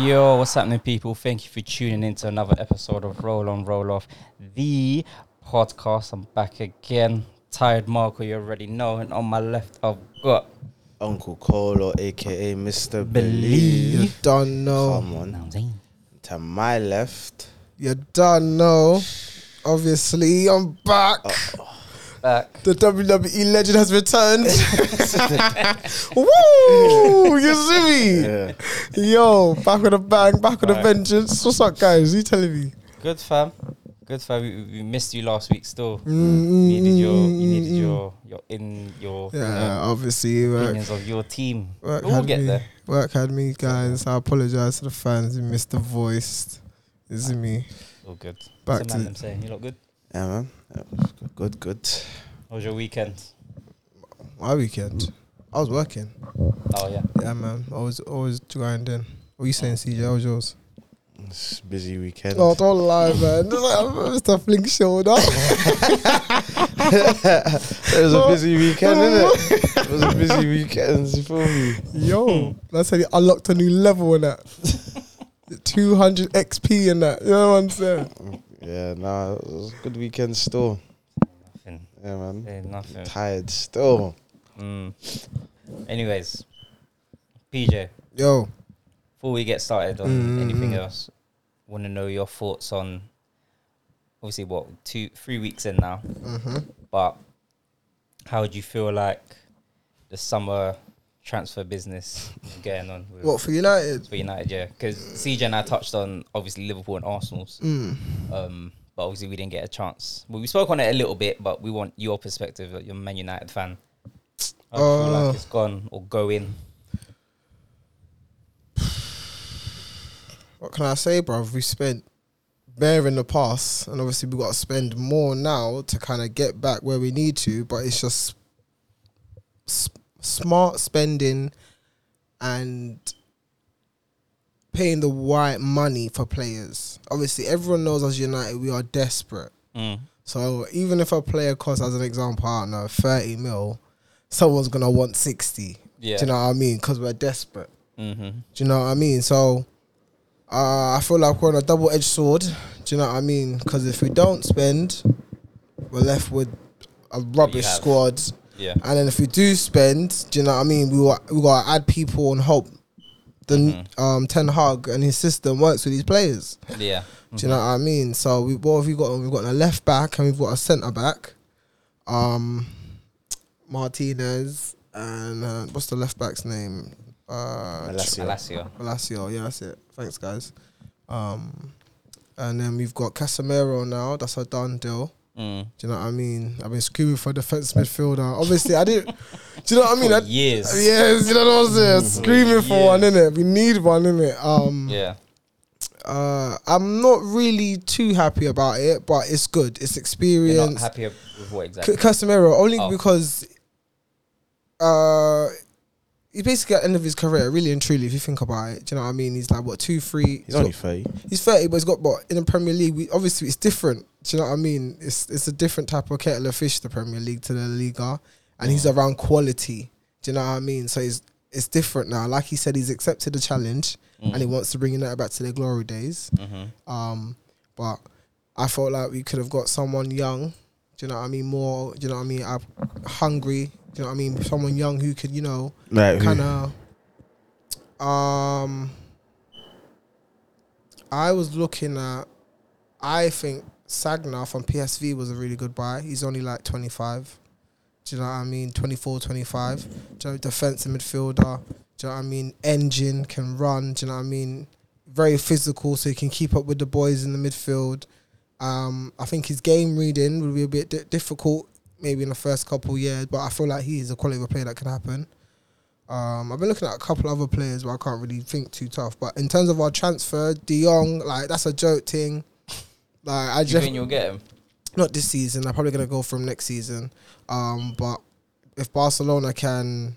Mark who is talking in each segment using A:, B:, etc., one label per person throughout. A: Yo, what's happening, people? Thank you for tuning in to another episode of Roll On Roll Off, the podcast. I'm back again. Tired Marco, you already know. And on my left, I've got.
B: Uncle Cole or AKA Mr.
A: Believe.
B: Believe.
C: You don't know.
B: Come on. To my left.
C: You don't know. Obviously, I'm back.
A: Uh. Back.
C: The WWE legend has returned. Woo! You see me?
B: Yeah.
C: Yo, back with a bang, back with
A: Right.
C: a vengeance. What's up, guys? You telling me?
A: Good, fam. Good, fam. We, we missed you last week still.
C: Mm,
A: You needed your,
C: mm,
A: you needed
C: mm,
A: your, your in, your you
C: Yeah,
A: know,
C: obviously. Work,
A: opinions of your team.
C: work
A: we'll
C: had
A: get
C: me.
A: there.
C: Work had me, guys. I apologize to the fans who missed the voice. You see me?
A: All good.
C: Back
A: What's the
C: to-
A: man them saying? You look good?
B: Yeah, man. Yeah, Good, good.
A: How was your weekend?
C: My weekend. I was working.
A: Oh, yeah.
C: Yeah, man. I was always grinding. What you saying, CJ? How was yours?
B: It's busy weekend.
C: No, Oh, don't lie, man. Mr. Flink shoulder.
B: it was a busy weekend, innit? It was a busy weekend, you feel me?
C: Yo, that's how you unlocked a new level in that. 200 XP in that. You know what I'm saying?
B: Yeah, nah, it was a good weekend still.
A: Nothing.
B: Yeah, man.
A: Eh, nothing.
B: Tired still.
A: Mm. Anyways, PJ,
C: Yo,
A: before we get started on
C: Mm,
A: anything
C: mm.
A: else, want to know your thoughts on obviously what two, three weeks in now,
C: Mm-hmm.
A: but how do you feel like the summer transfer business is going on with
C: what for United?
A: for United? Yeah, because CJ and I touched on obviously Liverpool and Arsenal's,
C: Mm.
A: um, but obviously we didn't get a chance. Well, we spoke on it a little bit, but we want your perspective, like, you're a Man United fan. I feel
C: Uh.
A: like it's gone or going.
C: What can I say, bruv? We spent bare in the past, and obviously we got to spend more now to kind of get back where we need to. But it's just s- smart spending and paying the right money for players. Obviously, everyone knows as United we are desperate.
A: Mm.
C: So even if a player costs, as an example, I don't know, 30 mil, someone's going to want 60.
A: Yeah.
C: Do you know what I mean? Because we're desperate.
A: Mm-hmm.
C: Do you know what I mean? So uh, I feel like we're on a double edged sword. Do you know what I mean? Because if we don't spend, we're left with a rubbish
A: have.
C: squad.
A: Yeah.
C: And then if we do spend, do you know what I mean? We wa- we got to add people and hope. Then um, Ten Hag and his system works with these players.
A: Yeah.
C: Do you know what I mean? So we what have we got? We've got a left back and we've got a centre back, um, Martinez and uh, what's the left back's name? Uh,
B: Malacia.
A: Alassio.
C: Palacio. Yeah, that's it. Thanks, guys. Um, and then we've got Casemiro now. That's a done deal.
A: Mm.
C: Do you know what I mean? I've been screaming for a defense midfielder. Obviously, I didn't. Do you know what I mean?
A: For
C: I,
A: years.
C: yes, you know what I'm saying. Screaming for one,
A: years.
C: innit? We need one, innit? Um,
A: Yeah.
C: uh, I'm not really too happy about it, but it's good.
A: You're
C: It's
A: not
C: experience.
A: happy with what
C: C-
A: exactly?
C: Casemiro only
A: Oh.
C: because uh, he's basically at the end of his career, really and truly. If you think about it, do you know what I mean? He's like what two, three.
B: He's only 30.
C: he's thirty, but he's got what in the Premier League. We obviously it's different. Do you know what I mean? It's it's a different type of kettle of fish, the Premier League to the Liga, and he's around quality. Do you know what I mean? So it's it's different now. Like he said, he's accepted the challenge, and he wants to bring United back to their glory days.
A: Mm-hmm.
C: Um, but I felt like we could have got someone young. Do you know what I mean? More, do you know what I mean? i hungry. Do you know what I mean? Someone young who could, you know,
B: Right,
C: kind of. Um, I was looking at. I think Sagna from PSV was a really good buy. He's only like 25. Do you know what I mean? 24, 25. Do you know, defensive midfielder. Do you know what I mean? Engine can run. Do you know what I mean? Very physical, so he can keep up with the boys in the midfield. Um, I think his game reading will be a bit di- difficult, maybe in the first couple years, but I feel like he is a quality of a player that can happen. Um, I've been looking at a couple other players, but I can't really think too tough. But in terms of our transfer, De Jong, like that's a joke thing. Like I
A: you
C: just
A: think you'll get him?
C: not this season. They're probably gonna go from next season. Um, but if Barcelona can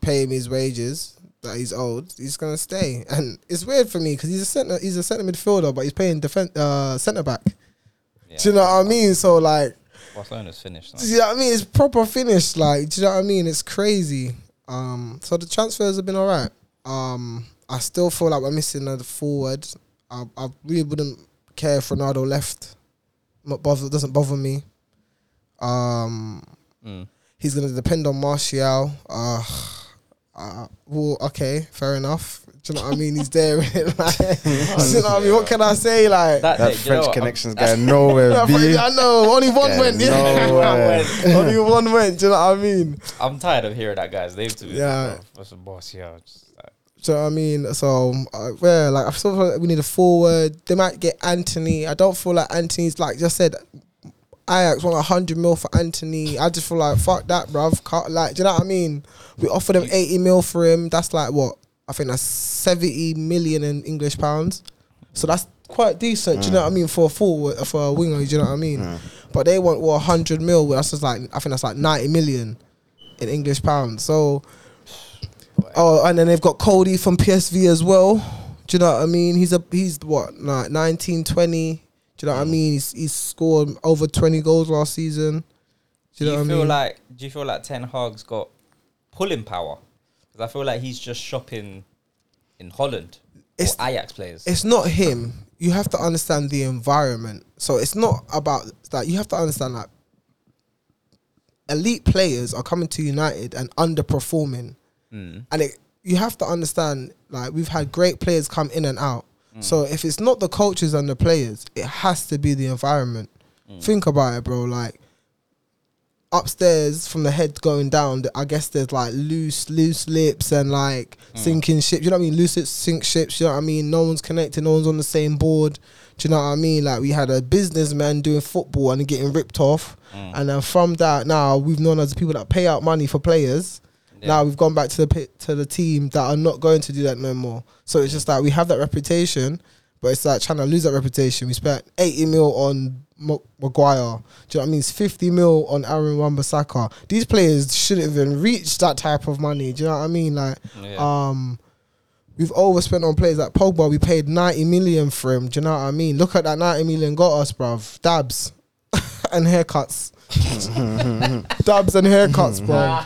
C: pay him his wages that he's owed, he's gonna stay. And it's weird for me because he's a center, he's a centre midfielder, but he's playing defense uh, centre back.
A: Yeah.
C: Do you know what I mean? So like,
A: Barcelona's finished. now.
C: do you know what I mean? It's proper finish. Like, do you know what I mean? It's crazy. Um, so the transfers have been alright. Um, I still feel like we're missing a forward. I, I really wouldn't care if Ronaldo left. Not bother doesn't bother me. Um,
A: Mm.
C: he's gonna depend on Martial. Uh, uh, well, okay, fair enough. Do you know what I mean? He's there. innit? like, do you know what I mean? What can I say? Like,
A: That,
B: That
A: you know
B: French
A: what, I'm-
B: connection's going nowhere, B.
C: I know only one
B: Yeah,
C: went. Yeah,
B: nowhere.
C: only one went. Do you know what I mean?
A: I'm tired of hearing that guy's name too.
C: Yeah.
A: Oh, That's a boss, yeah. Just uh, like,
C: Do you know what I mean? So uh, yeah, like I still feel like we need a forward. They might get Anthony. I don't feel like Anthony's like just said. Ajax want hundred mil for Anthony. I just feel like fuck that, bruv. Cut, like, do you know what I mean? We offered them eighty mil for him. That's like what I think that's seventy million in English pounds. So that's quite decent. Do you know what I mean for a forward for a winger? Do you know what I mean? But they want well hundred mil. well, That's just like I think that's like ninety million in English pounds. So Oh, and then they've got Cody from PSV as well. Do you know what I mean? He's a he's what like 19, 20. Do you know what I mean? He's he's scored over twenty goals last season.
A: do
C: Do you
A: you,
C: know what I
A: feel
C: mean?
A: like do you feel like Ten Hag's got pulling power? Because I feel like he's just shopping in Holland
C: It's-
A: or Ajax players.
C: it's not him. You have to understand the environment. So it's not about that. You have to understand that elite players are coming to United and underperforming, and it, you have to understand like we've had great players come in and out. So if it's not the coaches and the players, it has to be the environment. Think about it, bro. Like upstairs from the head going down, th- I guess there's like loose, loose lips and like sinking ships. You know what I mean? Loose lips sink ships. You know what I mean? No one's connected. No one's on the same board. Do you know what I mean? Like we had a businessman doing football and getting ripped off, and then from that now we've known as people that pay out money for players.
A: Yeah.
C: Now we've gone back to the pi- to the team that are not going to do that no more. So it's just like we have that reputation, but it's like trying to lose that reputation. We spent 80 mil on M- Maguire. Do you know what I mean? It's 50 mil on Aaron Wan-Bissaka. These players shouldn't even reach that type of money. Do you know what I mean? Like,
A: Yeah.
C: um, we've overspent on players like Pogba. We paid 90 million for him. Do you know what I mean? Look at that 90 million got us, bruv. Dabs and haircuts. Dabs and haircuts, bro.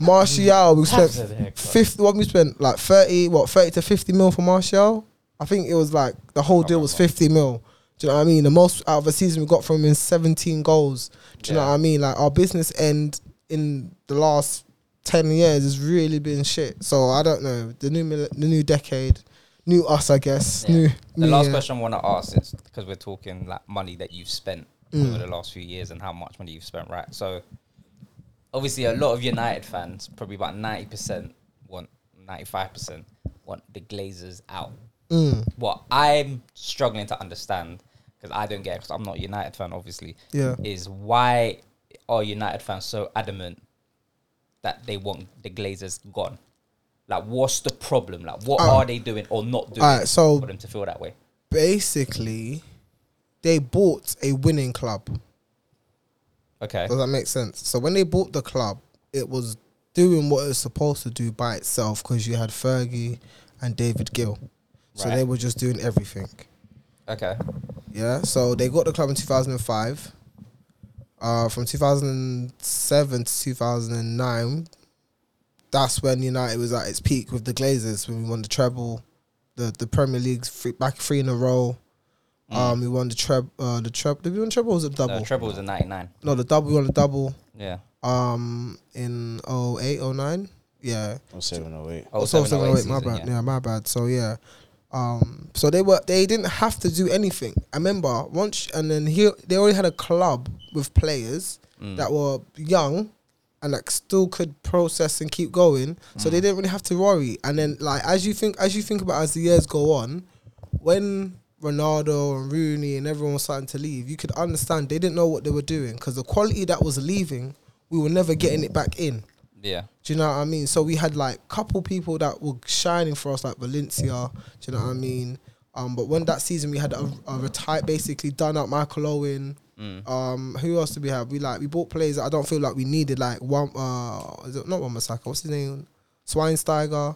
C: Martial, we
A: Dabs
C: spent
A: and haircuts.
C: 50, what we spent like 30, what, 30 to 50 mil for Martial? I think it was like the whole deal was 50 mil. Do you know what I mean? The most out of a season we got from him is 17 goals. Do you know
A: Yeah.
C: what I mean? Like our business end in the last 10 years has really been shit. So I don't know. The new mil- the new decade, new us, I guess.
A: Yeah.
C: New,
A: the
C: new
A: last
C: year.
A: question I want to ask is because we're talking like money that you've spent
C: Mm.
A: over the last few years and how much money you've spent, right? So obviously, a lot of United fans, probably about ninety percent, want ninety five percent want the Glazers out.
C: Mm.
A: What I'm struggling to understand because I don't get because I'm not a United fan, obviously.
C: Yeah.
A: is why are United fans so adamant that they want the Glazers gone? Like, what's the problem? Like, what
C: Alright.
A: are they doing or not doing
C: Uh, Alright, so-
A: for them to feel that way?
C: Basically, they bought a winning club.
A: Okay.
C: Does that make sense? So when they bought the club, it was doing what it was supposed to do by itself because you had Fergie and David Gill. So
A: Right.
C: they were just doing everything.
A: Okay. Uh,
C: Yeah. So they got the club in 2005. Uh, from 2007 to 2009, that's when United was at its peak with the Glazers when we won the treble, the the Premier League three, back three in a row. Um, we won the treble. Uh, the treble. Did we win treble? Or was it double?
A: No, Mm. Uh, treble was a 99.
C: no, the double. We won the double
A: Yeah.
C: um in 08 09 yeah
B: I'm saving away.
A: Oh,
C: so
A: 07, 08
C: 08, my
A: season,
C: bad yeah.
A: yeah.
C: my bad so yeah um so they were they didn't have to do anything i remember once and then here they already had a club with players that were young and like still could process and keep going so they didn't really have to worry and then like as you think as you think about as the years go on when Ronaldo and Rooney and everyone was starting to leave, you could understand they didn't know what they were doing because the quality that was leaving, we were never getting it back in.
A: Yeah.
C: Do you know what I mean? So we had like couple people that were shining for us, like Valencia. Do you know what I mean? Um, but when that season we had a, a retire, basically done up Michael Owen.
A: Mm.
C: Um, who else did we have? We like we bought players that I don't feel like we needed. Like one, uh, is it not one Masaka? What's his name? Schweinsteiger.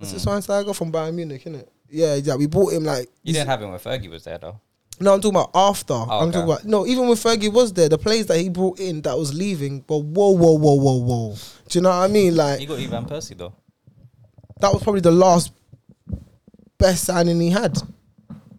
C: Is
A: Mm.
C: it Schweinsteiger from Bayern Munich? Isn't it? Yeah, yeah. We bought him like
A: You didn't have him when Fergie was there, though.
C: no, I'm talking about after. I'm
A: okay.
C: talking about no. Even when Fergie was there, the players that he brought in that was leaving, but whoa, whoa, whoa, whoa, whoa. Do you know what I mean? Like
A: You got Ivan Persie, though.
C: that was probably the last best signing he had.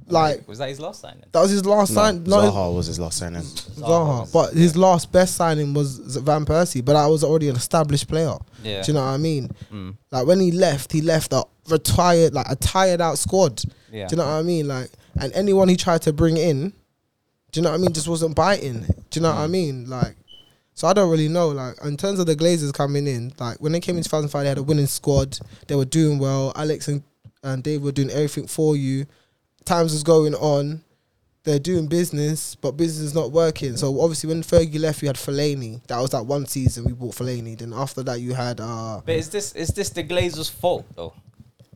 C: Like
A: was that his last signing?
C: that was his last sign.
B: no,
C: Not his-
B: Zaha was his last signing.
A: Zaha was-
C: Zaha, but his last best signing was Van Persie. But I was already an established player.
A: Yeah.
C: Do you know what I mean?
A: Mm.
C: Like when he left, he left a retired, like a tired out squad.
A: Yeah.
C: Do you know what I mean? Like, and anyone he tried to bring in, do you know what I mean? Just wasn't biting. Do you know what I mean? Like, so I don't really know. Like, in terms of the Glazers coming in, like when they came in 2005, they had a winning squad. They were doing well. Alex and, and Dave were doing everything for you. Times was going on. They're doing business, but business is not working. So obviously, when Fergie left, you had Fellaini. That was that one season we bought Fellaini. Then after that, you had uh
A: But is this is this the Glazers' fault though?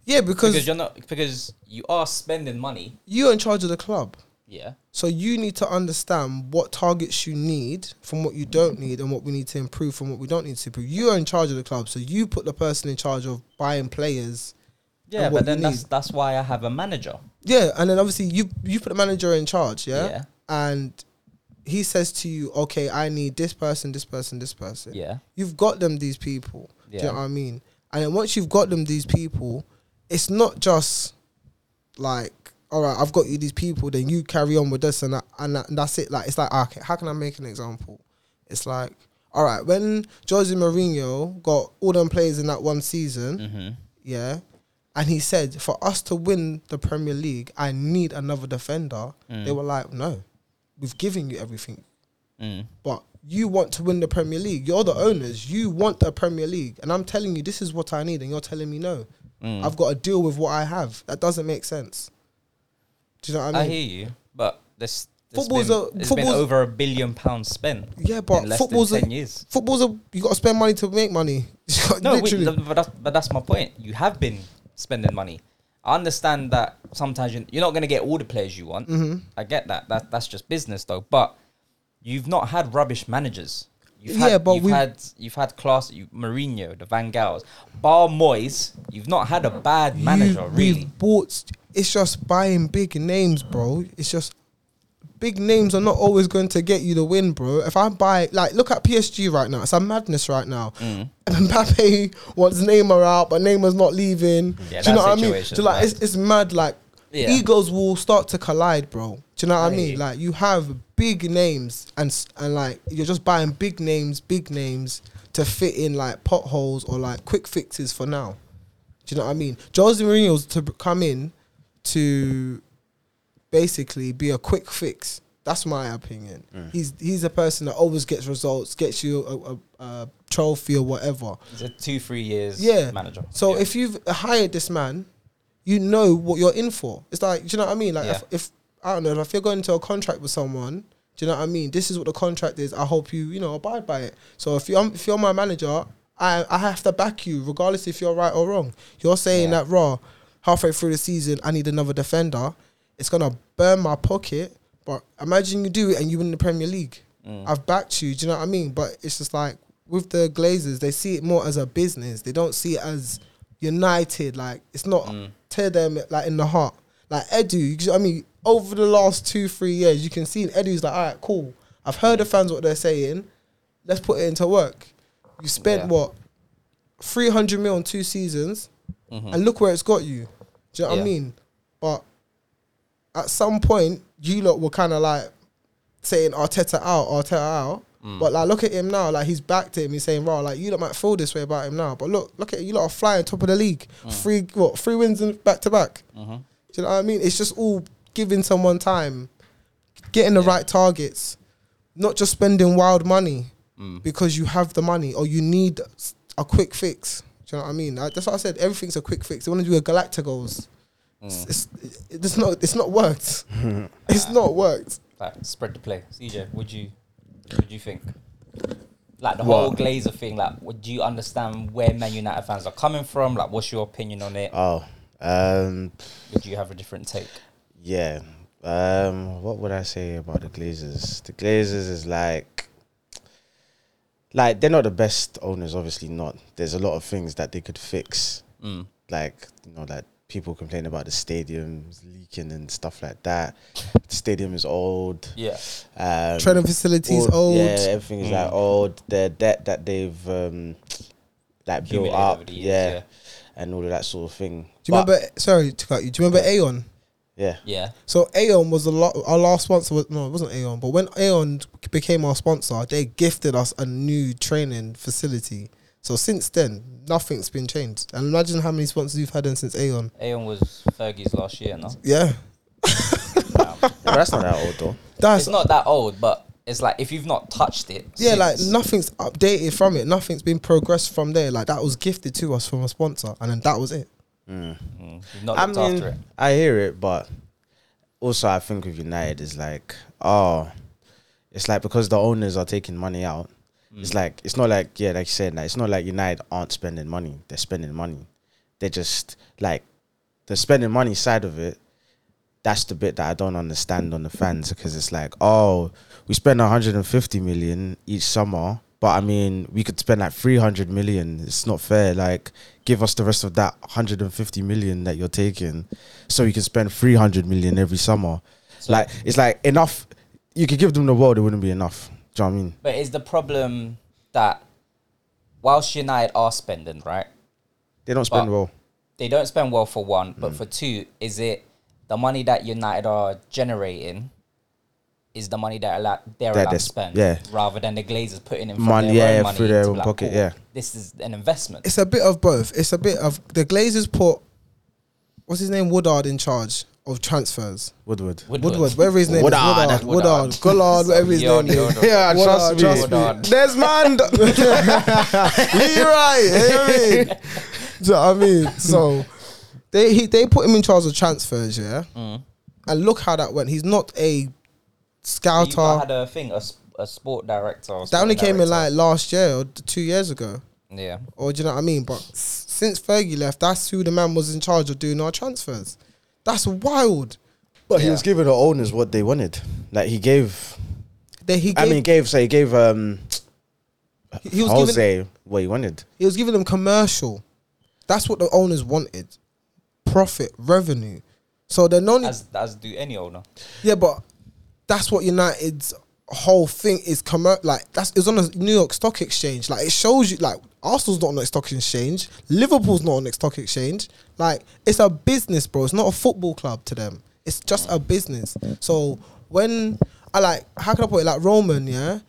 C: yeah because,
A: Because you're not because you are spending money.
C: you're in charge of the club.
A: Yeah.
C: So you need to understand what targets you need from what you don't need and what we need to improve from what we don't need to improve. You are in charge of the club, so you put the person in charge of buying players.
A: Yeah,
C: what
A: but then
C: you
A: that's
C: need.
A: that's why I have a manager.
C: Yeah, and then obviously you you put the manager in charge, yeah?
A: Yeah.
C: And he says to you, Okay, I need this person, this person, this person.
A: Yeah.
C: You've got them these people. Do
A: Yeah.
C: you know what I mean? And then once you've got them these people, it's not just like, all right, I've got you these people, then you carry on with this and that, and, that, and that's it. Like, it's like, ah, okay, how can I make an example? It's like, all right, when Jose Mourinho got all them players in that one season, yeah, and he said, for us to win the Premier League, I need another defender. They were like, no, we've given you everything
A: Mm.
C: but you want to win the Premier League. You're the owners. You want the Premier League. And I'm telling you, this is what I need. And you're telling me no.
A: Mm.
C: I've got to deal with what I have. That doesn't make sense. Do you know what I
A: I
C: mean?
A: hear you, but this there's
C: Football's
A: been,
C: a-
A: there's
C: football's-
A: been over a billion pounds spent.
C: yeah, but
A: in less
C: football's
A: than ten
C: a,
A: years.
C: football's a you got to spend money to make money.
A: No, wait,
C: Literally.
A: but, that's, but that's my point. You have been spending money. I understand that sometimes you- you're not going to get all the players you want.
C: Mm-hmm.
A: I get that. that. That's just business, though. But you've not had rubbish managers. You've had,
C: Yeah, but
A: you've
C: we-
A: had you've had class. You, Mourinho, the Van Gaals, Bar Moyes. You've not had a bad manager,
C: You-
A: really.
C: We've bought. It's just buying big names, bro. It's just big names are not always going to get you the win, bro. If I buy, like, look at PSG right now. It's a madness right now.
A: Mm.
C: Mbappe wants Neymar out, but Neymar's not leaving.
A: Yeah,
C: Do
A: that
C: you know what I mean?
A: situation's
C: Do you like, it's,
A: mad.
C: it's mad. Like
A: Yeah.
C: egos will start to collide, bro. Do you know what
A: Hey.
C: I mean? Like you have big names and s- and like you're just buying big names, big names to fit in like potholes or like quick fixes for now. Do you know what I mean? Jose Mourinho's to b- come in to basically be a quick fix. That's my opinion. He's he's a person that always gets results, gets you a, a, a trophy or whatever.
A: It's a two, three years
C: Yeah.
A: manager.
C: So
A: Yeah.
C: if you've hired this man, you know what you're in for. It's like, do you know what I mean? Like,
A: Yeah.
C: if, if I don't know, if you're going into a contract with someone, do you know what I mean? This is what the contract is. I hope you, you know, abide by it. So if you're if you're my manager, I I have to back you regardless if you're right or wrong. You're saying
A: Yeah.
C: that raw halfway through the season, I need another defender. It's gonna burn my pocket. But imagine you do it and you win the Premier League. I've backed you. Do you know what I mean? But it's just like with the Glazers, they see it more as a business. They don't see it as united. Like it's not tear them like in the heart. Like Edu, you know what I mean, over the last two three years, you can see Edu's like, all right, cool. I've heard the fans what they're saying. Let's put it into work. You spent
A: Yeah.
C: what three hundred mil on two seasons, and look where it's got you. Do you know what
A: Yeah.
C: I mean? But at some point, you lot were kind of like saying Arteta out, Arteta out. But like, look at him now. Like he's backed him. He's saying, "Raw, like you lot might feel this way about him now." But look, look at you lot are flying top of the league. Three what? Three wins and back to back. Do you know what I mean? It's just all giving someone time, getting the right targets, not just spending wild money
B: Mm.
C: because you have the money or you need s- a quick fix. Do you know what I mean? Like, that's what I said. Everything's a quick fix. They want to do a
A: Mm.
C: Galacticos.
B: Mm.
C: It's, it's, it's not. It's not worked. it's not worked.
A: like spread the play. CJ, would you would you think? Like the
B: What?
A: whole Glazer thing, like would you understand where Man United fans are coming from? Like what's your opinion on it?
B: Oh, um,
A: Would you have a different take?
B: yeah. Um, what would I say about the Glazers? The Glazers is like, like they're not the best owners. Obviously not. There's a lot of things that they could fix.
A: Mm.
B: like you know like people complain about the stadiums leaking and stuff like that the stadium is old
A: Yeah.
B: um
C: Training facilities old.
B: yeah everything is
A: Mm.
B: like old their debt that they've um like built
A: Accumulated
B: up
A: over the years,
B: yeah. and all of that sort of thing.
C: Do you
B: But-
C: remember? Sorry to cut you. Do you remember Aeon?
B: Yeah.
A: Yeah.
C: So Aeon was the lo- our last sponsor. Was, no, it wasn't Aeon. But when Aeon became our sponsor, they gifted us a new training facility. So since then, nothing's been changed. And imagine how many sponsors we've had in since Aeon.
A: Aeon was Fergie's last year, no?
C: Yeah,
B: But that's not that old though.
C: that's
A: It's not that old, but it's like if you've not touched it.
C: yeah. Like
A: since-
C: nothing's updated from it. Nothing's been progressed from there. Like that was gifted to us from a sponsor, and then that was it.
A: Mm, you've not
B: I
A: looked
B: mean,
A: after it.
B: I hear it, but also I think with United is like, oh, it's like because the owners are taking money out.
A: Mm.
B: It's like it's not like yeah, like you said, like, it's not like United aren't spending money. They're spending money. They're just like the spending money side of it. That's the bit that I don't understand on the fans because it's like, oh, we spend 150 million each summer, but I mean, we could spend like 300 million. It's not fair. Like, give us the rest of that 150 million that you're taking so you can spend 300 million every summer.
A: So-
B: like, it's like enough. You could give them the world, it wouldn't be enough. Do you know what I mean?
A: But is the problem that whilst United are spending, right?
B: They don't spend
A: But-
B: well.
A: They don't spend well for one,
C: Mm.
A: but for two, is it the money that United are generating is the money that allow, they're
B: That
A: allowed
B: they
A: to
B: sp-
A: spend,
B: yeah.
A: rather than the Glazers putting in from
B: Money,
A: their own
B: yeah,
A: money
B: through their
A: into
B: own
A: like,
B: pocket,
A: oh,
B: yeah.
A: This is an investment.
C: It's a bit of both. It's a bit of the Glazers put what's his name Woodard in charge of transfers.
B: Woodward.
A: Woodward.
C: Woodward, whatever his name
B: Woodard.
C: is. Woodard, Woodard, Gollard, whatever his
A: Yo,
C: name
A: yo,
C: is.
A: yo.
B: Yeah,
C: Woodard,
B: trust me.
A: Woodard.
B: There's man.
C: Leroy, hey. Do you know what I mean? So they he, they put him in charge of transfers, yeah.
A: Mm.
C: And look how that went. He's not a
A: You lot
C: scouter.
A: had a thing, a, s- a sport director. Or
C: That only
A: sporting
C: came in
A: director.
C: like last year or t- two years ago,
A: yeah.
C: or do you know what I mean? But s- since Fergie left, that's who the man was in charge of doing our transfers. That's wild.
B: But he
A: Yeah.
B: was giving the owners what they wanted. Like he gave.
C: That he
B: I
C: gave,
B: mean, gave. So he gave um
C: he was giving
B: Jose what he wanted.
C: He was giving them commercial. That's what the owners wanted. Profit, revenue. So they're not
A: As, as do any owner.
C: Yeah, but that's what United's whole thing is commer- like that's it's on the New York Stock Exchange. Like it shows you like Arsenal's not on the stock exchange, Liverpool's not on the stock exchange. Like it's a business, bro. It's not a football club to them. It's just a business. So when I like how can I put it like Roman, yeah?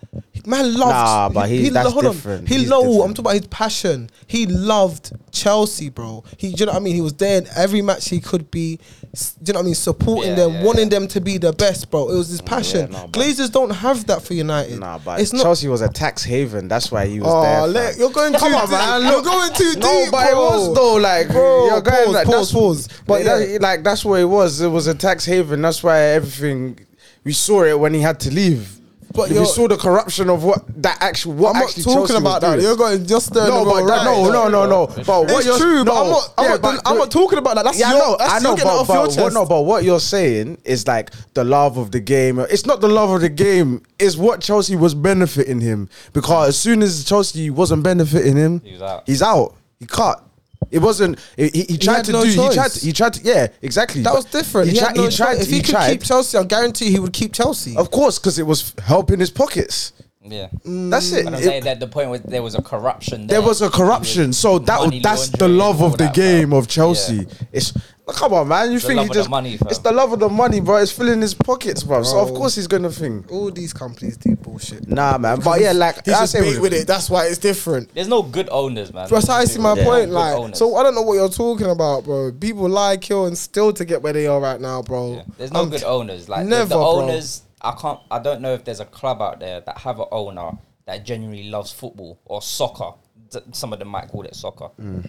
C: Man loved
B: Nah, but he- that's
C: hold on.
B: different.
C: He
B: He's
C: low,
B: different.
C: I'm talking about his passion. He loved Chelsea, bro. He do you know what I mean? He was there in every match he could be s- do you know what I mean, supporting
A: Yeah,
C: them,
A: yeah,
C: wanting
A: yeah.
C: them to be the best, bro. It was his passion.
B: no, but-
C: Glazers don't have that for United.
B: Nah, but
C: it's not.
B: Chelsea was a tax haven. That's why he was there.
C: Oh,
B: fam.
C: look, you're going too
B: Come on,
C: deep.
B: man,
C: You're
B: look.
C: going too
B: No,
C: deep,
B: but it
C: bro.
B: was though, like
C: Bro,
B: you're going
C: pause,
B: like
C: pause,
B: that's
C: pause.
B: But
C: Yeah.
B: that, like that's what it was. It was a tax haven. That's why everything we saw it when he had to leave.
C: But
B: But we
C: you're-
B: saw the corruption of what that actual what
C: I'm not
B: actually
C: talking
B: Chelsea was
C: about that.
B: doing.
C: You're going just stirring
B: no,
C: the
B: but
C: wrong
B: that,
C: right.
B: no, no, no, no. But what
C: It's
B: you're, no,
C: true, but I'm not. I'm,
B: yeah,
C: not,
B: but-
C: I'm not talking about that. That's
B: yeah,
C: your.
B: no,
C: that's
B: I know,
C: your getting
B: but,
C: off
B: but
C: your
B: what,
C: chest.
B: no, but what you're saying is like the love of the game. It's not the love of the game. It's what Chelsea was benefiting him because as soon as Chelsea wasn't benefiting him,
A: He was out.
B: he's out. He cut. It wasn't. He, he, he tried
C: had
B: to
C: no
B: do.
C: choice.
B: He tried. To, he tried to. Yeah, exactly.
C: that
B: But
C: was different.
B: He,
C: He,
B: tri-
C: had no
B: he tried.
C: choice. If he,
B: he
C: could
B: tried.
C: keep Chelsea, I guarantee he would keep Chelsea.
B: of course, because it was helping his pockets.
A: Yeah.
C: Mm,
B: That's it.
A: But I'm
B: It-
A: saying that the point was there was a corruption.
B: there was a corruption. So
A: money
B: that that's the
A: laundering,
B: love
A: all
B: of the
A: that,
B: game
A: bro.
B: of Chelsea. It's come on, man. You
A: the
B: think
A: love
B: he
A: of the
B: just
A: money, fam.
B: it's the love of the money, bro. It's filling his pockets, bro. So of
C: Bro.
B: course he's gonna think.
C: All these companies do bullshit.
B: Nah, man. But yeah, like
C: He's
B: I
C: just
B: say
C: big with it. That's why it's different.
A: There's no good owners, man.
C: Precisely my
A: There's no
C: point.
A: good
C: Like,
A: owners.
C: so I don't know what you're talking about, bro. People lie, kill, and still to get where they are right now, bro.
A: Yeah. There's no
C: I'm-
A: good owners. Like the-
C: Never,
A: the
C: bro.
A: owners, I can't. I don't know if there's a club out there that have an owner that genuinely loves football or soccer. Th- Some of them might call it soccer.
C: Mm.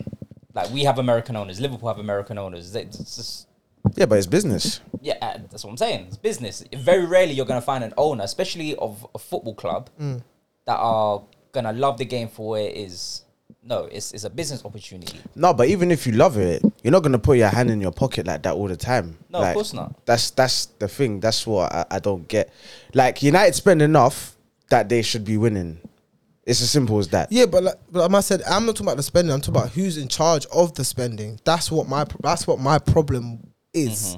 A: Like we have American owners. Liverpool have American owners. They- It's just,
B: Yeah, but it's business.
A: yeah, uh, that's what I'm saying. It's business. Very rarely you're gonna find an owner, especially of a football club,
C: Mm.
A: that are gonna love the game for where it is. No, it's it's a business opportunity.
B: No, but even if you love it, you're not gonna put your hand in your pocket like that all the time.
A: No, of
B: Like,
A: course not.
B: That's that's the thing. That's what I, I don't get. Like United spend enough that they should be winning. It's as simple as that.
C: Yeah, but like, but like I said, I'm not talking about the spending. I'm talking about who's in charge of the spending. That's what my pro- that's what my problem is.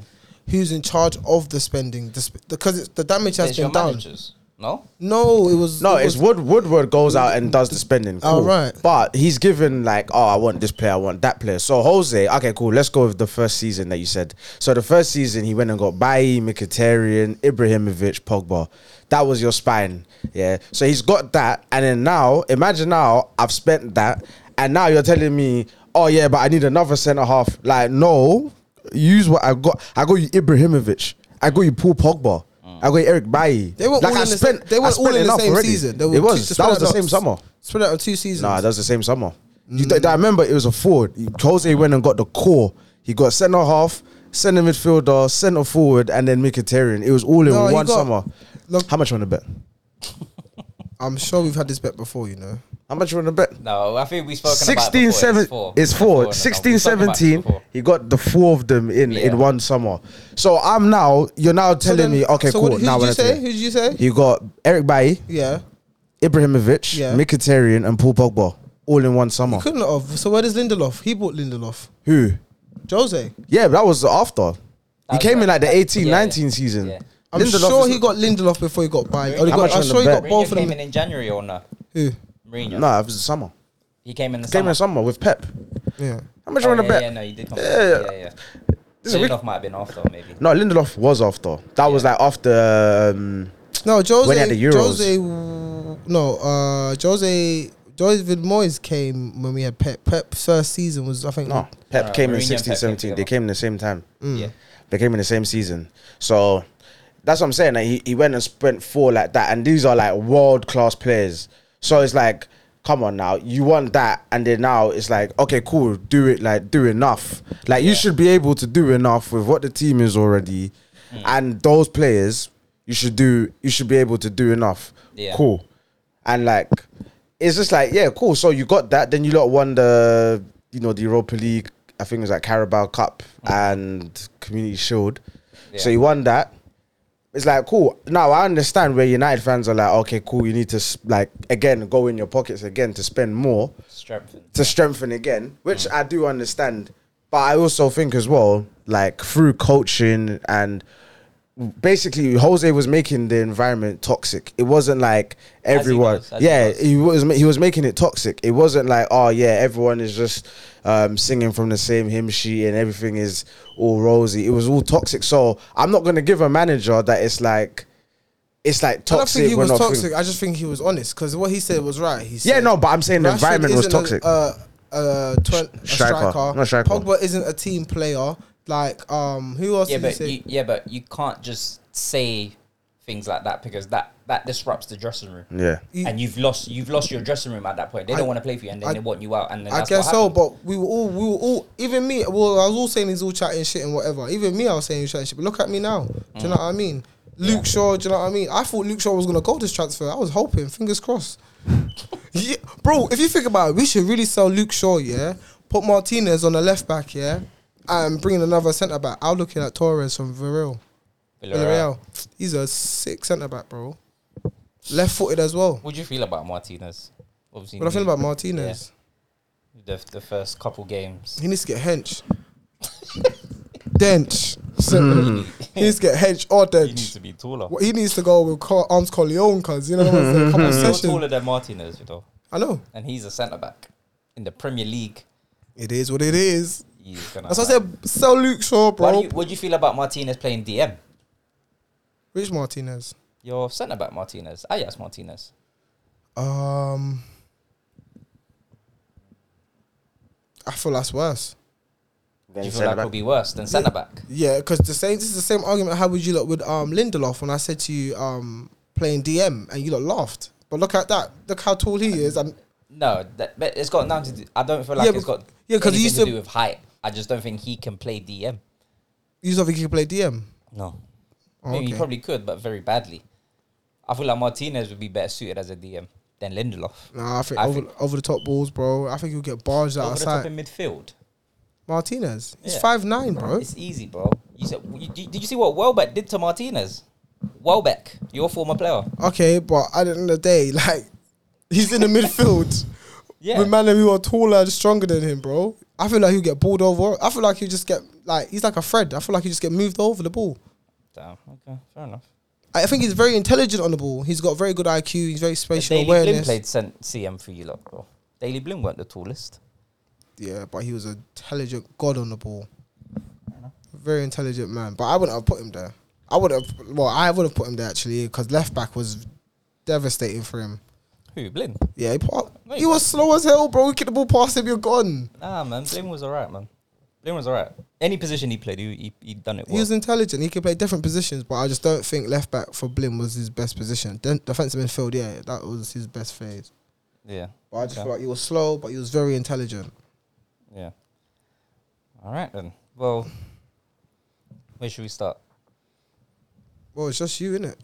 C: Who's in charge of the spending? Because the, sp- the, 'cause it's- the damage has
A: There's your
C: been done.
A: managers. No,
C: No, it was
B: No,
C: it
B: it's
C: was,
B: Wood. Woodward goes out and does the spending. Cool.
C: Oh, right.
B: But he's given like, oh, I want this player, I want that player. So Jose, okay, cool. Let's go with the first season that you said. So the first season he went and got Bailly, Mkhitaryan, Ibrahimovic, Pogba. That was your spine, yeah. So he's got that, and then now imagine now I've spent that, and now you're telling me, oh yeah, but I need another centre half. Like no, use what I got. I got you Ibrahimovic. I got you Paul Pogba. I got you Eric Bailly.
C: They were
B: like
C: all
B: I
C: in the
B: spent,
C: sa- they were
B: I spent
C: all in the
B: enough
C: same
B: already.
C: season. They were
B: it
C: two-
B: was.
C: just
B: That
C: spread
B: was the
C: out Mm.
B: same
C: lots.
B: summer.
C: spread out of two seasons.
B: Nah, that was the same summer. You th- I remember it was a forward. Jose went and got the core. He got centre half, centre midfielder, centre forward, and then Mkhitaryan. It was all in
C: No, he
B: one
C: got-
B: summer.
C: Look-
B: How much you want to bet?
C: I'm sure we've had this bet before, you know.
B: How much you want to bet?
A: no. I think we spoke.
B: 16,
A: about it
B: 17.
A: before.
B: It's
A: four.
B: four. 16, 17. He got the four of them in,
A: Yeah.
B: in one summer. So I'm now, you're now telling
C: then-
B: me, okay,
C: so
B: cool.
C: What, who
B: now
C: did
B: when
C: you
B: I
C: say?
B: tell
C: Who
B: you.
C: did you say?
B: you got Eric Bailly,
C: Yeah,
B: Ibrahimovic,
C: Yeah.
B: Mkhitaryan, and Paul Pogba all in one summer.
C: Oh. couldn't have. So where does Lindelof? He bought Lindelof.
B: Who?
C: Jose.
B: Yeah, but that was after. He
A: was
B: came in
A: right.
B: like the 18,
A: Yeah,
B: 19
A: yeah.
B: season.
A: Yeah.
C: I'm
B: Lindelof
C: sure
B: is-
C: he got Lindelof before he got Bayern. Or he
B: How
C: got,
B: much on
C: I'm
B: the
C: sure he
B: bet?
C: got both of
A: came
C: them.
A: in in January or no?
C: Who?
A: Mourinho.
B: Nah, it was the summer.
A: He came in the
B: Came in
A: summer.
B: the summer with Pep.
C: Yeah.
B: How much
A: Oh,
B: you want to
A: yeah,
B: bet?
A: Yeah, no, you did. Come
B: Yeah,
A: yeah,
B: yeah.
A: yeah, yeah.
B: This is a
A: Lindelof might have been after maybe.
B: No, Lindelof was after. That was like after. Um,
C: No, Jose.
B: When he had the Euros.
C: Jose. w- No, uh, Jose. David Moyes came when we had Pep. Pep's first season was, I think.
B: no, Pep
A: Nah,
B: came
A: Uh, Mourinho
B: in
A: and
B: 16,
A: Pep came
B: 17. They
A: together.
B: came in the same time.
C: Hmm. Mm.
A: Yeah.
B: They came in the same season. So that's what I'm saying. Like, he, he went and spent four like that. And these are like world class players. So it's like, come on now. You want that. And then now it's like, okay, cool. Do it. Like, do enough. Like, you should be able to do enough with what the team is already. And those players, you should do, you should be able to do enough.
A: Yeah.
B: Cool. And like, it's just like, yeah, cool. So you got that. Then you lot won the, you know, the Europa League. I think it was like Carabao Cup and Community Shield. So
A: Yeah.
B: you won that. It's like cool. Now I understand where United fans are like, okay, cool. You need to s- like again go in your pockets again to spend more
A: Strengthened.
B: to strengthen again,
A: Mm.
B: which I do understand. But I also think as well, like through coaching and basically Jose was making the environment toxic. It wasn't like everyone,
A: does, as he
B: yeah,
A: does.
B: he was ma- he was making it toxic. It wasn't like oh yeah, everyone is just um, singing from the same hymn sheet and everything is all rosy. It was all toxic. So I'm not gonna give a manager that it's like. It's like
C: I don't
B: toxic.
C: think he
B: we're
C: was
B: not
C: toxic.
B: free-
C: I just think he was honest because what he said was right. He said,
B: Yeah, no, but I'm saying the
C: Rashford
B: environment was
C: isn't a-
B: toxic.
C: uh, uh, twen- a
B: striker.
C: striker.
B: Not striker.
C: Pogba isn't a team player. Like, um, who else
A: Yeah,
C: did he
A: but
C: say?
A: you, yeah, but you can't just say things like that because that that disrupts the dressing room.
B: yeah.
C: You-
A: and you've lost you've lost your dressing room at that point. They
C: I-
A: don't want to play for you, and then
C: I-
A: they want you out. And then
C: I
A: that's
C: guess
A: what
C: so,
A: happened.
C: but we were all, we were all, even me. Well, I was all saying he's all chatting shit and whatever. Even me, I was saying he's chatting shit. But look at me now. Do you know what I mean?
A: Mm.
C: Luke Shaw. Do you know what I mean? I thought Luke Shaw was gonna go this transfer. I was hoping. Fingers crossed. yeah, bro. If you think about it, we should really sell Luke Shaw. Yeah, put Martinez on the left back. Yeah, and bring in another centre back. I'm looking at Torres from Villarreal. Villarreal. He's a sick centre back, bro. Left footed as well.
A: What do you feel about Martinez? Obviously,
C: What I feel
A: new-
C: about Martinez?
A: the, the first couple games.
C: He needs to get hench. dench. So, He needs to get hench or
A: Mm. He needs
C: dench.
A: to be taller.
C: What- He needs to go with Cor- arms Corleone because you know what I'm saying. A couple
A: He's still
C: sessions.
A: taller than Martinez, you know,
C: I know.
A: and he's a centre back in the Premier League.
C: It is what it is.
A: He's gonna.
C: That's why I said sell Luke
A: Why
C: Shaw,
A: do
C: bro.
A: you, what do you feel about Martinez playing DM?
C: Which Martinez?
A: Your centre back Martinez, Ayas Martinez.
C: Um, I feel that's worse.
A: Do you feel that could be worse than centre back?
C: Yeah, because the same. This is the same argument. How would you look with um Lindelof when I said to you um playing DM and you lot laughed. But look at that. Look how tall he is. And
A: No, that, but it's got nothing to do. I don't feel like
C: Yeah,
A: it's
C: but-
A: got
C: yeah, 'cause he
A: anything
C: used
A: to
C: to-
A: do with height. I just don't think he can play DM.
C: you don't think he can play DM?
A: No.
C: Oh,
A: Maybe
C: okay.
A: he probably could, but very badly. I feel like Martinez would be better suited as a DM than Lindelof.
C: Nah, I think,
A: I
C: over,
A: think-
C: over the top balls, bro. I think you'll get barged
A: Over the top
C: outside.
A: in midfield.
C: Martinez, he's
A: Yeah.
C: five nine, bro.
A: It's easy, bro. You said, you- did did you see what Welbeck did to Martinez? Welbeck, your former player.
C: Okay, but at the end of the day, like he's in the midfield
A: Yeah.
C: with men who are taller and stronger than him, bro. I feel like he'll get balled over. I feel like he'll just get like he's like a Fred. I feel like he just get moved over the ball.
A: Damn. Okay. Fair enough.
C: I think he's very intelligent on the ball. He's got very good IQ. He's very spatial
A: Daily Blin
C: awareness.
A: played cent- CM for you lot, bro. Daily Blin weren't the tallest.
C: Yeah, but he was an intelligent god on the ball. Very intelligent man. But I wouldn't have put him there. I would have. Well, I would have put him there actually because left back was devastating for him.
A: Who Blin?
C: Yeah, he, pa-
A: No,
C: he
A: he
C: was slow as hell, bro. You kick the ball past him, you're gone.
A: Nah, man, Blin was alright, man. Blin was alright. Any position he played, he he, he done it
C: He
A: well.
C: was intelligent. He could play different positions, but I just don't think left back for Blim was his best position. Den- defensive midfield, yeah, that was his best phase.
A: yeah,
C: But I just
A: Okay.
C: feel like he was slow, but he was very intelligent.
A: yeah. All right then. Well, where should we start?
C: Well, it's just you, innit?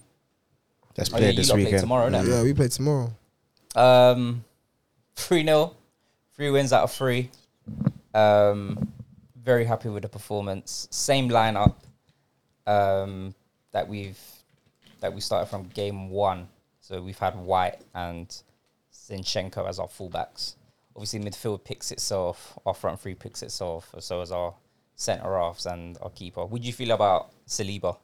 B: Let's
A: Oh,
B: play
A: yeah,
B: it
A: you
B: this
A: lot play
B: weekend.
A: tomorrow, innit?
C: Yeah, we play tomorrow.
A: Um, three 0 three wins out of three. Um, very happy with the performance. Same lineup um, that we've that we started from game one. So we've had White and Zinchenko as our fullbacks. Obviously, midfield picks itself. Our front three picks itself. So as our centre halves and our keeper. What do you feel about Saliba?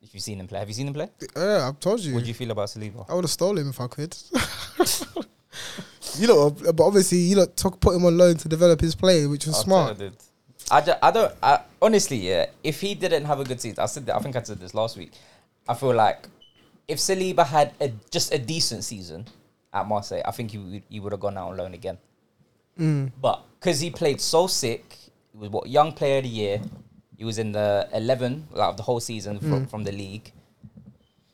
A: If you've seen him play, have you seen him play?
C: Yeah, I've told you.
A: What do you feel about Saliba?
C: I would have stolen him if I could. you know, but obviously, you know, took, put him on loan to develop his play, which was
A: Arteta
C: smart.
A: did. I, ju- I don't. I, honestly, yeah. If he didn't have a good season, I said. that- I think I said this last week. I feel like if Saliba had a, just a decent season at Marseille, I think he would, he would have gone out on loan again.
C: Mm.
A: But because he played so sick, he was what young player of the year. He was in the eleven like, of the whole season
C: Mm.
A: from, from the league,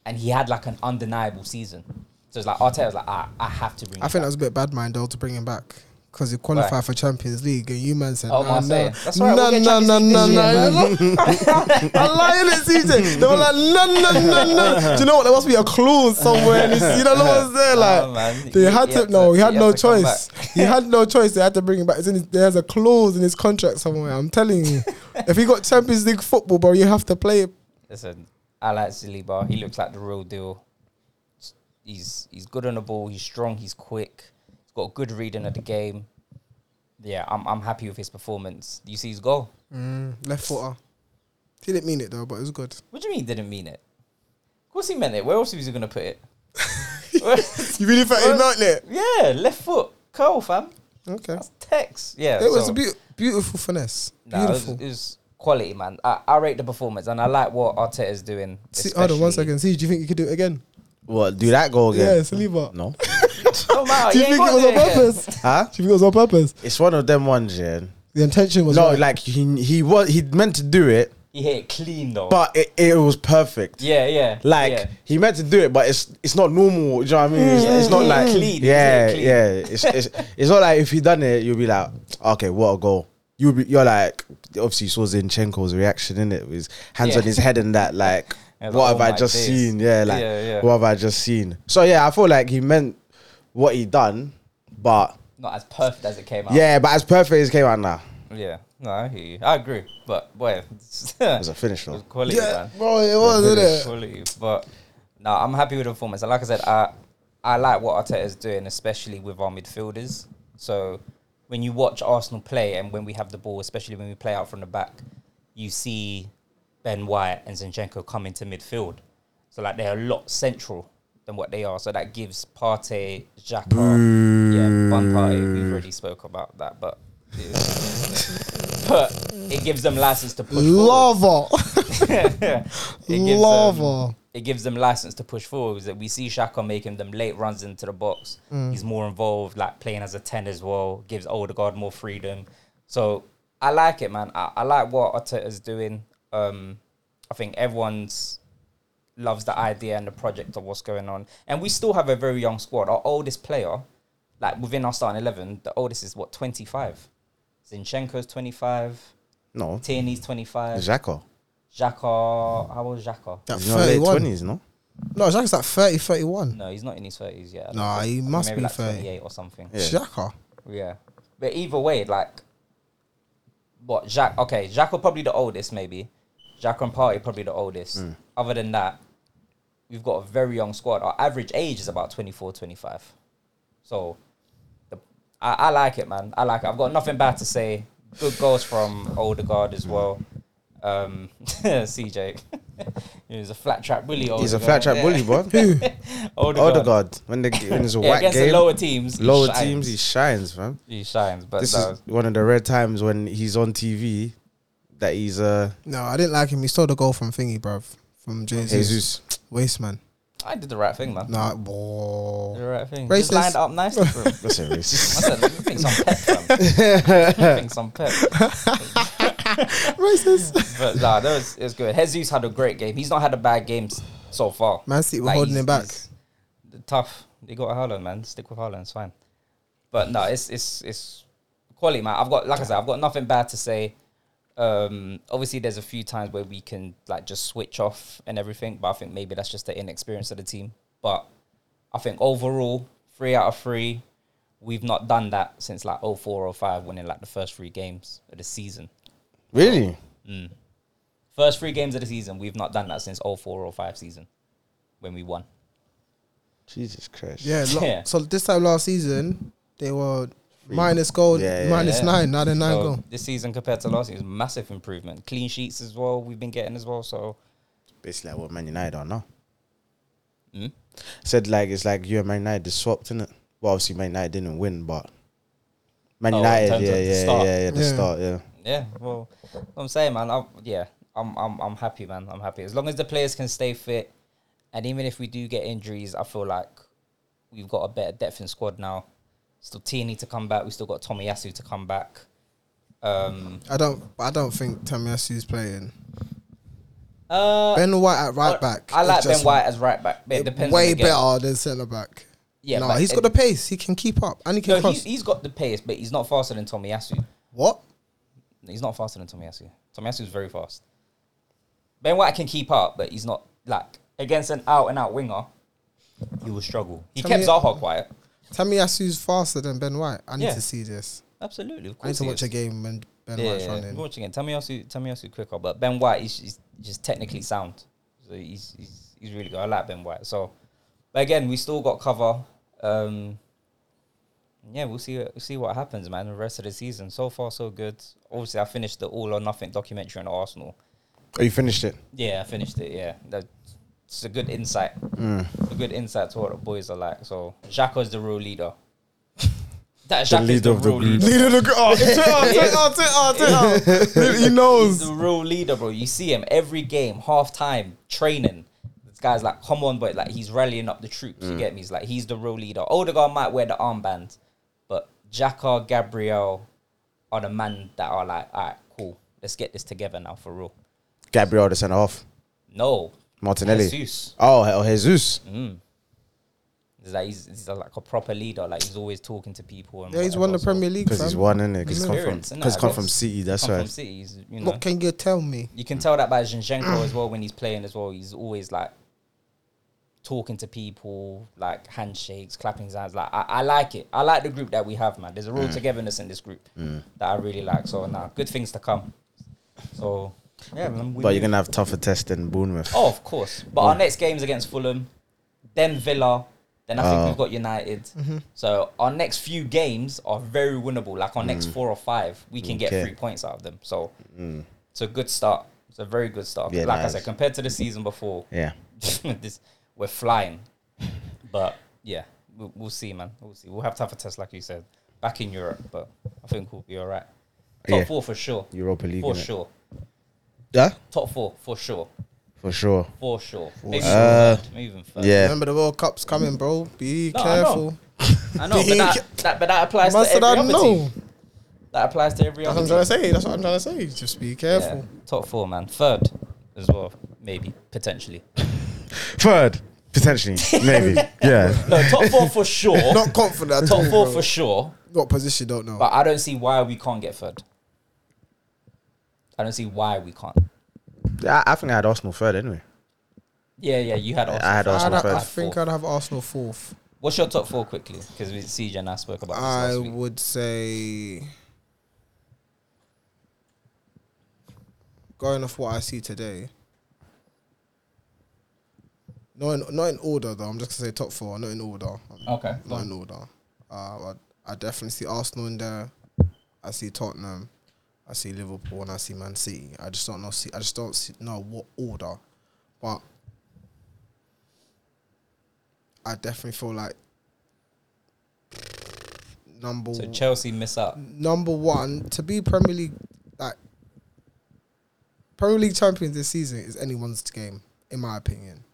A: and he had like an undeniable season. So it's like Arteta was like, I, I have to bring.
C: I
A: him
C: think
A: back."
C: that was a bit bad mind though to bring him back because he qualified
A: Right.
C: for Champions League and you man said,
A: Oh,
C: nah,
A: Marseille.
C: nah,
A: That's all right, we'll
C: nah,
A: get
C: nah, nah,
A: Champions
C: nah,
A: League
C: nah. I'm lying, it's CJ. They were like, nah, nah, nah, nah. Do you know what? There must be a clause somewhere. In this, you know what I'm saying? Like,
A: Oh, man.
C: they
A: He-
C: had
A: he
C: to.
A: had
C: No,
A: to-
C: he had
A: he
C: no
A: had to come
C: choice. he had no choice. They had to bring him back. It's in his, there's a clause in his contract somewhere. I'm telling you, if he got Champions League football, bro, you have to play.
A: Listen, I like Saliba. He looks like the real deal. He's he's good on the ball. He's strong. He's quick. He's got a good reading of the game. Yeah, I'm I'm happy with his performance. You see his goal. Mm.
C: left footer. He didn't mean it though, but it was good.
A: What do you mean he didn't mean it? Of course he meant it. Where else was he gonna put it?
C: You really felt him out there?
A: yeah, left foot curl, fam.
C: Okay.
A: That's text. Yeah,
C: It was
A: so-
C: a beau- beautiful finesse.
A: Nah, it was-
C: beautiful.
A: It, was, quality, man. I, I rate the performance, and I like what Arteta's doing.
C: See, hold on one
A: especially-
C: second. See, do you think you could do it again?
B: What? Do that goal
C: Yeah,
B: again?
C: Saliba.
B: No.
A: No matter,
C: Do you
A: he ain't
C: think it
A: got
C: was
A: there
C: on
A: yet.
C: purpose? Do
B: huh?
C: you think it was on purpose?
B: It's one of them ones, yeah.
C: The intention was
B: No,
C: right.
B: like he he was he meant to do it,
A: He hit it clean though.
B: but it, it was perfect.
A: yeah, yeah.
B: Like
A: yeah.
B: he meant to do it, but it's it's not normal. Do you know what I mean? It's,
A: Yeah,
B: it's not
A: clean,
B: like
A: clean,
B: Yeah,
A: clean.
B: yeah. It's, it's it's not like if he done it, you'll be like, okay, what a goal. You'll be you're like obviously you saw Zinchenko's reaction in it with his hands
A: Yeah.
B: on his head and that like
A: Yeah,
B: what
A: like, oh
B: have I
A: my
B: just
A: days.
B: seen? Yeah, like
A: Yeah, yeah.
B: what have I just seen? So yeah, I feel like he meant what he done, but
A: not as perfect as it came out.
B: yeah, but as perfect as it came out now.
A: yeah. No, I hear you. I agree, but boy,
B: It was a finish though.
A: quality,
C: yeah,
A: man.
C: bro, it was,
A: It
C: isn't
A: was
C: it?
A: quality, but no, I'm happy with the performance. And like I said, I I like what Arteta's doing, especially with our midfielders. So when you watch Arsenal play and when we have the ball, especially when we play out from the back, you see Ben White and Zinchenko come into midfield. So like they're a lot central than what they are. So that gives Partey, Xhaka, yeah, one Partey. We've already spoke about that, but. but it gives them license to push forward
C: Lava.
A: it gives
C: Lava.
A: Them, it gives them license to push forward. Because we see Shaka making them late runs into the box. He's more involved, like playing as a ten as well. Gives Odegaard more freedom. So I like it, man. I, I like what Arteta's doing. Um, I think everyone's loves the idea and the project of what's going on. And we still have a very young squad. Our oldest player, like within our starting eleven, the oldest is what twenty five. Zinchenko's twenty five.
B: No.
A: Tierney's twenty five.
B: Xhaka.
A: Xhaka, how old is Xhaka?
C: That
B: He's not late
C: 31.
B: twenties, no?
C: No, Jack's like 30, 31.
A: No, he's not in his thirties yet. I don't
C: Nah,
A: think.
C: he
A: I think
C: must
A: maybe
C: be
A: like
C: 30.
A: 28 or something. Yeah.
B: Yeah.
C: Xhaka.
A: but either way, like, what Jack? Okay, Jack are probably the oldest, maybe. Jack and Party probably the oldest.
B: Mm.
A: Other than that, we've got a very young squad. Our average age is about 24, 25. So, the, I, I like it, man. I like it. I've got nothing bad to say. Good goals from Odegaard as well. Um, CJ. He's a flat track bully.
B: He's a flat track bully, bro.
A: Odegaard.
B: Odegaard, when the when it's a
A: Yeah,
B: white
A: against
B: game,
A: the lower teams. he
B: lower
A: shines.
B: teams, he shines, man.
A: he shines. But
B: this
A: that
B: is one of the rare times when he's on TV that he's uh
C: No, I didn't like him. He stole the goal from Thingy, bruv. From Jesus.
B: Jesus.
C: Waste man.
A: I did the right thing, man.
C: Nah,
A: Did
C: boy.
A: The right thing.
C: Racist.
A: Just lined up nicely for him.
B: That's a
A: I
B: racist.
A: said, you think some pep, fam. You think some pep.
C: Racist.
A: But nah, that was it was good. Jesus had a great game. He's not had a bad game s- so far.
C: Man City were
A: Like,
C: holding
A: he's-
C: him back.
A: he's Tough. They got Haaland, man. Stick with Haaland, it's fine. But no, it's it's it's quality, man. I've got like I said, I've got nothing bad to say. Um, obviously, there's a few times where we can like just switch off and everything, but I think maybe that's just the inexperience of the team. But I think overall, three out of three, we've not done that since like 04, 05, winning like the first three games of the season.
B: really?
A: First three games of the season, we've not done that since 04 or 05 season when we won.
B: Jesus Christ.
C: Yeah, lo-
A: Yeah.
C: So this time last season, they were minus goal,
B: Yeah, yeah,
C: minus
A: yeah.
C: nine. Now they're nine
A: So
C: goal.
A: This season compared to last season, is massive improvement. Clean sheets as well, we've been getting as well. So,
B: Basically like what Man United are now.
A: Mm.
B: Said like it's like you and Man United just swapped, innit? Well obviously Man United didn't win, but Man
A: Oh, in
B: United,
A: terms of
B: yeah,
A: the
B: yeah,
A: start.
B: yeah, yeah, the
C: Yeah.
B: start, yeah.
A: yeah, well, I'm saying, man, I'm, yeah, I'm, I'm, I'm happy, man. I'm happy. As long as the players can stay fit, and even if we do get injuries, I feel like we've got a better depth in squad now. Still Tini to come back. We still got Tommy Yasu to come back. Um,
C: I don't. I don't think Tamiyasu's playing.
A: uh,
C: Ben White at right back.
A: I
C: is
A: like Ben
C: just
A: White as right back. but It depends. on
C: Way
A: the game.
C: better than centre back.
A: Yeah,
C: Yeah, no,
A: but
C: he's
A: it-
C: got the pace. He can keep up and he can
A: No,
C: cross.
A: he's, he's got the pace, but he's not faster than Tomiyasu.
C: what?
A: He's not faster than Tomiyasu. Tomiyasu's very fast. Ben White can keep up, but he's not like against an out and out winger. He will struggle. He
C: Tell
A: kept
C: me-
A: Zaha quiet.
C: Tamiyasu's faster than Ben White. I need
A: Yeah.
C: to see this.
A: Absolutely, of
C: I
A: course.
C: need to
A: he is.
C: watch a game when Ben
A: yeah,
C: White's
A: yeah, yeah.
C: running.
A: watching it. Tomiyasu, Tomiyasu quicker, but Ben White is he's just technically sound. So he's, he's he's really good. I like Ben White. So, but again, we still got cover. Um, yeah, we'll see we'll see what happens, man. The rest of the season, so far so good. Obviously, I finished the All or Nothing documentary on Arsenal.
B: Oh you finished it?
A: Yeah, I finished it. Yeah, that's it's a good insight. A good insight to what the boys are like. So Xhaka's the real leader. That Xhaka is
B: leader
A: the
B: of the
A: real
B: group.
A: leader.
C: Leader of the group. Oh, Twitter, Twitter, Twitter, Twitter. He
A: He's
C: knows.
A: the real leader, bro. You see him every game, half time, training. This guy's like, come on, but like he's rallying up the troops. You get me? He's like, he's the real leader. Odegaard might wear the armband, but Jacka, Gabriel are the man that are like, all right, cool. Let's get this together now for real.
B: Gabriel the centre off.
A: No.
B: Martinelli.
A: Jesus.
B: Oh, oh Jesus.
A: Hmm? He's like, he's, he's like a proper leader. Like he's always talking to people. And
C: Yeah, he's won the
A: whatever, so-
C: Premier League.
B: Because
C: fam.
B: he's one, innit? Because he's come from,
A: Experience, innit?
B: cause
A: I
B: come
A: guess.
B: from City, that's
A: Come
B: right.
A: from City. He's, you know.
C: What can you tell me?
A: You can tell that by
C: Mm.
A: Zinchenko as well when he's playing as well. He's always like talking to people, like handshakes, clapping his hands. Like I, I like it. I like the group that we have, man. There's a real
B: Mm.
A: togetherness in this group that I really like. So now, good things to come. So yeah, man. we
B: But you're
A: moved.
B: gonna have tougher tests than Bournemouth.
A: Oh, of course. But our next game's against Fulham, then Villa, then I think
B: Oh.
A: we've got United. So our next few games are very winnable. Like our next four or five, we can get
B: Mm. Okay. Mm.
A: three points out of them. So it's a good start. It's a very good start.
B: Yeah,
A: like I
B: nice.
A: said, compared to the season before,
B: Yeah.
A: this we're flying. But yeah, we'll, we'll see, man. We'll see. We'll have to have a test, like you said, back in Europe. But I think we'll be all right. Top
B: Yeah.
A: four for sure.
B: Europa League.
A: For
B: innit?
A: sure.
B: Yeah?
A: Top four for sure.
B: For sure.
A: For sure. Maybe
B: sure.
A: even
B: Uh,
A: third. Maybe even third.
B: Yeah.
C: Remember the World Cup's coming, bro. Be
A: No, I know.
C: careful.
A: I know, but that, that, but that applies to
C: Mustard,
A: every
C: I
A: other
C: know.
A: team. That applies to every
C: That's what
A: other
C: I'm trying to
A: team.
C: say. That's what I'm trying to say. Just be
A: Yeah,
C: careful.
A: top four, man. Third as well, maybe, potentially.
B: Third, potentially, maybe. yeah.
A: No, top four for sure.
C: Not confident at
A: top
C: all.
A: four
C: bro.
A: for sure.
C: What position? Don't know.
A: But I don't see why we can't get third. I don't see why we can't.
B: I, I think I had Arsenal third anyway.
A: Yeah, yeah, you had Arsenal.
B: I had
A: first.
C: I'd,
B: Arsenal
C: have-
B: third.
C: I think I'd have Arsenal fourth.
A: What's your top four quickly? Because CJ and I spoke about this
C: I
A: last week.
C: would say, going off what I see today, not in, not in order though. I'm just gonna say top four, not in order.
A: Okay.
C: not in order. Uh, I, I definitely see Arsenal in there. I see Tottenham. I see Liverpool and I see Man City. I just don't know. See, I just don't see, know what order. But I definitely feel like number
A: So Chelsea miss out.
C: number one to be Premier League like Premier League champions this season is anyone's game, in my opinion.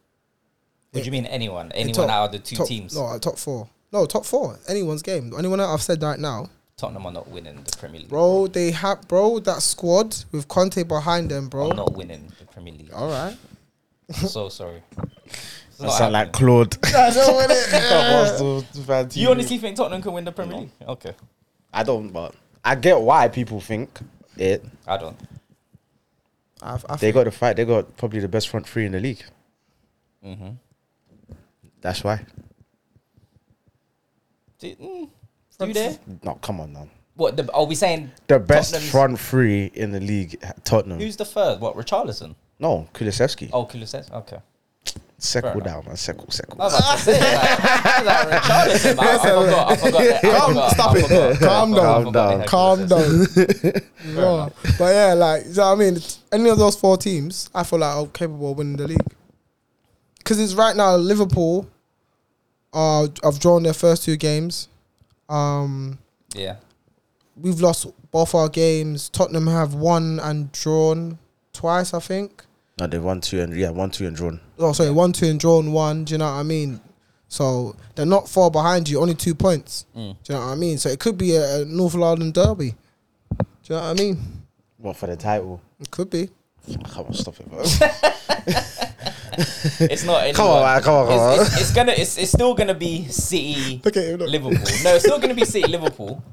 A: What do you mean anyone? Anyone
C: top-
A: out of the two
C: top,
A: teams?
C: No, uh, top four. No, top four. Anyone's game. Anyone that I've said right now,
A: Tottenham are not winning the Premier League.
C: bro. They have, bro. That squad with Conte behind them, bro.
A: I'm not winning the Premier League.
B: Oh.
C: All right.
A: I'm so sorry. It's
B: I
A: not
B: sound like
A: happening.
B: Claude.
C: I know it.
A: you honestly think Tottenham can win the Premier
B: No.
A: League? Okay,
B: I don't, but I get why people think it.
A: I don't.
C: I, I
B: They
C: think,
B: got the fight. They got probably the best front three in the league.
A: Mm-hmm.
B: That's why.
A: Do, mm, do
C: Front
A: they?
B: No, come on now.
A: What the, are we saying?
B: The best
A: Tottenham's-
B: front three in the league, Tottenham.
A: Who's the third? What Richarlison?
B: no, Kulisevsky.
A: Oh, Kulusevski. Okay. fair enough.
B: Seckle
A: Oh.
B: down, man. Seckle,
A: I
B: seckle.
A: was about to say like, like Richarlison. man. I, I forgot. I forgot. That. I
C: Calm-
A: forgot,
C: stop
A: I
C: it.
A: forgot, I
C: Calm
A: forgot, I
B: down.
A: forgot they had
C: calm
A: Kulusevski.
C: down.
A: Fair
C: No. But yeah, like you know what I mean, any of those four teams, I feel like are capable of winning the league. Because it's right now Liverpool. Uh, I've drawn their first two games. Um,
A: Yeah.
C: we've lost both our games. Tottenham have won and drawn twice, I think.
B: No, they won two and yeah, one two and drawn.
C: Oh, sorry, one, two, and drawn one. Do you know what I mean? So they're not far behind you, only two points.
A: Mm.
C: Do you know what I mean? So it could be a, a North Ireland derby. Do you know what I mean?
B: What for the title?
C: It could be.
B: Come on, stop it, bro.
A: It's not.
B: come
A: anyone.
B: on, man. Come on, come on.
A: It's, it's, it's gonna. It's, it's still gonna be City,
C: Look at him. Look.
A: Liverpool. No, it's still gonna be City, Liverpool.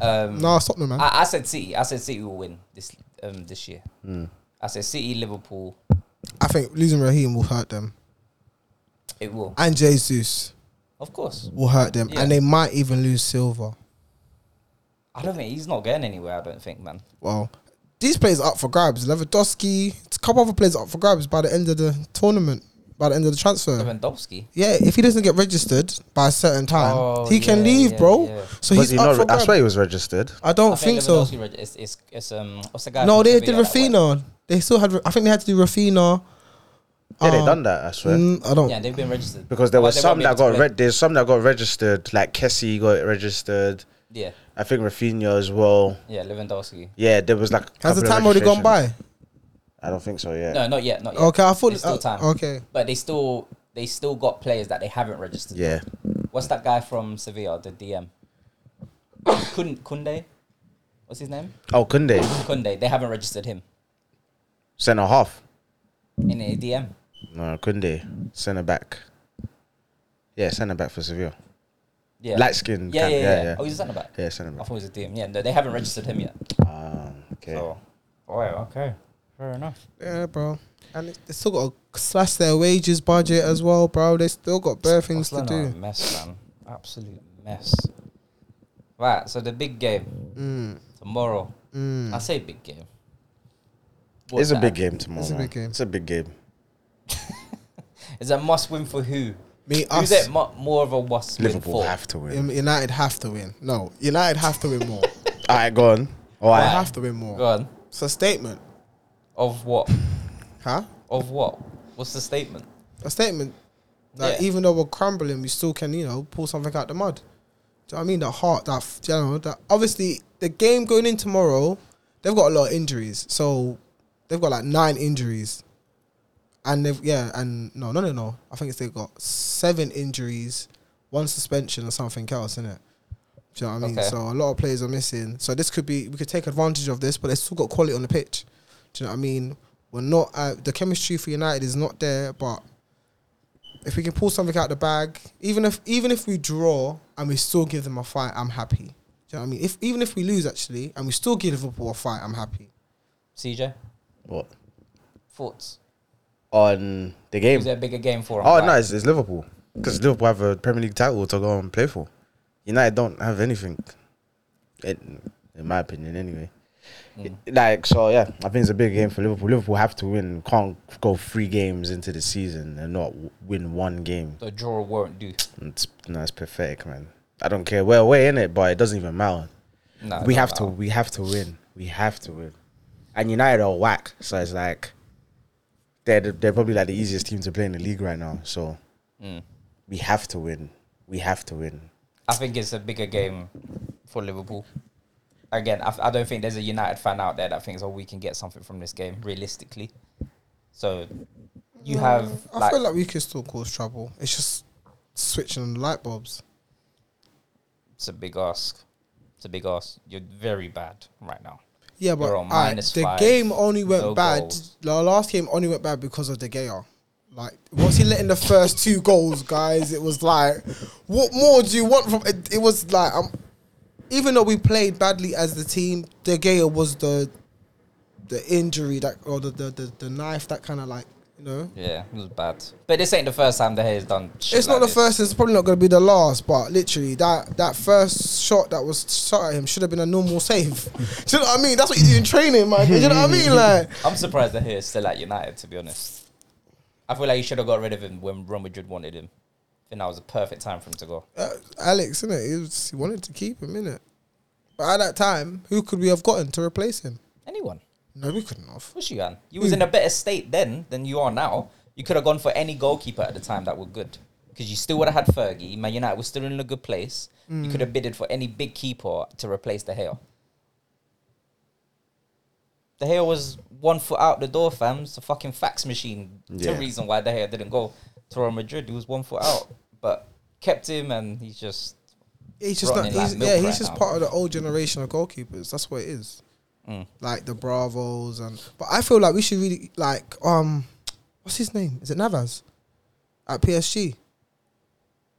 A: Um,
C: Nah, stop them, man.
A: I, I said City. I said City will win this um this year.
C: Hmm.
A: I said City, Liverpool.
C: I think losing Raheem will hurt them,
A: It will,
C: and Jesus
A: of course.
C: will hurt them,
A: Yeah.
C: and they might even lose Silver.
A: I don't think he's not going anywhere. I don't think, man.
C: Well, these players are up for grabs. Lewandowski, it's a couple other players up for grabs by the end of the tournament, by the end of the transfer.
A: Lewandowski.
C: Yeah, if he doesn't get registered by a certain time,
A: Oh,
C: he can
A: yeah,
C: leave,
A: yeah,
C: bro.
A: yeah.
C: So
B: Was
C: he's
B: he
C: up
B: not
C: for
B: re- I
C: grabs.
B: swear he was registered.
C: I don't think, so.
A: Lewandowski reg- It's, it's, it's um what's the guy?
C: No,
A: from
C: they did
A: Sevilla that went?
C: Rafina. They still had. I think they had to do Rafina.
B: Yeah, they
C: Um,
B: done that. I swear.
C: mm, I don't.
A: Yeah, they've been registered
B: Because
C: Oh,
B: there
A: But
B: were
A: they
B: some
A: won't
B: that
A: be able
B: got
A: to
B: re- there's some that got registered, like Kessie got registered,
A: play. Yeah,
B: I think Rafinha as well.
A: yeah, Lewandowski.
B: Yeah, there was like a
C: Has the
B: couple of
C: time already gone
B: registrations.
C: by?
B: I don't think so. Yeah.
A: No, not yet, not yet.
C: Okay, I thought.
A: There's still
C: uh,
A: time.
C: okay,
A: But they still they still got players that they haven't registered.
B: Yeah.
A: What's that guy from Sevilla? The DM. Kun Kunde. What's his name?
B: Oh, Kunde,
A: Kunde. They haven't registered him
B: centre half.
A: in a DM.
B: No, Kunde, centre back. Yeah, centre back for Sevilla.
A: Yeah.
B: Light skin.
A: yeah, yeah, yeah, yeah.
B: yeah.
A: Oh, he's a centre back.
B: Yeah, centre
A: I
B: back.
A: thought he was a DM. Yeah, no, they haven't registered him yet.
B: Um, okay.
A: So, oh, yeah, okay. Fair enough.
C: yeah, bro. And they still got to slash their wages budget as well, bro. They still got bare things to
A: Barcelona are a
C: do.
A: mess, man. Absolute mess. Right, so the big game
C: Mm,
A: tomorrow.
C: mm.
A: I say big game.
B: it's a
A: the
B: big
A: heck?
B: game tomorrow.
C: It's a big
B: man.
C: game.
B: It's a big game.
A: It's a must win for who?
C: Me,
A: Who's
C: us,
A: it mu- more of a must
B: Liverpool
A: win for?
B: have to win.
C: Um, United have to win. No, United have to win more.
B: All right, go on. All
C: they
B: right.
C: have to
A: Go
C: win more.
A: on.
C: It's a statement,
A: Of what?
C: huh?
A: Of what? What's the statement?
C: a statement that
A: Yeah.
C: even though we're crumbling, we still can, you know, pull something out the mud. Do you know what I mean? That heart, that f- you know, that obviously the game going in tomorrow, they've got a lot of injuries. So they've got like nine injuries, and they've yeah, and no, no, no, no. I think it's they've got seven injuries, one suspension, and something else in it. Do you know what I mean?
A: Okay.
C: So a lot of players are missing. So this could be we could take advantage of this, but they still got quality on the pitch. Do you know what I mean? We're not uh, the chemistry for United is not there, but if we can pull something out the bag, even if even if we draw and we still give them a fight, I'm happy. Do you know what I mean? If even if we lose actually and we still give Liverpool a fight, I'm happy.
A: CJ?
B: What
A: Thoughts?
B: on the game?
A: Is there a bigger game for him?
B: Oh
A: right?
B: no, it's, it's Liverpool because Liverpool have a Premier League title to go and play for. United don't have anything, in, in my opinion, anyway. Like so, yeah, I think it's a big game for Liverpool. Liverpool have to win. Can't go three games into the season and not w- win one game.
A: The draw won't do.
B: And It's, no, it's pathetic, man. I don't care. We're away in it, but it doesn't even matter.
A: No,
B: we
A: no,
B: have
A: no.
B: to. We have to win. We have to win. And United are whack, so it's like they're the, they're probably like the easiest team to play in the league right now. So
A: Mm.
B: we have to win. We have to win.
A: I think it's a bigger game for Liverpool. Again, I, I don't think there's a United fan out there that thinks, oh, we can get something from this game, realistically. So you
C: No,
A: have.
C: Mm. I
A: like,
C: feel like we could still cause trouble. It's just switching on the light bulbs.
A: it's a big ask. It's a big ask. You're very bad right now.
C: Yeah, but
A: You're on
C: alright,
A: minus
C: the
A: five,
C: game only went
A: no
C: bad.
A: goals.
C: The last game only went bad because of De Gea. Like once he let in the first two goals, guys, it was like, what more do you want from? It, it was like, um, even though we played badly as the team, De Gea was the the injury that or the the, the, the knife that kind of like you know.
A: Yeah, it was bad. But this ain't the first time the hair's done. shit
C: It's not
A: like
C: the
A: this.
C: first. It's probably not going to be the last. But literally, that that first shot that was shot at him should have been a normal save. do you know what I mean? That's what you do in training, man. Do you know what I mean? Like.
A: I'm surprised the hair is still at United, to be honest. I feel like you should have got rid of him when Real Madrid wanted him. I think that was the perfect time for him to go.
C: uh, Alex, innit? He, was, he wanted to keep him, innit? But at that time, who could we have gotten to replace him?
A: Anyone.
C: No, we couldn't have.
A: Of course you can. You was in a better state then than you are now. You could have gone for any goalkeeper at the time that were good. Because you still would have had Fergie. Man United was still in a good place. You
C: Mm.
A: could have bidded for any big keeper to replace De Gea. De Gea was one foot out the door, fam. It's a fucking fax machine. It's The
B: Yeah.
A: reason why De Gea didn't go to Real Madrid, he was one foot out. But kept him and he's just...
C: He's just not.
A: Rotten in
C: He's,
A: like milk
C: yeah, he's
A: right
C: just
A: now.
C: part of the old generation of goalkeepers. That's what it is.
A: Mm.
C: Like the Bravos and. But I feel like we should really like um, what's his name? Is it Navas? At PSG.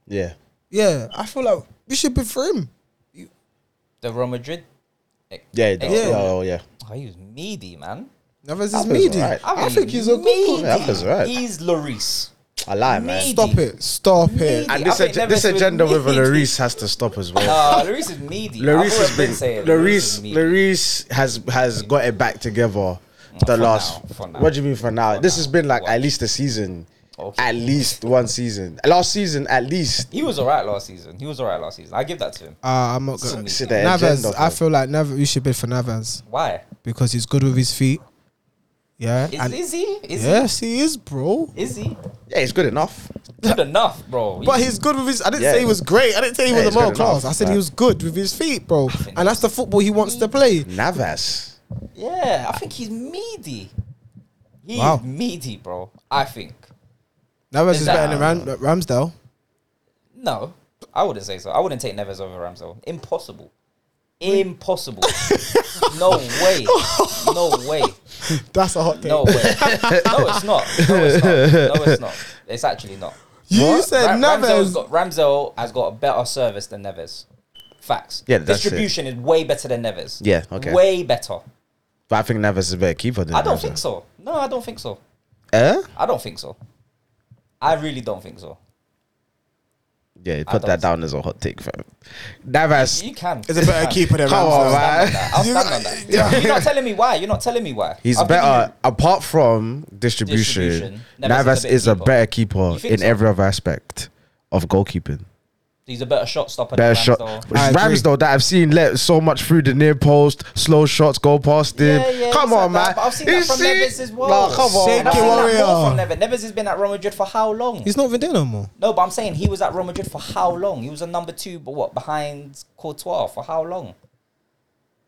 B: Yeah.
C: Yeah, I feel like we should be for him.
A: The Real Madrid?
B: Yeah. Yeah.
C: Yeah.
B: Oh, yeah.
A: Oh, he was meaty, man.
C: Navas is
B: Navas
C: meaty.
B: alright.
C: I think he's a good.
A: meaty.
C: goal-
B: Yeah, that's right.
A: He's Lloris.
B: I lie, man.
A: Me-
C: Stop it! Stop it!
A: Meaty.
B: And this,
A: I think
B: ag- this
A: Neves was
B: agenda with
A: meaty.
B: Lloris has to stop as well.
A: No, Lloris Uh, is meaty.
B: Lloris
A: I've
B: has been,
A: been saying
B: Lloris,
A: is meaty.
B: Lloris has has got it back together. The
A: for
B: last.
A: now, for now.
B: What do you mean for now?
A: For now.
B: this has been like
A: Watch.
B: at least a season.
A: Okay.
B: At least one season. Last season, at least.
A: He was alright last season. He was alright last season. I give that to him.
C: Uh, I'm not
A: It's
C: going.
A: meaty.
B: Sit there,
C: Navas,
B: agenda, fam.
C: I feel like Navas. We should bid for Navas.
A: Why?
C: because he's good with his feet. Yeah.
A: Is,
C: and
A: is he? Is
C: yes, he is, bro.
A: he? Is he?
B: Yeah, it's good enough.
A: Good enough, bro.
C: But he's good with his. I didn't
B: Yeah.
C: say he was great. I didn't say he
B: Yeah,
C: was a
B: he's
C: world
B: good
C: class.
B: enough,
C: I said he
B: man.
C: was good with his feet, bro. And that's the football he wants to play.
B: Navas.
A: yeah, I think he's meaty. He's
C: Wow.
A: meaty, bro. I think.
C: Navas
A: Is
C: is
A: that-
C: better than Ram, Ramsdale.
A: No, I wouldn't say so. I wouldn't take Neves over Ramsdale. Impossible. Impossible. no way. No way.
C: That's a hot take.
A: No way. no, it's not. No, it's not. No, it's not. It's actually not.
C: You said
A: Ra- Ramsdale's
C: Navas.
A: got, Ramsdale has got a better service than Neves. Facts.
B: Yeah, that's it.
A: Distribution is way better than Neves.
B: Yeah, okay.
A: Way better.
B: But I think Navas is a better keeper than
A: I don't
B: Navas.
A: think so. No, I don't think so.
B: Eh?
A: I don't think so. I really don't think so.
B: Yeah, you
A: I
B: put
A: don't
B: that down as a hot take, fam. Navas.
A: You can.
C: Is a
A: You
C: better
A: can.
C: keeper than
B: Come on,
C: Ramsdale.
A: I'll
B: man.
A: stand on that. I'll stand on that. You're not telling me why. You're not telling me why.
B: He's
A: I'll give
B: better apart from distribution.
A: Distribution,
B: Navas is a better keeper
A: You think
B: in
A: so?
B: every other aspect of goalkeeping.
A: You, he's a better shot stopper
B: Better
A: than
B: shot.
A: Ramsdale.
B: Which
C: I agree.
B: Ramsdale that I've seen let so much through the near post, slow shots, go past him.
A: Yeah, yeah,
B: come
A: he's like
B: on, man.
A: that, but I've seen
B: You
A: that from
B: see?
A: Neves as well.
B: Nah, come on.
A: I've seen
C: Shake it,
B: man.
A: that
C: warrior.
A: more from Neves. Neves has been at Real Madrid for how long?
C: He's not even there no more.
A: No, but I'm saying he was at Real Madrid for how long? He was a number two, but what behind Courtois for how long?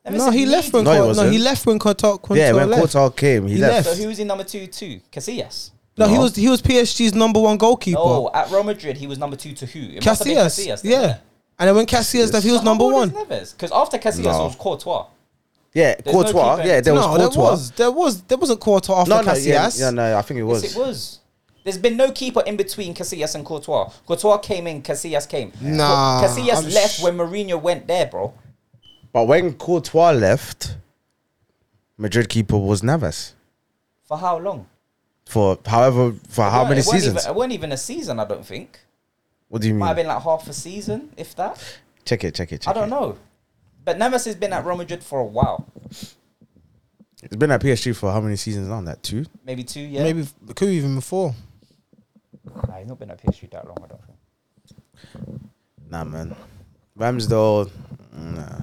A: Neves
C: No,
A: is
C: he left when
A: needy.
B: No, he
C: no, no,
B: wasn't.
C: he left when Qatar. Qatar
B: Yeah, when
C: left.
B: Courtois came, he,
C: He
B: left.
A: So who was in number two? Two Casillas.
C: No, he
B: No.
C: was he was PSG's number one goalkeeper.
A: No, at Real Madrid he was number two to who? It Oh, must have been
C: Casillas,
A: Casillas then,
C: yeah. And then when Casillas left, he was
A: How
C: number
A: old is
C: one.
A: Neves, because after Casillas
B: No.
A: it was Courtois.
B: Yeah,
A: no
B: Courtois.
A: keeper.
B: yeah, there was
C: no,
B: Courtois.
C: there was there was there wasn't Courtois after
B: no, no, yeah,
C: Casillas.
B: yeah, no, I think it was.
A: Yes, it was. There's been no keeper in between Casillas and Courtois. Courtois came in, Casillas came.
C: Nah,
A: Ca- Casillas
C: I'm
A: left
C: sh-
A: when Mourinho went there, bro.
B: But when Courtois left, Madrid keeper was Navas
A: For how long?
B: for however for how
A: It
B: many
A: weren't- it weren't
B: seasons? Hmm.
A: even- It weren't even a season, I don't think.
B: what do you
A: Might have
B: mean?
A: been like half a season, if that.
B: check it, check it, check
A: I don't
B: it.
A: know. But Neves has been at Real Madrid for a while.
B: It's been at PSG for how many seasons now? That two?
A: Maybe two, yeah.
C: Maybe it could be even before.
A: Nah, he's not been at PSG that long, I don't think.
B: Nah, man. Ramsdale, nah.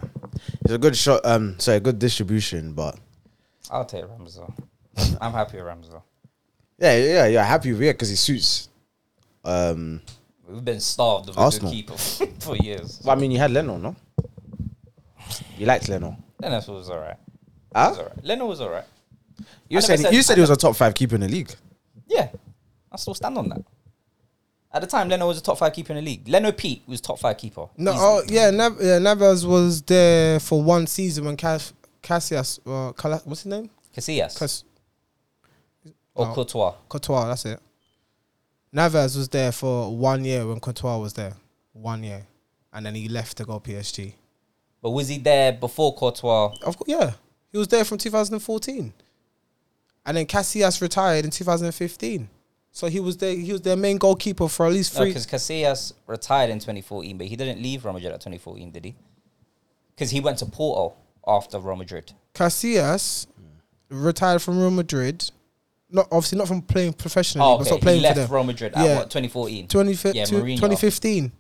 B: It's a good shot. Um, sorry, good distribution, but
A: I'll take Ramsdale. I'm happy with Ramsdale.
B: Yeah, yeah, yeah. Happy Riyad because he suits. Um,
A: We've been starved of a
B: Arsenal.
A: good keeper for years.
B: well, I mean, you had Leno, no? You liked Leno.
A: Leno was alright.
B: Huh?
A: Was alright. Leno was alright.
B: You
A: I never
B: said,
A: said-
B: you said he was a top five keeper in the league.
A: Yeah, I still stand on that. At the time, Leno was a top five keeper in the league. Leno Pete was top five keeper.
C: No,
A: Easy.
C: oh yeah, Nav- yeah, Navas was there for one season when Cas- Casillas, uh, Cala- what's his name?
A: Casillas
C: Cas-
A: or
C: no.
A: Courtois.
C: Courtois, that's it. Navas was there for one year when Courtois was there, one year, and then he left to go PSG.
A: But was he there before Courtois?
C: Of course, yeah, he was there from 2014, and then Casillas retired in 2015. So he was there. He was their main goalkeeper for at least three.
A: Because Casillas retired in 2014, but he didn't leave Real Madrid at 2014, did he? Because he went to Porto after Real Madrid.
C: Casillas retired from Real Madrid. Not obviously not from playing professionally,
A: Oh,
C: but
A: okay.
C: stopped playing
A: he left
C: for them.
A: Real Madrid
C: Yeah.
A: at what, 2014?
C: 20,
A: Yeah,
C: to-
A: Mourinho.
C: 2015.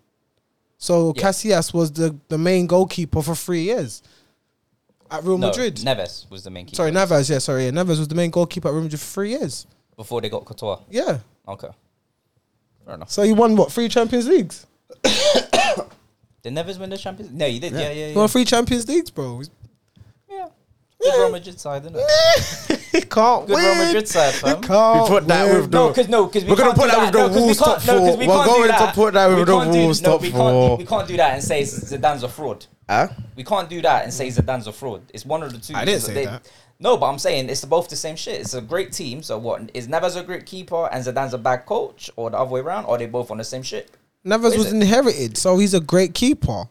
C: So
A: Yeah.
C: Casillas was the, the main goalkeeper for three years at Real
A: no,
C: Madrid.
A: Neves was the main keeper.
C: Sorry, Navas. Yeah, sorry, yeah, Navas was the main goalkeeper at Real Madrid for three years.
A: Before they got Courtois.
C: Yeah,
A: Okay. Fair enough.
C: so he won what three Champions Leagues?
A: Did Neves win the Champions No, you did. Yeah, yeah, yeah.
C: He won three Champions Leagues, bro.
A: yeah. Good Real Madrid side, didn't it?
C: he can't
A: Good
C: win.
A: Real Madrid side,
C: He
A: fam.
C: can't
B: We put that
C: win.
B: with the-
A: Oh, No, because no, because
B: We're gonna put that with the Wolves top four.
A: No, 'cause we
B: We're
A: can't do
B: going to put that with
A: We
B: the
A: can't do-
B: Wolves
A: no,
B: top
A: we can't do-
B: four.
A: We can't do that and say Zidane's a fraud.
B: Huh?
A: We can't do that and say Zidane's a fraud. It's one of the two.
C: I didn't say
A: They-
C: that.
A: No, but I'm saying it's both the same shit. It's a great team. So what? Is Neves a great keeper and Zidane's a bad coach, or the other way around? Or are they both on the same ship?
C: Navas
A: Is
C: was
A: it?
C: inherited, so he's a great keeper.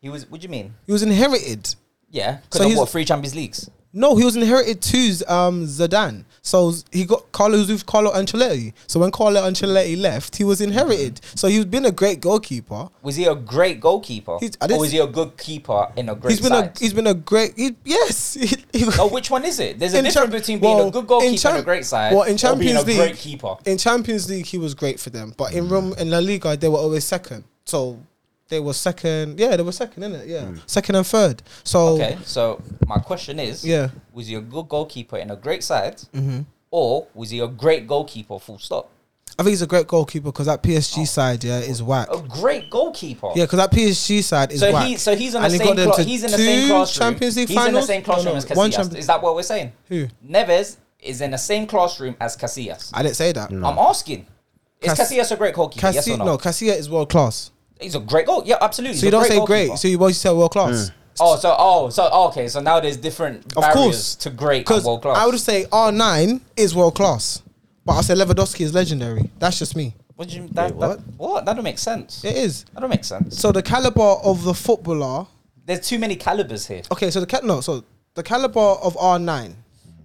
A: He was. What do you mean?
C: He was inherited.
A: Yeah.
C: So
A: So
C: he's-
A: what? Three Champions Leagues.
C: No, he was inherited to um, Zidane. So he got Carlo he was with Carlo Ancelotti. So when Carlo Ancelotti left, he was inherited. So he's been a great goalkeeper.
A: Was he a great goalkeeper,
C: He's- I
A: or
C: didn't
A: was he a good keeper in a great
C: He's been
A: side?
C: a he's been a great he, yes. He, he-
A: No, which one is it? There's a
C: in
A: difference
C: Cham-
A: between being
C: well,
A: a good goalkeeper
C: in Cham-
A: and a great side,
C: Well,
A: or
C: in
A: being
C: Champions
A: a
C: League,
A: great keeper.
C: in Champions League he was great for them, but in Rome in La Liga they were always second. So they were second. Yeah, they were second in it. Yeah, second and third. So
A: Okay, so my question is,
C: Oh. Yeah. Mm-hmm.
A: was he a good goalkeeper in a great side, or was he a great goalkeeper? Full stop.
C: I think he's a great goalkeeper because that
A: Oh.
C: PSG side yeah is whack.
A: A great goalkeeper.
C: Yeah, because that PSG side is
A: So
C: whack.
A: he, so he's on the
C: And he
A: same,
C: got them
A: cla-
C: to
A: he's in the
C: two
A: same classroom.
C: Champions League
A: he's in the
C: finals?
A: same classroom
C: No, no,
A: as Casillas.
C: one Champions-
A: is that what we're saying?
C: Who?
A: Neves is in the same classroom as Casillas.
C: I didn't say that.
A: I'm asking. Is
C: Cas-
A: Casillas a great goalkeeper?
C: Cassi-
A: yes or
C: no?
A: no?
C: Casilla is world class.
A: He's a great goal. Yeah, absolutely. He's
C: So you
A: a
C: don't
A: great
C: say
A: goalkeeper.
C: great. So you always say world class.
A: Oh, so oh, so okay. So now there's different
C: Of
A: barriers
C: course,
A: to great and
C: Because
A: world class.
C: I would say R nine is world class, but I say Lewandowski is legendary. That's just me.
A: What do you that,
B: Wait,
A: that- what? That don't make sense.
C: It is.
A: That don't make sense.
C: So the caliber of the footballer.
A: There's too many calibers here.
C: Okay, so the cat no. So the caliber of R nine.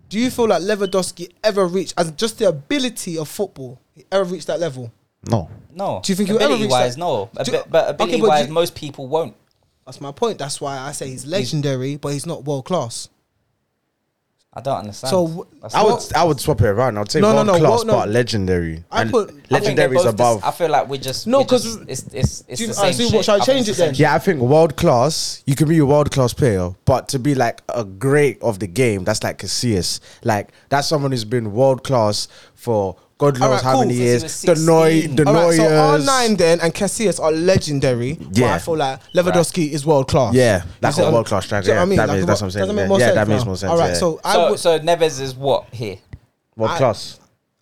C: Do you feel like Lewandowski ever reached as just the ability of football he ever reached that level?
B: No.
A: No.
C: Do you think he'll ever
A: ability
C: reach
A: wise?
C: that?
A: No. A
C: Do-
A: bit, but
C: Okay, but do
A: ability wise,
C: you-
A: most people won't.
C: That's my point. That's why I say he's legendary, but he's not world class.
A: I don't understand.
C: So w-
A: That's
B: I
A: not-
B: would I would swap it around. I'd say
C: No, no,
B: world
C: no,
B: class,
C: well, no.
B: but legendary.
C: I
B: And
C: put- I think
A: I think
B: legendary is
A: they're both
B: above.
A: The, s- I feel like we're just
C: No,
A: we're just-
C: 'cause-
A: it's it's it's
C: Do you-
A: the
C: alright,
A: same.
C: so what,
A: shit.
C: shall I
A: think
C: change
A: it's
C: it
A: the same
C: then?
A: shit.
B: yeah, I think world class. You can be a world class player, but to be like a great of the game, that's like Casillas. Like that's someone who's been world class for God knows
C: Alright,
B: how
C: cool.
B: many
A: Since he
B: years.
A: was
B: The Noy,
A: 16.
B: the
C: All right, so
B: Neuers.
C: R9 then and Casillas are legendary. Yeah. But
B: Yeah.
C: I feel like Lewandowski is world class.
B: Yeah, that's
C: You see
B: a
C: what
B: world
C: I'm-
B: class striker.
C: do you know
B: Yeah,
C: what I mean?
B: that
C: Like,
B: makes- that's what I'm saying.
C: Doesn't make
B: Yeah,
C: more
B: yeah,
C: sense
B: that makes
C: now.
B: more sense,
C: All right,
B: yeah.
C: so I
A: So
C: would.
A: so Neves is what here?
B: world
C: I-
B: class.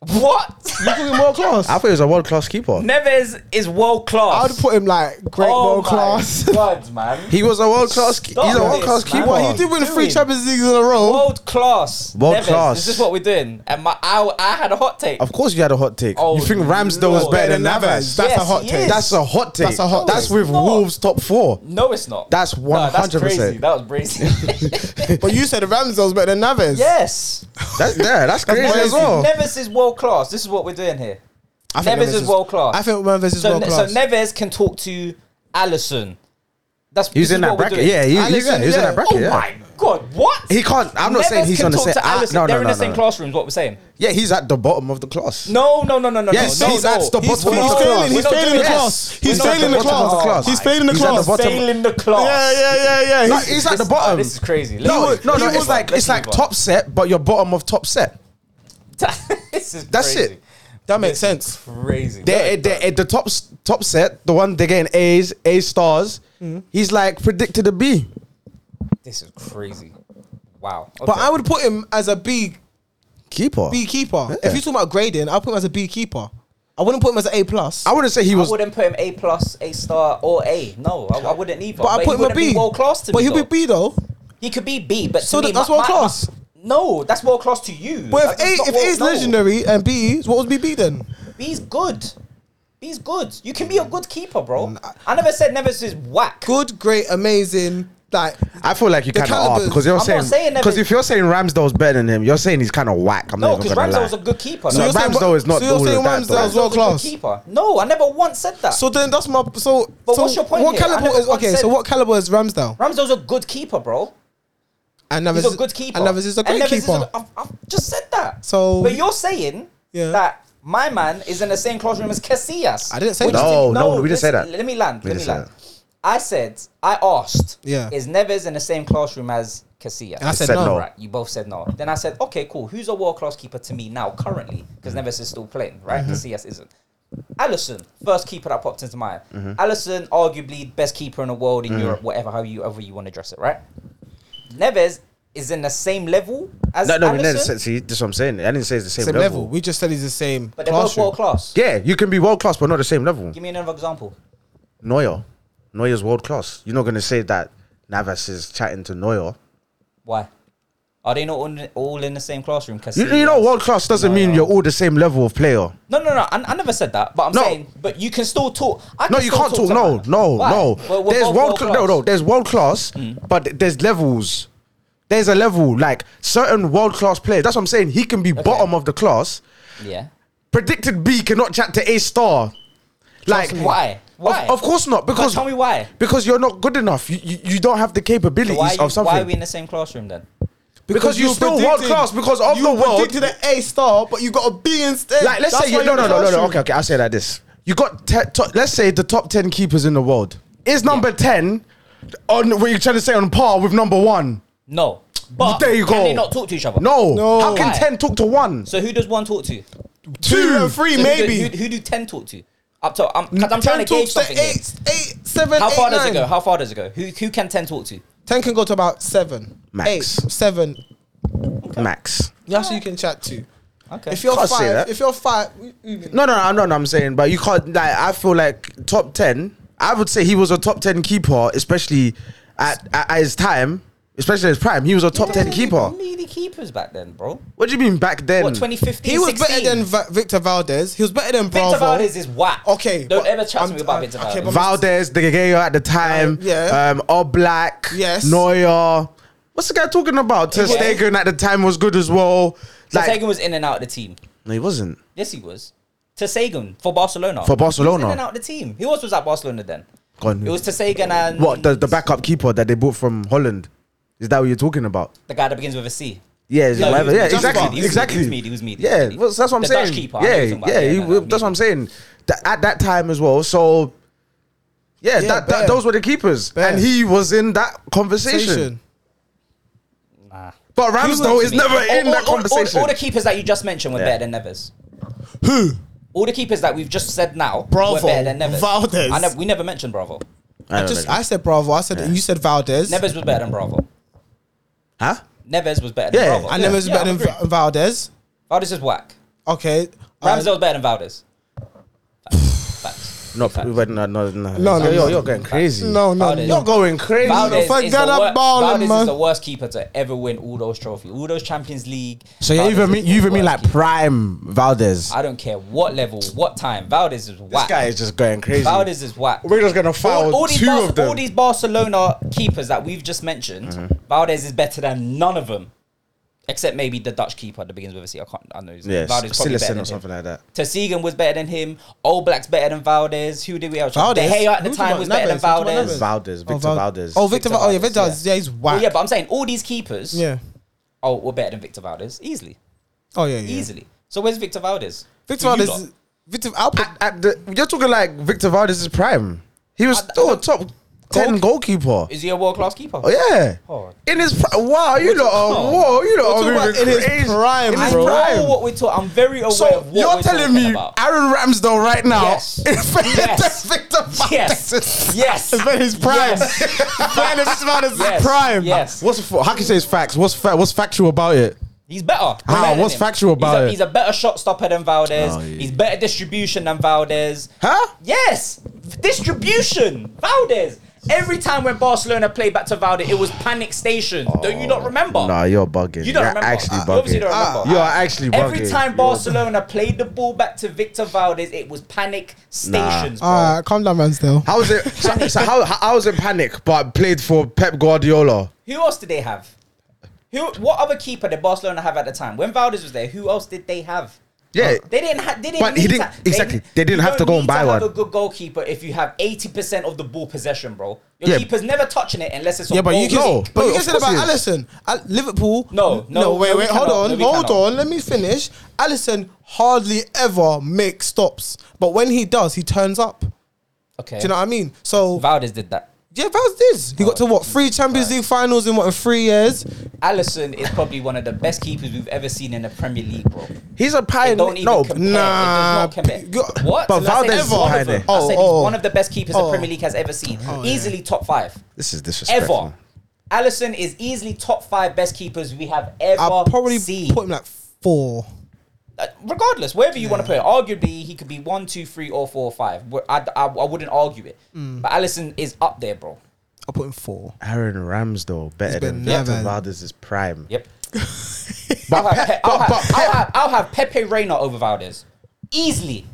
A: What?
C: You put him world class.
B: I
C: I
B: thought he was a world class keeper.
A: Neves is world class.
C: would put him like great
A: oh
C: world
A: my
C: class.
A: God, man.
B: He was a world class. He's
A: Stop
B: a world
A: this,
B: class
A: man.
B: keeper.
A: What
C: Well, he did win
A: Doing.
C: three Champions Leagues in a row.
A: World class.
B: World
A: Neves,
B: class.
A: This is what we're doing. And my I, I had a hot take.
B: Of course, you had a hot take.
A: Oh,
B: you think Ramsdale was
A: Lord.
B: better than Navas?
C: That's a
A: Yes,
C: hot
A: he
C: take.
A: is.
B: That's a hot take.
C: That's a hot
B: That's
C: take.
B: with
A: No.
B: Wolves top four.
A: no, it's not.
B: That's
A: No, that's
B: 100%.
A: crazy. That was brazy.
C: But you said Ramsdale's better than Navas.
A: yes.
B: That's yeah, that's crazy
C: crazy.
B: as well.
A: Neves is world class. This is what we're doing here.
C: I
A: Neves, is, world class.
C: I think Ramsdale's is
A: so,
C: world
A: Ne-
C: class.
A: so Neves can talk to Allison. That's
B: He's
A: this is
B: in that
A: what we're
B: bracket.
A: doing.
B: Yeah, he, he's,
C: Allison,
B: in, he's in
C: yeah.
B: that bracket.
A: Oh
B: yeah.
A: my god, what?
B: He can't. I'm not saying
A: Neves
B: he's
A: can
B: on the
A: talk
B: same.
A: to
B: ah,
A: Allison.
B: no,
A: They're
B: no,
A: in
B: no,
A: the same
B: no.
A: classrooms. What we're saying?
B: Yeah, he's at the bottom of the class.
A: No, no, no, no, no.
B: Yes,
A: no,
B: he's
A: no.
B: at the
C: He's,
B: bottom
A: of the
C: he's
A: class.
C: failing. He's
A: We're not
C: failing
A: doing
C: the
A: this.
C: class.
A: We're
C: He's
A: not
C: failing
A: doing
C: the
A: this. Oh
C: class.
A: my
C: He's failing the
B: He's at the
C: class.
B: bottom.
A: Failing the class.
C: Yeah, yeah, yeah, yeah.
B: No,
C: He's-
B: he's at the
A: This-
B: bottom.
A: this is crazy. Let's
B: No,
A: move
B: no,
A: on. Let's
B: no. It's
A: move
B: like
A: on.
B: it's like
A: Let's move on.
B: top set, but you're bottom of top set.
A: this is
B: That's
A: crazy.
B: it.
C: That makes sense.
A: Crazy.
B: They're, they're, at the top s- top set, the one they're getting A's, A stars.
A: Mm-hmm.
B: He's like predicted a B.
A: this is crazy. Wow.
C: But I would put him as a B
B: Keeper.
C: B keeper.
B: Yeah.
C: If you talk about grading, I'll put him as a B keeper. I wouldn't put him as an A plus.
B: I wouldn't say he
A: I
B: was.
A: wouldn't put him A plus, A star, or A. No, I, I wouldn't either.
C: but I
A: he
C: put him a
A: wouldn't
C: B.
A: be world class to
C: but
A: me.
C: he'll be
A: though.
C: B though.
A: He could be B, but
C: So
A: to me,
C: that- that's
A: my-
C: world
A: my-
C: class.
A: no, that's world class to you.
C: But if
A: That's
C: A
A: not
C: if
A: world-
C: A is
A: no.
C: legendary and B is, what would be B then?
A: B's good. B's good. You can be a good keeper, bro. I never said Neves is whack.
C: Good, great, amazing. Like
B: I feel like you
C: The
B: kind of are
C: calibers.
B: because you're
A: I'm not
B: saying
A: saying that
B: because
A: it-
B: if you're saying Ramsdale's better than him, you're saying he's kind of whack. I'm
A: No,
B: not
A: because
B: even gonna
A: Ramsdale was a
B: lie.
A: good keeper.
B: No,
A: though.
C: you're saying
B: Ramsdale
C: Ra-
B: is not
C: so you're
B: all of
C: saying
B: that, though.
C: Ramsdale's
A: Ramsdale's a
C: world
A: good
C: class.
A: keeper. No, I never once said that.
C: So then that's my so.
A: But
C: so
A: what's your point
C: What
A: here? I
C: caliber
A: never
C: is
A: once
C: okay?
A: said-
C: So what caliber is Ramsdale?
A: Ramsdale's a good keeper, bro.
C: And Neves
A: He's a good keeper.
C: And Neves is a
A: And
C: great
A: Neves is a-
C: keeper.
A: I've, I've just said that.
C: So-
A: but you're saying
C: Yeah.
A: that my man is in the same classroom as Casillas.
C: I didn't say
A: Which
C: that.
A: is-
B: No, no, we didn't say
A: listen,
B: that.
A: Let me land.
B: We
A: Let me
B: didn't say
A: land. I said I asked.
C: Yeah.
A: Is Neves in the same classroom as Casillas?
C: And I said,
B: said
C: no.
B: no.
A: Right, you both said no. Then I said, okay, cool. Who's a world class keeper to me now, currently? Because
B: Mm-hmm.
A: Neves is still playing, right? Casillas isn't. Allison, first keeper that popped into my
B: Mm-hmm.
A: mind. Allison, arguably best keeper in the world in Europe, whatever, however you, however you want to dress it, right? Neves is in the same level as
B: No, no, no,
A: Allison,
B: no. See, that's what I'm saying. I didn't say it's the same,
C: Same
B: level.
C: level. We just said he's the same
A: but they're both
C: classroom.
A: world class.
B: Yeah, you can be world class, but not the same level.
A: Give me another example.
B: Neuer, Neuer's world class. You're not gonna say that Navas is chatting to Neuer.
A: Why? Are they not all in, all in the same classroom?
B: You, you know, world class doesn't mean
A: Neuer.
B: you're all the same level of player.
A: No, no, no. I, I never said that. But I'm
B: No.
A: saying, but you can still talk. I can
B: No, you
A: still
B: can't talk.
A: to
B: No,
A: Hannah.
B: no,
A: Why?
B: no.
A: We're- we're
B: There's
A: both
B: world. cla- No,
A: class. Mm.
B: no. There's world class, but there's levels. There's a level like certain world class players. That's what I'm saying. He can be bottom of the class.
A: Yeah.
B: Predicted B cannot chat to A star. Like
A: me. Why? Why?
B: Of, of course not. Because
A: tell me why.
B: Because you're not good enough. You, you, you don't have the capabilities
A: So why, are you-
B: of something.
A: why are we in the same classroom then?
B: because you're
C: you
B: still
C: predicted-
B: world class because of
C: you
B: the world.
C: predicted an A star, but you got a B instead.
B: Like let's
C: That's
B: say
C: why
B: you, no,
C: you're
B: no,
C: in
B: no, no, no.
C: classroom.
B: Okay, okay. I'll say it like this. You got te- to- let's say the top ten keepers in the world is number ten on what you're trying to say on par with number one.
A: No. But
B: there you
A: can
B: go.
A: they not talk to each other?
B: No,
C: No.
B: How can
A: Why?
B: ten talk to one?
A: So who does one talk to?
C: Two and three,
A: So
C: maybe.
A: Who do, who, who do ten talk to? Up to I'm, 'cause I'm trying to
C: talks
A: gauge something. here.
C: eight, eight, seven,
A: How far
C: eight,
A: does it
C: nine.
A: go? How far does it go? Who who can ten talk to?
C: Ten can go to about seven,
B: Max.
C: eight, seven.
B: Max.
C: That's who you can chat to.
A: Okay.
C: If you're
B: Can't say
C: five,
B: that.
C: if you're five, we- we-
B: No, no, no, no, no. I'm saying, but you can't. Like, I feel like top ten. I would say he was a top ten keeper, especially at, at, at his time, especially his prime. He was a top ten keeper. Hmm.
A: Needy keepers back then, bro.
B: What do you mean back then?
A: What 2015?
C: he was better than Va- Victor Valdez. He was better than Bravo.
A: Victor Valdez is whack.
C: Okay,
A: Don't
C: but
A: ever chat to
C: I'm-
A: me about
C: I'm-
A: Victor
C: okay,
A: Valdez.
C: but
B: Valdez, the Gageo at the time,
C: Yeah.
B: um, Oblak,
C: Yes.
B: Neuer. What's the guy talking about? Ter
A: Yeah.
B: Stegen at the time was good as well. Like,
A: Sagan was in and out of the team.
B: no, he wasn't.
A: Yes, he was. To Sagan for Barcelona. He
B: For
A: was in and
B: Barcelona,
A: out the team. Who else was at Barcelona then?
B: Go on.
A: It was to Sagan and
B: what the, the backup keeper that they bought from Holland? Is that what you're talking about?
A: the guy that begins with a C.
B: Yeah, it's
A: No,
B: whatever.
A: he
B: Yeah,
A: was- he was
B: exactly,
A: Meade, he was
B: exactly.
A: Meade, he was Meade, he was
B: yeah,
A: Meade.
B: well, that's what I'm
A: The
B: saying.
A: Dutch keeper, I know
B: yeah,
A: you're talking about.
B: yeah,
A: Yeah,
B: he-
A: no, no,
B: that's what
A: Meade.
B: I'm saying. Th- at that time as well, so yeah,
C: Yeah,
B: that,
C: bare.
B: that those were the keepers,
C: Bare.
B: and he was in that conversation.
C: Station.
A: Nah.
B: But Ramsdale is
A: To me.
B: Oh, never
A: All- all-
B: in that
A: all- all-
B: conversation.
A: All, the keepers that you just mentioned were
B: Yeah.
A: better than Nevers.
C: Who?
A: All the keepers that we've just said now were
C: Bravo,
A: better than Nevers.
C: Valdez.
A: I nev- we never mentioned Bravo.
B: I
C: I
B: don't
C: just
B: know.
C: I said Bravo. I said you said Valdez.
A: Nevers was better than Bravo.
B: huh?
A: Neves was better than
B: Yeah,
A: Bravo.
B: I
C: and Neves is
A: Yeah,
C: better
A: I
C: than
A: agree.
C: Va- Valdez.
A: Valdez is whack.
C: Okay. uh,
A: Ramsdale was better than Valdez. Facts. Facts.
B: No,
A: Facts.
B: but no, no, no.
C: No, no,
B: you're,
C: no.
B: you're going crazy.
C: No, no,
A: Valdez.
B: you're
C: no.
B: going crazy.
A: Valdez,
C: Fuck
A: is the,
C: that up,
A: wor-
C: balling,
A: Valdez
C: man.
A: is the worst keeper to ever win all those trophies, all those Champions League.
B: So you
A: Valdez
B: even
A: is
B: mean
A: the
B: you even mean
A: worst
B: like
A: keeper.
B: prime Valdez?
A: I don't care what level, what time. Valdez is
B: This
A: whack.
B: guy is just going crazy.
A: Valdez is whack.
B: We're just gonna foul
A: these
B: two
A: Bar-
B: of them. Mm-hmm.
A: all these Barcelona keepers that we've just mentioned, Valdez is better than none of them, except maybe the Dutch keeper that begins with a C. I can't. I know. He's
B: yeah,
A: Valdez is probably better
B: Silicen
A: than
B: or something
A: him.
B: like that.
A: Terstegen was better than him. Old Black's better than Valdez. Who did we have?
C: Valdez?
A: De Gea at the
C: Who's
A: time
C: about
A: was better than
C: Neves? Who's about
A: Valdez.
C: Neves?
B: Valdez, Victor
C: Val-
B: Valdez.
C: Oh,
A: Victor
C: Victor. Val- oh, yeah, Victor.
A: Valdez,
C: Valdez,
A: yeah.
C: yeah. he's
A: Well,
C: whack.
A: yeah, but I'm saying all these keepers.
C: yeah.
A: Oh, we're better than Victor Valdez easily,
C: Oh yeah. yeah.
A: easily. So where's Victor Valdez?
C: Victor
A: For you
C: Valdez.
A: lot.
C: is- Victor. I'll put
B: At the, you're talking like Victor Valdez is prime. He was
A: I- I
B: still a
A: don't-
B: top Ten goalkeeper.
A: Is he a world class keeper?
B: Oh yeah.
A: Oh.
B: In his pri- wow, you lot
A: Oh.
B: are wow, you lot
C: talking
B: are
C: about in
B: moving
C: his
B: crazy.
C: prime,
B: in
A: I
B: his
C: bro.
B: prime.
A: know what we're talking. I'm very aware of
B: So
A: what
B: you're
A: we're
B: telling
A: talking
B: me
A: about.
B: Aaron Ramsdale right now
A: Yes.
B: in fact,
A: Yes.
B: Victor Van
A: Yes.
B: Dijk.
A: Yes.
B: It's been his prime.
A: Yes.
B: Man, this man is
A: Yes.
B: prime.
A: Yes.
D: What's fa- how can you say it's facts? What's fa- what's factual about it?
A: He's better.
D: Ah,
A: Better than
D: what's
A: him.
D: factual
A: He's
D: about
A: a-
D: it?
A: He's a better shot stopper than Valdez.
D: Oh, yeah.
A: He's better distribution than Valdez.
B: Huh?
A: Yes, distribution. Valdez. Every time when Barcelona played back to Valdez, it was panic station. Don't you not remember?
B: Oh, Nah, you're bugging.
A: You don't
B: are
A: remember.
B: actually
A: You
B: bugging.
A: obviously don't remember.
B: You're actually bugging.
A: Every time Barcelona played the ball back to Victor Valdez, it was panic stations, bro.
C: All right, calm down, Ramsdale.
B: How was it? So, so how, how I was in panic, but played for Pep Guardiola.
A: Who else did they have? Who? What other keeper did Barcelona have at the time? When Valdez was there, who else did they have?
B: Yeah.
A: They didn't have. They didn't.
B: But he
A: need
B: didn't-
A: to-
B: exactly. They didn't
A: you
B: have to
A: don't
B: go and
A: need
B: buy
A: have
B: one.
A: a good goalkeeper if you have eighty percent of the ball possession, bro. Your
B: Yeah.
A: keeper's never touching it unless it's on
C: Yeah, but
A: goal
C: you can.
B: Oh, No,
A: kick.
C: but
B: no,
C: you can
B: of
C: say
B: course
C: about
B: he is.
C: Allison. Al- Liverpool.
A: No, no,
C: wait,
A: no,
C: wait,
A: we
C: hold
A: cannot,
C: on,
A: no, we
C: hold
A: cannot.
C: on. Let me finish. Allison hardly ever makes stops, but when he does, he turns up. Do
A: Okay.
C: you know what I mean? So
A: Valdez did that.
C: yeah, Vals did. He got to what three Champions League finals in what in three years?
A: Allison is probably one of the best keepers we've ever seen in the Premier League, bro.
B: He's a
A: They
B: pioneer.
A: don't even
B: no,
A: compare.
C: nah,
A: It does not
C: you-
A: compare. What?
B: but
A: Did I say
B: Valdez
A: he's
B: is
A: one
B: high
A: of them?
B: there.
A: I
C: Oh,
A: said
C: oh.
A: he's one of the best keepers
C: Oh.
A: the Premier League has ever seen.
B: Oh,
A: Easily top five.
B: this is disrespectful.
A: Ever. Allison is easily top five best keepers we have ever
C: I probably
A: seen.
C: put him like four.
A: Uh, regardless, wherever you want to play, arguably he could be one, two, three, or four, or five. Where- I, I, I wouldn't argue it.
B: Mm.
A: But Allison is up there, bro.
C: I put him four.
B: Aaron Ramsdale better than
C: been
B: Victor
C: never.
B: Valdez is prime.
A: Yep.
B: But,
A: I'll have,
B: Pep-
A: Pe- I'll, have,
B: but, but
A: I'll,
B: Pep-
A: have, I'll have Pepe Reina over Valdez easily.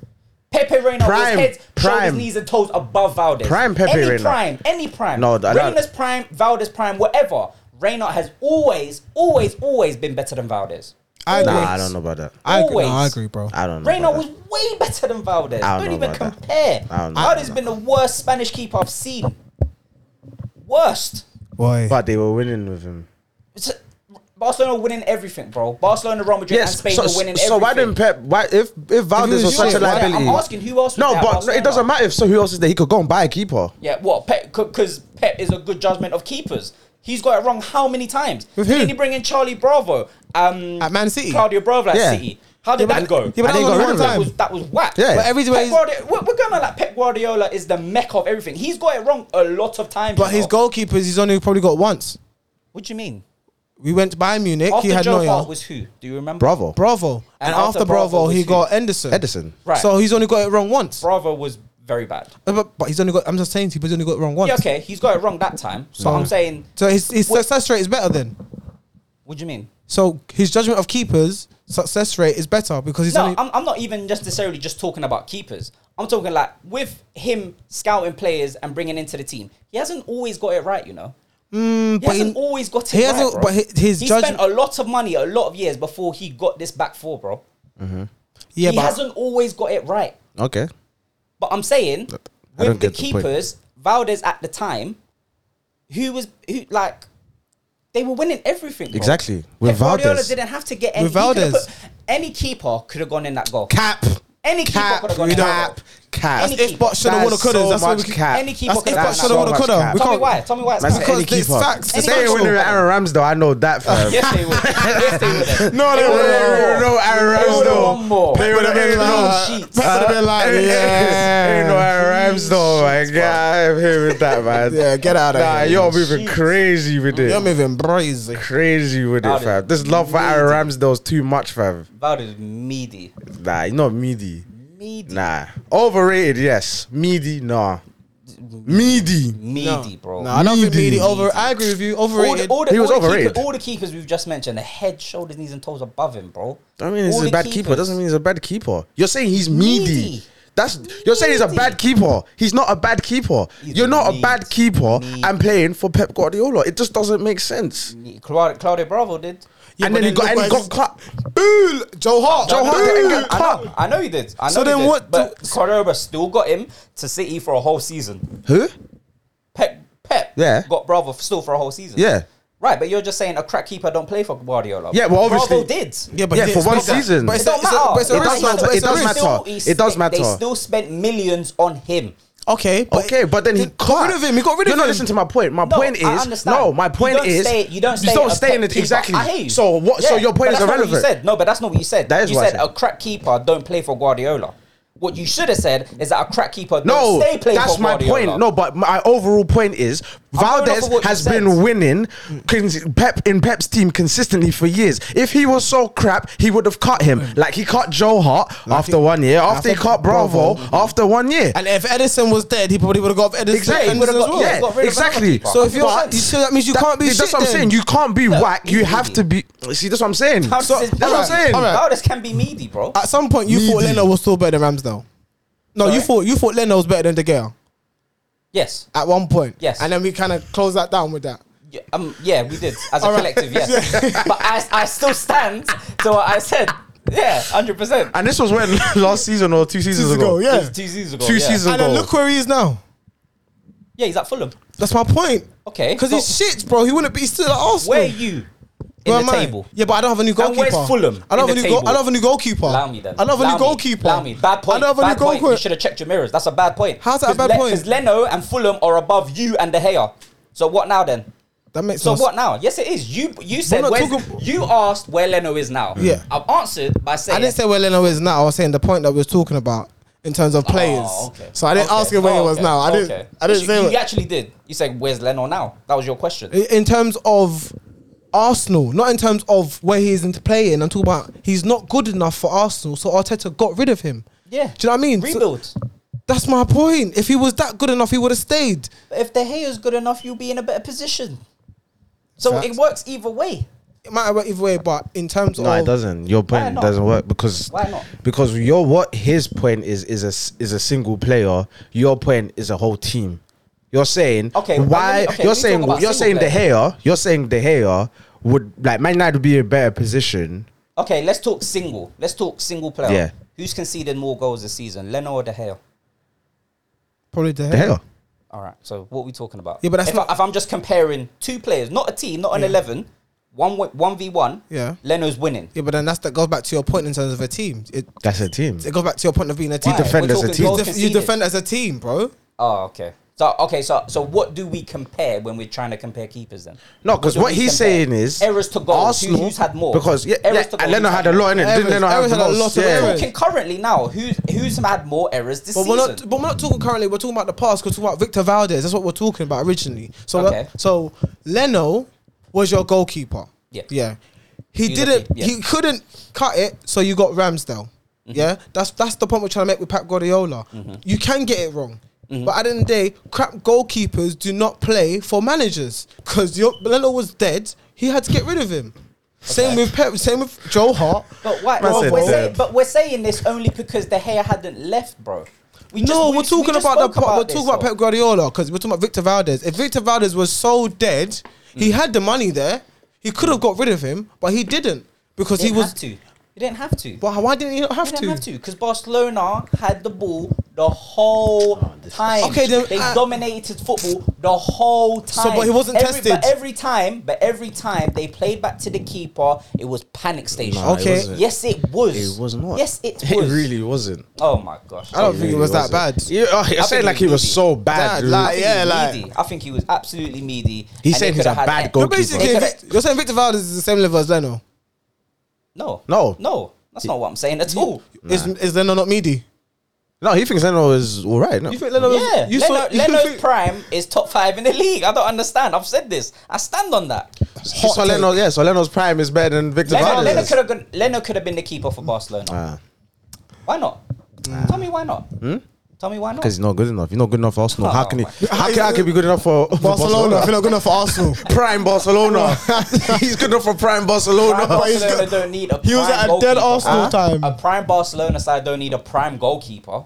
A: Pepe Reina was
B: Prime,
A: head, shoulders,
B: prime.
A: knees, and toes above Valdez.
B: Prime Pepe
A: any
B: Reina.
A: prime, any prime.
B: No, I don't-
A: Reina's prime, Valdez prime, whatever. Reina has always, always, always been better than Valdez.
C: I agree.
B: nah,
A: Always.
B: I don't know about that.
C: I agree,
A: Always.
C: I agree, bro.
B: I don't know.
A: Reina
B: about
A: was
B: that.
A: way better than Valdez. Don't,
B: I don't know
A: even
B: about that.
A: compare.
B: I don't know
A: Valdez
B: about
A: been the worst Spanish keeper I've seen. Worst.
C: Boy,
B: But they were winning with him.
A: It's- Barcelona winning everything, bro. Barcelona, Real Madrid, and
B: Yes.
A: Spain
B: So,
A: were winning everything.
B: so why didn't Pep? Why if if Valdez
C: was
B: was such a
C: shit, why-
B: liability?
A: I'm asking who else. was
B: No,
A: there at
B: but
A: Barcelona?
B: it doesn't matter if so. Who else is there? He could go and buy a keeper.
A: Yeah, what? Because Pep is a good judgment of keepers. He's got it wrong how many times?
C: With who?
A: Didn't he bring in Charlie Bravo? Um,
C: At Man City?
A: Claudio Bravo at
B: Yeah.
A: City. How did
C: Yeah,
A: that
C: but-
A: go?
C: yeah, but
B: And they
C: that was
B: got
C: only
B: rid of
C: one
B: him.
A: that
C: time.
A: was that was whack.
B: Yeah.
C: But every
A: Pep
C: way,
A: Guardiola, we're, we're going on like Pep Guardiola is the mecca of everything. He's got it wrong a lot of times.
C: but
A: you
C: his
A: know?
C: goalkeepers, he's only probably got once.
A: What do you mean?
C: We went to Bayern Munich.
A: After
C: he had
A: Joe
C: Neuer.
A: Hart was who? Do you remember?
B: Bravo,
C: Bravo. And, after, Bravo,
A: was
C: he
A: who?
C: got Henderson.
B: Edison.
A: Right.
C: So he's only got it wrong once.
A: Bravo was very bad.
C: Uh, But, but he's only got. I'm just saying, he's only got it wrong once.
A: Yeah, okay, he's got it wrong that time. So I'm saying,
C: So his, his success rate is better then.
A: what do you mean?
C: So his judgment of keepers success rate is better because he's
A: No,
C: only.
A: I'm, I'm not even just necessarily just talking about keepers. I'm talking like with him scouting players and bringing into the team. He hasn't always got it right, you know. he
C: Mm, but he-
A: hasn't always got it
C: he
A: right.
C: hasn't-
A: bro.
C: but hi- his
A: he
C: judge-
A: spent a lot of money, a lot of years before he got this back four, bro.
C: yeah,
A: he
C: but
A: hasn't always got it right.
B: Okay.
A: But I'm saying
B: I
A: with
B: don't
A: the
B: get the point.
A: keepers, Valdez at the time, who was who like they were winning everything. bro.
B: Exactly. With
A: Pep Guardiola
B: Valdez.
A: didn't have to get any.
C: With
A: he could've
C: Valdez.
A: put- any keeper could have gone in that goal.
B: Cap.
A: Any keeper
B: Cap.
A: could've gone in that
B: Cap.
A: goal.
B: Cap.
A: Any
C: if but shoulda, woulda,
B: That's
C: coulda.
B: so
C: That's why we
B: much
C: keep-
B: cap.
A: Any keeper
C: That's
A: could
C: if
A: have gone in that
C: but shoulda,
A: goal.
C: woulda,
B: much
C: coulda.
B: cap.
C: We
A: Tell me
C: can't.
A: why. Tell me why. It's
B: That's
A: crap.
C: because
B: any
C: it's
B: keeper.
C: facts.
A: Any
B: They ain't
A: keeper.
B: winning with Aaron Ramsdale. I know that. Fam.
A: yes, they would. Yes, they would.
B: No, they
A: would have
B: wouldn't.
A: won
B: No,
A: more. They would
B: Aaron
A: have won
B: Ramsdale.
A: more.
B: They
C: would've
B: would've
C: been
B: ain't
C: like-
B: no-
A: Pep
C: would've been like,
B: Ain't- ain't-
C: yeah.
B: Ain't no Aaron Ramsdale, my guy. I'm here with that, man.
C: Yeah, get outta
B: Nah,
C: here.
B: you're moving
A: Jeez.
B: crazy with it.
C: You're moving brazy.
B: crazy with it,
A: Valdez.
B: fam. This love for Aaron Ramsdale's too much, fam.
A: Valdez meaty.
B: Nah, you're not meaty.
A: Meaty.
B: Nah. Overrated, yes. Meaty, nah. Meaty.
A: Meaty, bro.
C: No, I don't think
B: Meaty.
C: Meaty over. I agree with you.
A: All the,
C: Overrated.
A: all the,
B: He was
A: all the
B: overrated.
A: Keeper, all the keepers we've just mentioned, the head, shoulders, knees, and toes above him, bro.
B: I mean, he's
A: All
B: a
A: the
B: bad keeper.
A: keepers.
B: Doesn't mean he's a bad keeper. You're saying he's meaty.
A: Meaty.
B: That's you're saying he's a
A: Meaty.
B: bad keeper. He's not a bad keeper.
A: He's
B: you're not
A: meat.
B: a bad keeper
A: Meat.
B: and playing for Pep Guardiola. It just doesn't make sense.
A: Claudio, Claudio Bravo did.
C: Yeah,
B: and
C: but
B: then he
C: then
B: got and he
C: look
B: got
C: what
B: cut.
C: Boo! Joe Hart.
B: Joe Hart
C: Boo!
B: didn't get
A: I
B: cut.
A: know, I know he did. I know
C: So
A: he
C: then
A: did.
C: what
A: But
C: do-
A: Cordoba still got him to City for a whole season.
B: Who?
A: Pep, Pep
B: Yeah.
A: got Bravo still for a whole season.
B: Yeah.
A: Right, but you're just saying a crack keeper don't play for Guardiola.
B: Yeah, well, obviously-
A: Bravo did.
C: Yeah, but
B: Yeah,
C: he
B: for
C: didn't
B: one
C: expect that.
B: season.
C: But
A: It
C: it's a-
A: don't
C: it's a-
A: matter.
C: It's a
B: It does
C: risk, though.
B: matter.
C: But it's
B: It
C: a
B: does
C: risk.
B: matter.
A: he
B: It does
A: spent- They
B: matter.
A: still spent millions on him.
B: Okay, but okay, but then he
C: Got rid
B: can't.
C: of him, he got rid
B: no,
C: of
B: no,
C: him.
B: listen to my point. My
A: No,
B: point
A: I
B: is
A: understand.
B: no. My
A: You
B: point
A: don't
B: is
A: stay- you don't stay. a
B: stay in
A: crap
B: the
A: keeper.
B: exactly.
A: I hear you.
B: So what? so
A: Yeah,
B: your point
A: but
B: is
A: that's not what
B: irrelevant.
A: you said. No, but that's not what you said.
B: That is
A: you
B: what I
A: said
B: said.
A: a crack keeper don't play for Guardiola. What you should have said is that a crack keeper
B: No,
A: don't stay play
B: that's
A: for
B: my
A: Guardiola.
B: point. No, but my overall point is
A: going
B: Valdez
A: off of what you
B: has
A: said.
B: been winning cons- Pep in Pep's team consistently for years. If he was so crap, he would have cut him. Like he cut Joe Hart after one year, after he
C: think
B: cut Bravo,
C: Bravo-
B: after one year.
C: And if Edison was dead, he probably would have got Edison.
B: Exactly.
C: Edison
A: would've
C: as
A: got-
C: well.
A: yeah, got
B: Yeah,
A: rid of a
B: exactly.
A: goalkeeper.
C: So if you're,
A: But-
C: you so that means you
B: That-
C: can't be
B: That's
C: shit.
B: what I'm
C: then.
B: saying. You can't be whack. You
A: mean
B: have
A: it.
B: to be. See, that's what I'm saying.
A: How does
B: So-
A: this-
B: that's what I'm
A: Alright,
B: saying.
C: alright.
A: Valdez can be meaty, bro.
C: At some point, you thought
B: Needy.
C: Leno was still better than Ramsdale. No, you
A: Sorry?
C: thought you thought Leno was better than De Gea
A: yes.
C: at one point.
A: Yes.
C: and then we kind of closed that down with that.
A: Yeah, um, yeah, we did as a
C: Alright.
A: collective, yes. but I, I still stand to what I said. Yeah, hundred percent.
B: And this was when last season or two seasons
C: Seasons ago,
B: ago.
C: yeah.
A: Two seasons ago.
B: Two
A: yeah.
B: seasons
C: And then
B: ago.
C: look where he is now.
A: Yeah, he's at Fulham.
C: That's my point.
A: Okay,
C: because
A: so-
C: he's shit, bro. He wouldn't be he's still at Arsenal.
A: Where are you in
C: Where
A: the
C: am I?
A: table?
C: Yeah, but I don't have a new
A: And
C: goalkeeper.
A: where's Fulham
C: I don't
A: in
C: have a
A: the
C: new. Go-
A: table?
C: I don't have a new goalkeeper.
A: Allow me then.
C: I don't have a
A: Allow
C: new
A: me.
C: goalkeeper.
A: Allow me. Bad point.
C: I don't have
A: bad
C: a new
A: point. You
C: goalkeeper.
A: should have checked your mirrors. That's a bad point.
C: How's that a bad point?
A: Because Leno and Fulham are above you and De Gea. So what now then?
C: That makes
A: So
C: no
A: what now? Yes, it is. You you said
C: not
A: where's-
C: talking-
A: you asked where Leno is now.
C: Yeah.
A: I've answered by saying
C: I didn't say where Leno is now. I was saying the point that we were talking about in terms of players.
A: Oh, okay.
C: So I didn't
A: Okay.
C: ask him where
A: Oh,
C: he was
A: okay.
C: now. I didn't.
A: Okay.
C: I didn't
A: You-
C: say.
A: You,
C: what-
A: actually did. You said, "Where's Leno now?" That was your question.
C: in in terms of Arsenal, not in terms of where he is into playing. I'm talking about he's not good enough for Arsenal, so Arteta got rid of him.
A: Yeah.
C: Do you know what I mean? So-
A: Rebuild.
C: that's my point. If he was that good enough, he would have stayed.
A: if De Gea is good enough, you'll be in a better position. So
C: Fact.
A: it works either way.
C: It might have went either way, but in terms
B: No,
C: of
B: it doesn't. Your point
A: not?
B: doesn't work because
A: Why not?
B: Because your what his point is is a s- is a single player. Your point is a whole team. You're saying
A: Okay, but
B: Why
A: let me- okay,
B: you're
A: let me
B: saying
A: talk about
B: you're saying
A: single
B: De Gea. You're saying De Gea would like Man United would be in a better position.
A: Okay, let's talk single. Let's talk single player.
B: Yeah.
A: Who's conceded more goals this season, Leno or De Gea?
C: probably De Gea.
B: De Gea.
A: All right. So what are we talking about?
C: Yeah, but that's
A: if,
C: not-
A: I, if I'm just comparing two players, not a team, not an eleven, one wi- one v one.
C: Yeah.
A: Leno's winning.
C: Yeah, but then that's that goes back to your point in terms of a team. It,
B: That's a team.
C: it goes back to your point of being a team.
A: Why?
B: defend
A: We're
B: as a
A: talking
B: team.
A: goals
C: You def- you
A: conceded.
C: defend as a team, bro.
A: Oh, okay. So okay, so so what do we compare when we're trying to compare keepers then?
B: No, because
A: do
B: what
A: we
B: he's
A: compare?
B: saying is
A: errors to goals. Arsenal, who's had more?
B: because yeah,
A: Errors
B: yeah
A: to
B: and
A: goals,
B: Leno
A: who's
B: had a
A: more?
B: lot in it.
C: Errors,
B: Didn't Leno have
C: errors
B: the
C: had a
B: most?
C: lot of
B: Yeah.
C: errors.
A: Talking currently now, who's who's had more errors this
C: But
A: season?
C: we're not, but we're not talking currently. We're talking about the past. 'cause We're talking about Victor Valdez. That's what we're talking about originally. So,
A: Okay.
C: so Leno was your goalkeeper.
A: Yeah.
C: yeah. He
A: He's
C: didn't.
A: lucky, yeah. Mm-hmm.
C: He couldn't cut it. So you got Ramsdale. Yeah, that's that's the point we're trying to make with Pep Guardiola. You can get it wrong.
A: Mm-hmm.
C: But at the end of the day, crap goalkeepers do not play for managers because Leno was dead. He had to get rid of him. Same with Pep. Same with Joe Hart.
A: But why?
B: Man
A: Well,
B: said
A: we're
B: that.
A: saying, but we're saying this only because the hair hadn't left, bro. We just-
C: no,
A: we-
C: we're
A: we
C: talking
A: just
C: about the
A: spoke
C: part. We're
A: this,
C: talking about
A: though.
C: Pep Guardiola because we're talking about Victor Valdez. If Victor Valdez was so dead,
A: Hmm.
C: he had the money there. He could have got rid of him, but he didn't because
A: He
C: he
A: didn't
C: was.
A: have to. He didn't have to.
C: But why didn't he not have
A: He didn't
C: to?
A: have to because Barcelona had the ball the whole
B: Oh,
A: time.
C: Okay, then,
A: they
C: uh,
A: dominated football the whole time.
C: but he wasn't
A: every,
C: tested.
A: But every time, but every time they played back to the keeper, it was panic station.
B: Nah,
C: Okay.
B: wasn't.
A: Yes, it was.
B: It was not.
A: Yes, it was.
B: It really wasn't.
A: Oh my gosh.
C: I don't think it was that bad.
B: You, oh, you're saying
A: he
B: like he was
A: was
B: so
C: That,
B: bad. dude.
C: like,
A: think
C: yeah,
A: he was
C: like-
A: meaty. I think he was absolutely meaty.
B: He
A: and
B: said
A: they
B: he's
A: could
B: a
A: have had
B: bad
A: that-
C: You're
B: goalkeeper.
C: basically
A: They
C: Vic- you're saying Victor Valdez is the same level as Leno.
A: No,
B: No.
A: no. That's not what I'm saying at all.
C: Is is Leno not meaty?
B: No, he thinks Leno is all right. No.
C: You think Leno? was-
A: Yeah,
C: you
A: Leno,
C: saw, you
A: Leno's
C: think-
A: prime is top five in the league. I don't understand. I've said this. I stand on that.
C: hot
B: so Leno, yeah, so Leno's prime is better than Victor Ah,
A: Leno, Leno
B: Valdez.
A: could have gone- Leno could have been the keeper for Barcelona. Why not? Tell me why not. Tell me why not.
B: Because he's not good enough. He's not good enough for Arsenal. how
A: Oh
B: can he?
A: my
B: How can, how can he be good enough for for
C: Barcelona. If
B: Barcelona?
C: you're not good enough for Arsenal,
B: Prime Barcelona. he's good enough for prime Barcelona.
A: Prime Barcelona don't need a
C: he was
A: prime
C: at a dead
A: goalkeeper.
C: Arsenal time.
A: A prime Barcelona side don't need a prime goalkeeper.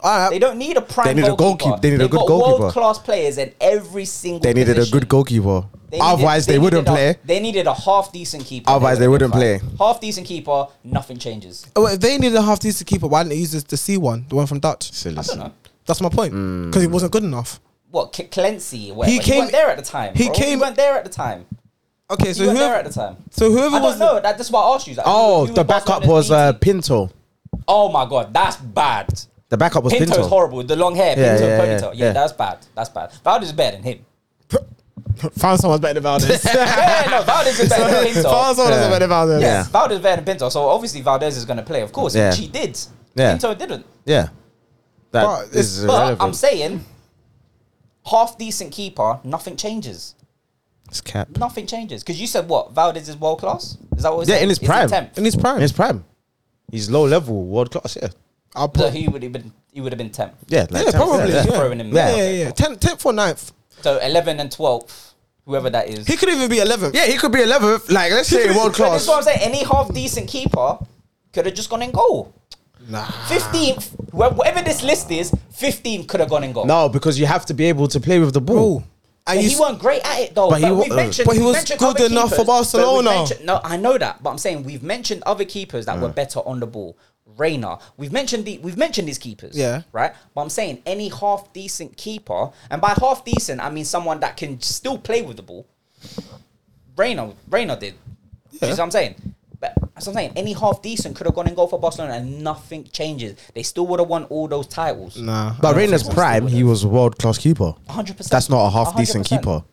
C: All
A: They
C: right,
A: don't need a prime.
B: They need a
A: goalkeeper.
B: goalkeep- they need a
A: They've
B: good
A: got
B: goalkeeper.
A: World class players in every single.
B: they needed a
A: position.
B: good goalkeeper.
A: They needed-
B: Otherwise, they, wouldn't
A: needed a-
B: play.
A: They needed a half decent keeper.
B: Otherwise, they wouldn't play.
A: Half decent keeper, nothing changes.
C: Oh, if they needed a half decent keeper, why didn't they use this, the C one, the one from Dutch?
B: So listen.
A: know.
C: That's my point. Because he wasn't good enough.
A: What K- Clancy? Whatever. He
C: came-
A: came there at the time.
C: he
A: He
C: came-
A: came. He weren't there at the time.
C: Okay,
A: He
C: so
A: weren't there
C: whoever
A: at the time.
C: So
A: I
C: whoever
A: don't
C: was
A: know. That, that's why I asked you. Like, who-
B: Oh,
A: who
B: the
A: Barcelona's
B: backup was
A: B team?
B: uh, Pinto.
A: oh my god, that's bad.
B: The backup was
A: Pinto's
B: Pinto.
A: horrible. The long hair,
B: Yeah,
A: Pinto,
B: yeah,
A: ponytail.
B: yeah,
A: Yeah,
B: yeah.
A: that's bad. That's bad. Valdes is better than him.
E: Found someone's better than Valdez.
A: yeah, no, Valdez is better than Pinto.
E: Found someone that's
B: Yeah.
E: better than Valdez.
A: Yes, Valdez is better than Pinto. So obviously Valdez is going to play, of course,
B: Yeah.
A: which he did.
B: Yeah.
A: Pinto didn't.
B: Yeah.
C: But
B: That
C: it's-
B: is
A: But
B: irrelevant.
A: I'm saying, half decent keeper, nothing changes.
B: it's cap.
A: Nothing changes. Because you said what? Valdez is world class? Is that what we
B: Yeah,
A: said?
B: in his
A: Is he
B: prime.
A: 10th?
C: in his prime.
B: In his prime. He's low level, world class, yeah.
C: I'll
A: So
C: put,
A: he would have been he would have been tenth.
B: Yeah, like
C: yeah,
B: tenth,
C: probably.
B: yeah, yeah.
C: Yeah, yeah,
A: Throwing him
C: yeah.
A: out.
C: yeah, Ten, tenth or ninth.
A: So eleven and twelfth, whoever that is.
C: He could even be eleventh.
B: Yeah, he could be 11th. Like, let's say world
A: So That's
B: class.
A: what I'm saying. Any half decent keeper could have just gone and goal.
C: Nah.
A: Fifteenth, whatever this list is, fifteenth could have gone and goal.
B: No, because you have to be able to play with the ball.
C: And
A: he
C: you,
A: weren't great at it though.
B: But
A: But,
B: he
A: we've
B: wa-
A: mentioned,
C: but he
A: we've
C: was
A: mentioned
C: good
A: other
C: enough
A: keepers.
C: for
A: But we've
C: Barcelona.
A: mentioned- No, I know that, but I'm saying we've mentioned other keepers that were better on the ball. Reina, we've mentioned the we've mentioned these keepers.
C: Yeah.
A: right. But I'm saying any half decent keeper, and by half decent I mean someone that can still play with the ball. Reina, Reina did. You see what I'm saying? But that's what I'm saying. Any half decent could have gone and go for Barcelona, and nothing changes. They still would have won all those titles.
C: nah.
B: But Reina's prime, he was a world class keeper.
A: 100%.
B: That's not a half decent
A: 100%.
B: keeper.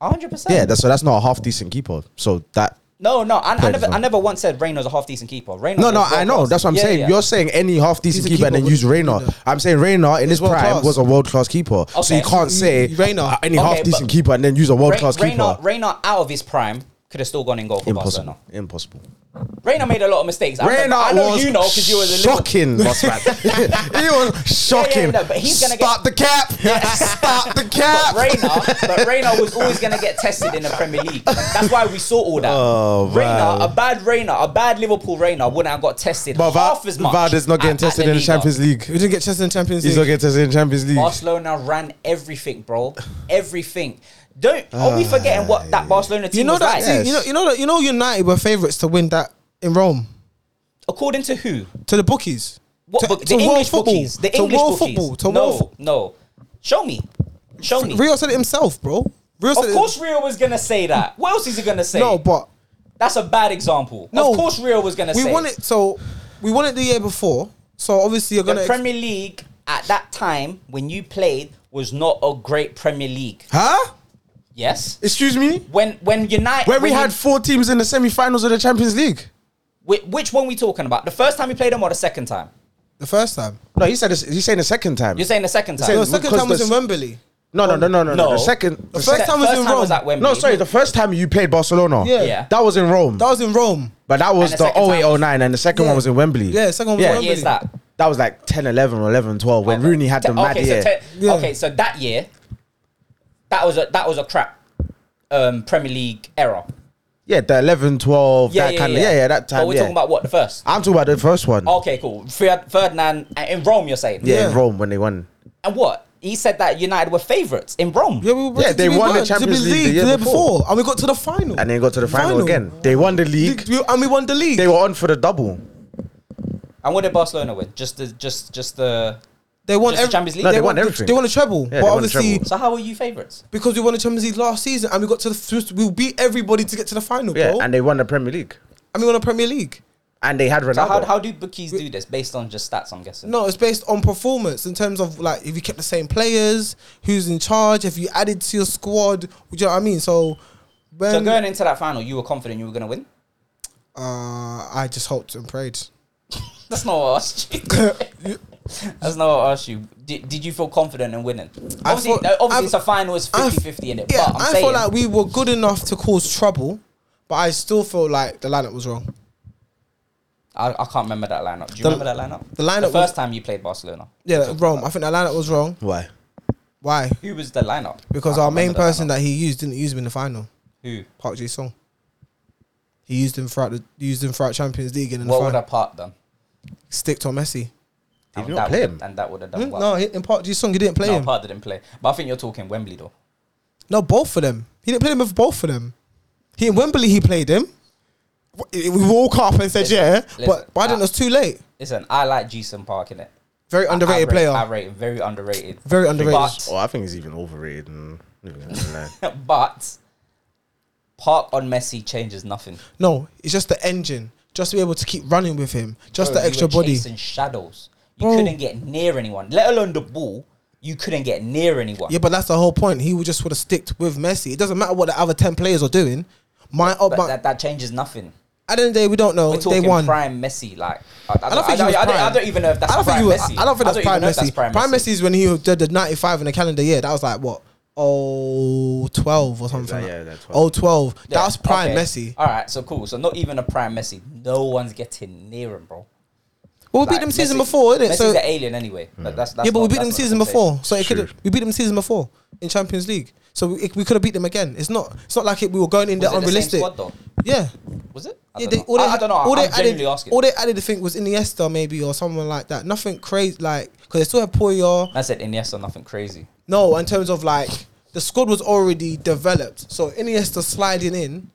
A: 100. percent
B: Yeah, that's, so that's not a half decent keeper. So that.
A: No, no, I, I
B: Players
A: never,
B: as well.
A: I never once said Reino's a half decent keeper. Reino
B: No, no, I know. That's what I'm saying. You're saying any half decent
C: He's a
B: keeper, and then
C: keeper,
B: use
C: but-
B: Reina.
C: Yeah.
B: I'm saying Reina in his
C: world
B: prime
C: class.
B: was a world class keeper. So
A: Okay.
B: you can't say
C: Reina.
B: uh, any
A: Okay,
B: half decent
A: but-
B: keeper and then use a world class keeper.
A: Reino, Reino out of his prime could have still gone in goal for
B: Impossible. Impossible.
A: Barcelona. Reino made a lot of mistakes. I
B: Reina
A: know- I know
B: was
A: you know because you were a Liverpool.
B: shocking, boss man. he was shocking.
A: no, but he's gonna get-
B: Stop the cap. Stop the
A: But
B: cap.
A: Reina, but Reina was always going to get tested in the Premier League. That's why we saw all that.
B: Oh,
A: Reina,
B: man.
A: a bad Reina, a bad Liverpool Reina wouldn't have got tested
B: But Val-
A: half as much.
B: Valde's not getting
A: at- at
B: tested in the
A: Liga.
B: Champions League.
C: we didn't get Chelsea in Champions
B: He's not
C: League.
B: getting tested in the Champions League.
A: Barcelona ran everything, bro. Everything. Don't are we
B: Ah,
A: forgetting what that Barcelona team
C: You know
A: was
C: that.
A: like?
C: You know. You know that. You know United were favourites to win that in Rome
A: According to who?
C: to the bookies.
A: What
C: to,
A: book?
C: to
A: The
C: world
A: English
C: football.
A: bookies. The
C: to
A: English
C: world
A: bookies.
C: football. To
A: no,
C: world. fo-
A: no. Show me. Show me.
C: Rio said it himself, bro. Rio said
A: Of course, Rio was gonna say that. What else is he gonna say?
C: It, no, but
A: that's a bad example.
C: No.
A: of course, Rio was gonna
C: we
A: say.
C: won it. So we won it the year before. So obviously you're
A: The
C: gonna. ex-
A: Premier League at that time when you played was not a great Premier League.
B: Huh?
A: Yes.
B: Excuse me?
A: When when United
B: When we
A: you-
B: had four teams in the semi-finals of the Champions League.
A: whi- which one we talking about? The first time you played them or the second time?
C: the first time.
B: No, he said this, he's saying the second time.
A: You're saying the second time.
C: The
B: Because
C: second time was
B: the-
C: in Wembley.
B: no, no, no, no, no, no.
A: No.
B: The second.
C: The
A: Se-
C: first time was in Rome.
A: at Wembley.
B: no, sorry. The first time you played Barcelona,
C: Yeah.
A: Yeah.
B: that was in Rome.
C: That was in Rome.
B: but that was
A: And
B: the
A: the second time
B: 0809, and the second
C: Yeah.
B: one was in Wembley.
C: Yeah, second one was
A: What
C: Wembley.
A: year is that?
B: That was like 10, 11, or 11, 12 when
A: Okay.
B: Rooney had
A: Oh,
B: the
A: Te-
B: mad
A: okay,
B: year.
A: So te-
C: Yeah.
A: Okay, so that year, that was a that was a crap um, Premier League era.
B: yeah, the 11, 12,
A: Yeah,
B: that
A: yeah,
B: kind
A: yeah.
B: of. Yeah, yeah, that time.
A: But we're
B: yeah.
A: talking about Oh, what the first.
B: I'm talking about the first one.
A: Okay, cool. Fer- Ferdinand uh, in Rome, you're saying.
B: yeah, in
C: Yeah.
B: Rome when they won.
A: And what he said that United were favourites in Rome.
C: Yeah, we were
B: Yeah, they
C: we
B: won the
C: to
B: Champions League the year before.
C: and we got to the final.
B: And then got to the final, again. They won the league.
C: League- we- and we won the league.
B: They were on for the double.
A: And what did Barcelona win? Just the just just the.
C: They won
A: Just the
C: every-
A: Champions League?
B: No, they
C: They
B: won
C: won the-
B: everything.
C: They won the treble,
B: they
C: but
B: won the
C: obviously
B: treble.
A: So how were you favourites?
C: because we won the Champions League last season and we got to the first, we beat everybody to get to the final,
B: Yeah,
C: bro.
B: and
C: And,
B: they won the Premier League.
C: we won the Premier League.
B: And they had Ronaldo.
A: So how, how do bookies do this based on just stats? I'm guessing.
C: No, it's based on performance in terms of like if you kept the same players, who's in charge, if you added to your squad. Do you know what I mean? So when
A: So going into that final, you were confident you were going to win.
C: uh, I just hoped and prayed.
A: That's not what I asked you. That's not what I asked you. Did, did you feel confident in winning?
C: I
A: Obviously,
C: thought-
A: uh, obviously
C: I-
A: it's a final, it's
C: I-
A: 50 50 in it.
C: Yeah,
A: but I'm
C: I
A: saying,
C: felt like we were good enough to cause trouble, but I still feel like the lineup was wrong.
A: I, I can't remember that lineup. Do you
C: The-
A: remember that lineup?
C: the lineup
A: The
C: was-
A: first time you played Barcelona.
C: Yeah, wrong. I think the lineup was wrong.
B: Why?
C: Why?
A: Who was the lineup?
C: Because
A: I
C: our
A: can't
C: main
A: remember the
C: person
A: lineup.
C: that he used didn't use him in the final.
A: Who?
C: Park Ji Sung. He used him throughout the used him throughout Champions League and in the
A: What would
C: final.
A: have part done?
C: Stick to Messi.
B: He
A: And
B: did
A: that
B: not play
A: would-
B: him.
A: And that would have done
C: Hmm?
A: well.
C: No, he- in Park Ji Sung he didn't play
A: No,
C: him.
A: part didn't play. But I think you're talking Wembley though.
C: No, both of them. He didn't play him with both of them. He in Wembley he played him.
E: We woke up and said,
A: Listen,
E: yeah.
A: listen,
C: But but I think it was too late.
A: Listen, I like Jason Park in it.
C: Very underrated player.
A: I rate him very underrated.
C: Very underrated.
A: But
B: Oh, I think he's even overrated. And,
A: but Park on Messi changes nothing.
C: no, it's just the engine. Just to be able to keep running with him. Just
A: Bro,
C: the
A: Oh, you
C: extra
A: were
C: body.
A: chasing shadows. You couldn't get near anyone, let alone the ball. You couldn't get near anyone.
C: Yeah, but that's the whole point. He would just would have sticked with Messi. It doesn't matter what the other ten players are doing. My, oh,
A: but
C: but
A: that, that changes nothing.
C: at the end of the day, we don't know.
A: We're
C: They
A: talking
C: won.
A: prime Messi. Like I, I,
C: don't
A: don't, I,
C: think he was
A: don't, I, don't,
C: prime.
A: I don't even know if that's
C: I don't think
A: prime
C: he was,
A: Messi.
C: I don't think that's
A: even
C: prime
A: know if
C: Messi. prime, Messi is when he did the ninety five in the calendar year. That was like what oh twelve or something.
B: yeah, that 12.
C: Oh twelve.
A: Yeah,
C: That was prime
A: okay. Uh,
C: Messi.
A: All right, so cool. So not even a prime Messi. No one's getting near him, bro.
C: Well, we
A: Like,
C: beat them season
A: Messi-
C: before, didn't it?
A: Messi's
C: So
A: an alien anyway. That- that's, that's
C: yeah, but we
A: not-
C: beat them
A: that's not
C: season
A: a conversation.
C: before. So it could we beat them season before in Champions League. So we, we could have beat them again. It's not it's not like it, we were going in
A: Was
C: there
A: it the same
C: unrealistic.
A: squad though?
C: yeah.
A: Was it? I,
C: Yeah,
A: don't,
C: they,
A: know.
C: all they,
A: I, I don't know.
C: All
A: I'm
C: they added,
A: genuinely asking.
C: all they added, I think, was Iniesta maybe or someone like that. Nothing crazy, like because they still had Poyar.
A: I said Iniesta, nothing crazy.
C: No, in terms of like the squad was already developed, so Iniesta sliding in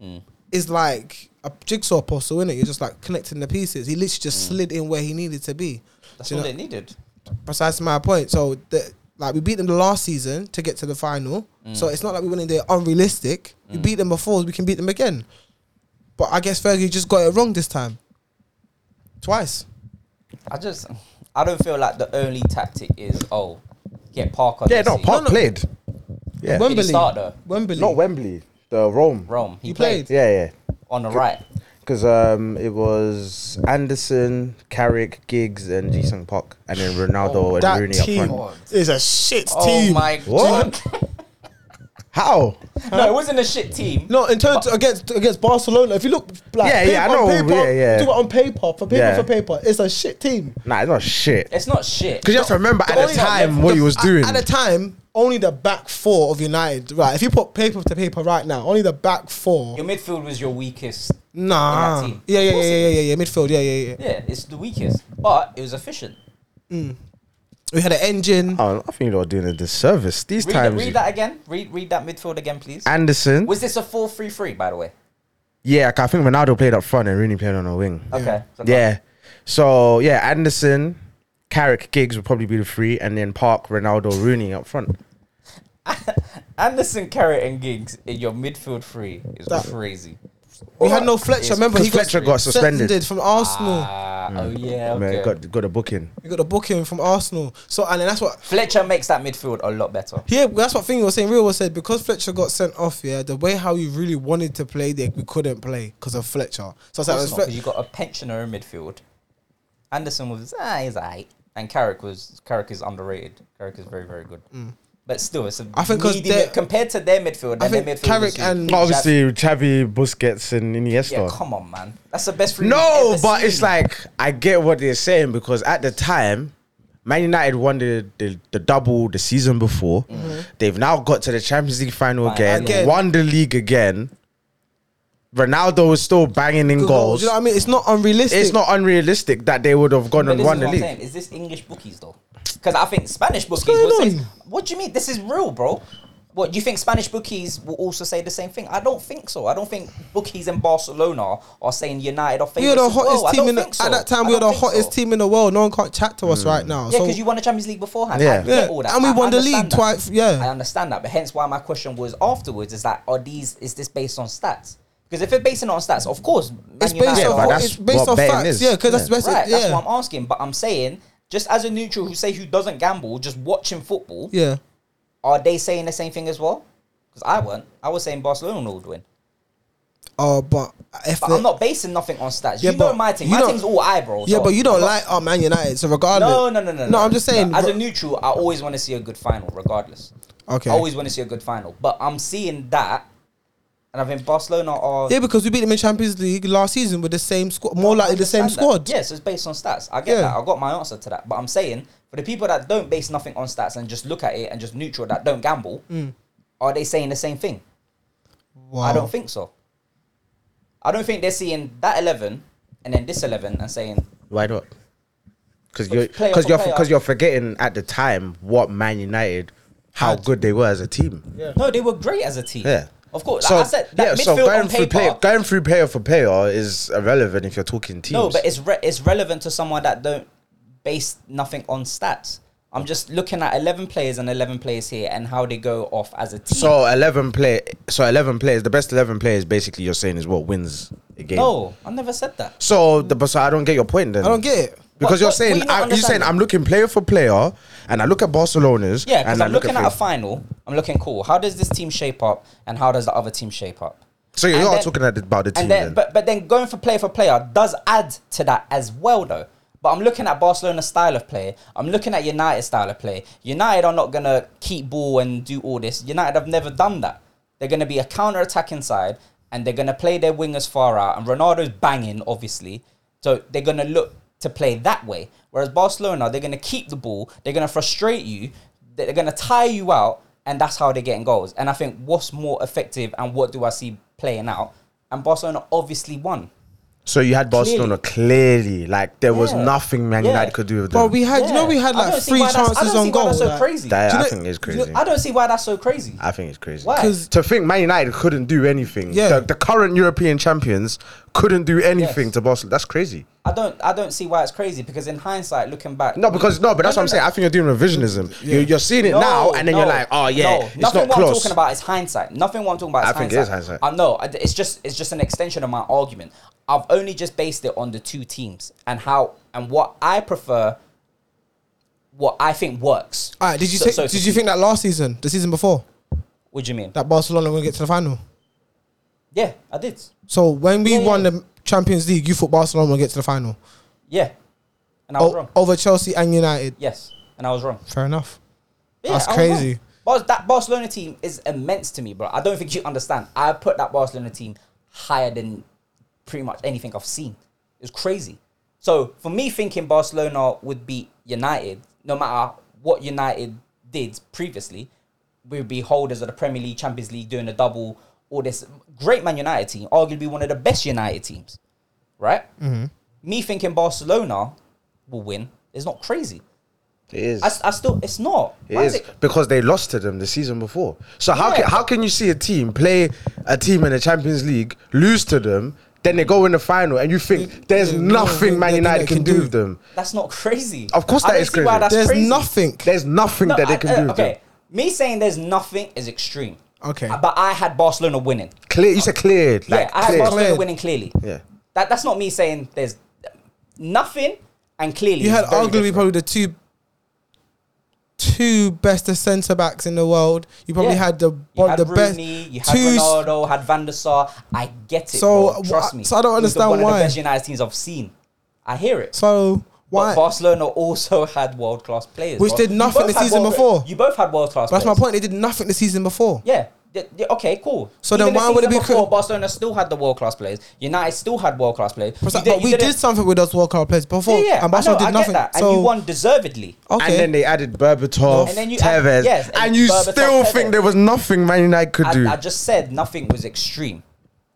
A: Mm.
C: is like a jigsaw puzzle, isn't it? You're just like connecting the pieces. He literally just slid in where he needed to be.
A: Mm. That's
C: Do you
A: all
C: know-
A: they needed.
C: Besides my point. So the, like we beat them the last season to get to the final.
A: Mm.
C: So it's not like we went in there unrealistic. We beat them before, we can beat them again. But I guess Fergie just got it wrong this time. Twice.
A: I just, I don't feel like the only tactic is oh, get Parker.
B: Yeah,
A: Messi.
B: no, Park
C: no.
B: played. Yeah,
A: Did he start though?
C: Wembley.
B: not Wembley, the Rome.
A: Rome. He,
C: He
A: played,
C: played.
B: Yeah, yeah.
A: on the right.
B: Because um, it was Anderson, Carrick, Giggs, and Jason Park, and then Ronaldo and
E: that
B: Rooney
E: team
B: up front.
E: is a shit
A: Oh
E: team.
A: my
B: What?
A: god!
B: How?
A: no, it wasn't a shit team.
C: No, in terms against against Barcelona, if you look like
B: Yeah,
C: paper
B: yeah, I
C: on
B: know,
C: paper,
B: yeah, yeah.
C: talk about on paper for paper
B: Yeah.
C: for paper, it's a shit team.
B: Nah, it's not shit.
A: It's not shit.
D: Because you have to remember at the
A: only-
D: time what he was
C: At-
D: doing.
C: at the time. Only the back four of United, right? If you put paper to paper right now, only the back four.
A: Your midfield was your weakest.
C: Nah,
A: in that team.
C: yeah, yeah, yeah, yeah, yeah, yeah, midfield, yeah, yeah, yeah.
A: Yeah, it's the weakest, but it was efficient.
C: We had an engine.
B: Oh, I think you're doing a disservice these
A: Read,
B: times.
A: read that again. Read read that midfield again, please.
B: Anderson.
A: was this a 4-3-3, by the way?
B: Yeah, I think Ronaldo played up front and Rooney played on the wing.
A: Okay. so-
B: Yeah. So yeah, Anderson, Carrick, Giggs would probably be the three, and then Park, Ronaldo, Rooney up front.
A: Anderson, Carrot, and Giggs in your midfield three is
C: That-
A: crazy.
C: we had no Fletcher.
A: It's-
C: Remember, he got
B: Fletcher got suspended.
C: from Arsenal.
A: Ah, oh yeah.
B: Mm. Man,
A: Okay.
B: got got a booking.
C: We got a booking from Arsenal. So and then that's what
A: Fletcher makes that midfield a lot better.
C: Yeah, that's what thing you were saying. Real was said because Fletcher got sent off. Yeah, the way how he really wanted to play, there we couldn't play because of Fletcher. So it's like, it's
A: Because
C: Fletcher.
A: you got a pensioner in midfield. Anderson was ah, he's alright, and Carrick was Carrick is underrated. Carrick is very very good. But still, it's a
C: Mm. I think 'cause
A: needy
C: they're-
A: mid- compared to their midfield.
C: I
A: and their
C: think
A: midfield was
C: Carrick
A: weak.
C: and-
B: Obviously, Xavi, Busquets, and Iniesta.
A: yeah, come on, man, that's the best. three we've
B: No,
A: ever
B: but
A: seen.
B: it's like I get what they're saying because at the time, Man United won the, the, the double the season before. They've now got to the Champions League final
A: Mm-hmm. Right,
B: again,
C: again.
B: won the league again. Ronaldo is still banging in
C: Good goal.
B: goals.
C: Do you know what I mean? It's not unrealistic.
B: It's not unrealistic that they would have gone
A: But
B: and
A: this
B: won
A: is
B: the
A: what I'm
B: league.
A: saying. Is this English bookies though? Because I think Spanish bookies.
C: going
A: Will say,
C: on?
A: what do you mean? This is real, bro. What do you think? Spanish bookies will also say the same thing. I don't think so. I don't think bookies in Barcelona are saying United are
C: We
A: favourites.
C: were the
A: as well.
C: hottest
A: I
C: team
A: don't
C: in the,
A: think so.
C: at that time.
A: I
C: We were
A: don't think
C: the
A: so. Mm.
C: hottest team in the world. No one can't chat to us right now.
A: Yeah,
C: so
A: because you won the Champions League beforehand.
B: Yeah.
A: I get
C: Yeah,
A: all that.
C: and we
A: I
C: won the
A: understand
C: league
A: that.
C: twice, yeah.
A: I understand that, but hence why my question was afterwards is that are these is this based on stats? Because if it's based on stats, of course, Man
C: it's
A: United
C: based
A: are
B: but
C: on
A: hot.
B: that's
C: it's based
B: what
C: on
B: betting
C: facts.
B: is.
C: Yeah, because that's
B: Yeah.
C: that's
A: right.
C: it.
A: That's
C: Yeah,
A: what I'm asking. But I'm saying, just as a neutral who say who doesn't gamble, just watching football,
C: yeah.
A: are they saying the same thing as well? Because I weren't. I was saying Barcelona would win.
C: Oh, but if
A: But
C: they-
A: I'm not basing nothing on stats.
C: Yeah,
A: you know
C: but
A: my team.
C: you
A: My
C: don't-
A: team's all eyebrows.
C: Yeah,
A: so
C: but you don't
A: I'm not-
C: like our Man United. So regardless,
A: No, no, no, no.
C: No, I'm just saying.
A: as a
C: re-
A: neutral, I always want to see a good final, regardless.
C: Okay.
A: I always want to see a good final, but I'm seeing that, and I think Barcelona are
C: yeah, because we beat them in Champions League last season with the same squad, more likely the same
A: understand that.
C: squad.
A: Yes, it's based on stats. I get
C: Yeah.
A: that. I got my answer to that. But I'm saying for the people that don't base nothing on stats and just look at it and just neutral that don't gamble, are they saying the same thing? I
C: Mm. Wow.
A: don't think so. I don't think they're seeing that eleven and then this eleven and saying
B: Why not? Because you're
A: player
B: because
A: for
B: you're
A: player.
B: because you're forgetting at the time what Man United how good they were as a team. Yeah.
A: no, they were great as a team.
B: Yeah.
A: of course. Like I said that midfield on
B: through
A: paper.
B: player, going through player for player is irrelevant if you're talking teams.
A: No, but it's re- it's relevant to someone that don't base nothing on stats. I'm just looking at eleven players and eleven players here and how they go off as a team.
B: So eleven play. So eleven players. The best eleven players. Basically, you're saying is what wins a game.
A: no, I never said that.
B: So the but so I don't get your point then.
C: I don't get it.
A: But-
B: Because you're
A: but
B: saying
A: we not
B: I, you're saying
A: understanding.
B: I'm looking player for player, and I look at Barcelona's,
A: Yeah, because
B: and I
A: I'm
B: look
A: looking at
B: at.
A: a
B: Fran-
A: final. I'm looking cool. How does this team shape up, and how does the other team shape up?
B: so you
A: and
B: are
A: then-
B: talking at- about the team.
A: And then,
B: then.
A: but but then going for player for player does add to that as well, though. But I'm looking at Barcelona's style of play. I'm looking at United style of play. United are not gonna keep ball and do all this. United have never done that. They're gonna be a counter attacking side, and they're gonna play their wingers far out. And Ronaldo's banging, obviously. So they're gonna look to play that way. Whereas Barcelona, they're gonna keep the ball. They're gonna frustrate you. They're gonna tire you out, and that's how they're getting goals. And I think what's more effective, and what do I see playing out? and Barcelona obviously won.
B: so you had Barcelona clearly, like there was
A: Yeah.
B: nothing Man
A: Yeah.
B: United could do with them.
C: Bro, we had, you know,
A: Yeah.
C: we had
A: I
C: like
A: don't see
C: three
A: why that's- I
C: chances
A: don't see
C: on
A: why
C: goal.
A: That's so
C: like-
A: crazy.
B: that,
C: Do you
B: I
C: know-
B: think is
A: Do
B: crazy.
A: you know- I don't see why that's so crazy.
B: I think it's crazy.
A: Why?
C: 'Cause-
B: To think Man United couldn't do anything.
C: Yeah.
B: The, the current European champions couldn't do anything
A: Yes.
B: to Barcelona. That's crazy.
A: I don't. I don't see why it's crazy because in hindsight, looking back,
B: No, because no, but that's what I'm saying. I think you're doing revisionism. You're, you're seeing it
A: No,
B: now, and then
A: no,
B: you're like, oh yeah,
A: no.
B: it's
A: Nothing
B: not
A: what
B: close.
A: I'm talking about is hindsight. Nothing what I'm talking about. Is
B: I think it
A: hindsight.
B: is hindsight.
A: I know. I- It's just it's just an extension of my argument. I've only just based it on the two teams and how and what I prefer. What I think works.
C: All right, did you
A: So-
C: take,
A: so to
C: did you
A: speak.
C: think that last season, the season before,
A: What do you mean?
C: that Barcelona were going to get to the final?
A: Yeah, I did.
C: So when we
A: Yeah, yeah.
C: won the Champions League, you thought Barcelona would get to the final
A: Yeah, and I was
C: o-
A: wrong.
C: Oh, over Chelsea and United.
A: Yes, and I was wrong.
C: Fair enough.
A: Yeah,
C: That's
A: I was
C: crazy.
A: wrong. Bar- that Barcelona team is immense to me, bro. I don't think you understand. I put that Barcelona team higher than pretty much anything I've seen. It's crazy. So for me, thinking Barcelona would beat United, no matter what United did previously, we'd be holders of the Premier League, Champions League, doing a double. All this great Man United team, arguably one of the best United teams, right?
C: Mm-hmm.
A: Me thinking Barcelona will win is not crazy.
B: It is.
A: I, s- I still, it's not.
B: It
A: Why
B: is because they lost to them the season before. So how
A: Yeah.
B: can how can you see a team play a team in the Champions League, lose to them, then they go in the final, and you think there's
C: there's
B: nothing
C: nothing
B: Man
C: that
B: United can do with them?
A: That's not crazy.
B: Of course
A: I
B: that
A: don't
B: is
A: see why
B: crazy.
A: that's
C: There's
A: crazy.
C: nothing.
B: There's nothing
A: No,
B: that they
A: I-
B: can
A: uh,
B: do with
A: okay.
B: them.
A: Me saying there's nothing is extreme.
C: Okay.
A: Uh, But I had Barcelona winning.
B: Clear, you said cleared, like
A: yeah, I had
B: cleared.
A: Barcelona
C: Cleared.
A: winning clearly.
B: Yeah.
A: That that's not me saying there's nothing and clearly.
C: You
A: is
C: had
A: very
C: arguably
A: different.
C: probably the two two best centre backs in the world. You probably
A: Yeah.
C: had the
A: You
C: one
A: had
C: the best
A: Rooney, you had
C: two s-
A: Ronaldo, had Van der Sar. I get it.
C: So,
A: bro. trust
C: wh-
A: me.
C: so I don't
A: He was the-
C: understand
A: one of
C: why.
A: the best United teams I've seen. I hear it.
C: So why?
A: But Barcelona also had world class players,
C: Which
A: bro.
C: did
A: You
C: nothing
A: both
C: the
A: had
C: season
A: world-
C: before.
A: You both had world class.
C: that's my
A: players.
C: point. They did nothing the season before.
A: Yeah. Yeah, yeah, Okay. Cool.
C: So then
A: the
C: why would it
A: season
C: be cri-
A: before, Barcelona still had the world class players? United still had world class players.
C: But,
A: You
C: but
A: did- you
C: we
A: didn't-
C: did something with those World Cup players before,
A: Yeah, yeah.
C: and
A: I
C: Barcelona
A: know, I
C: did
A: get
C: nothing.
A: that.
C: So Oh,
A: and you won deservedly.
C: okay,
B: And then they added Berbatov,
A: And then you add-
B: Tevez,
A: yes,
B: and,
A: and
B: you
A: Berbatov,
B: still
A: Tevez.
B: think there was nothing Man United could do.
A: I, I just said nothing was extreme.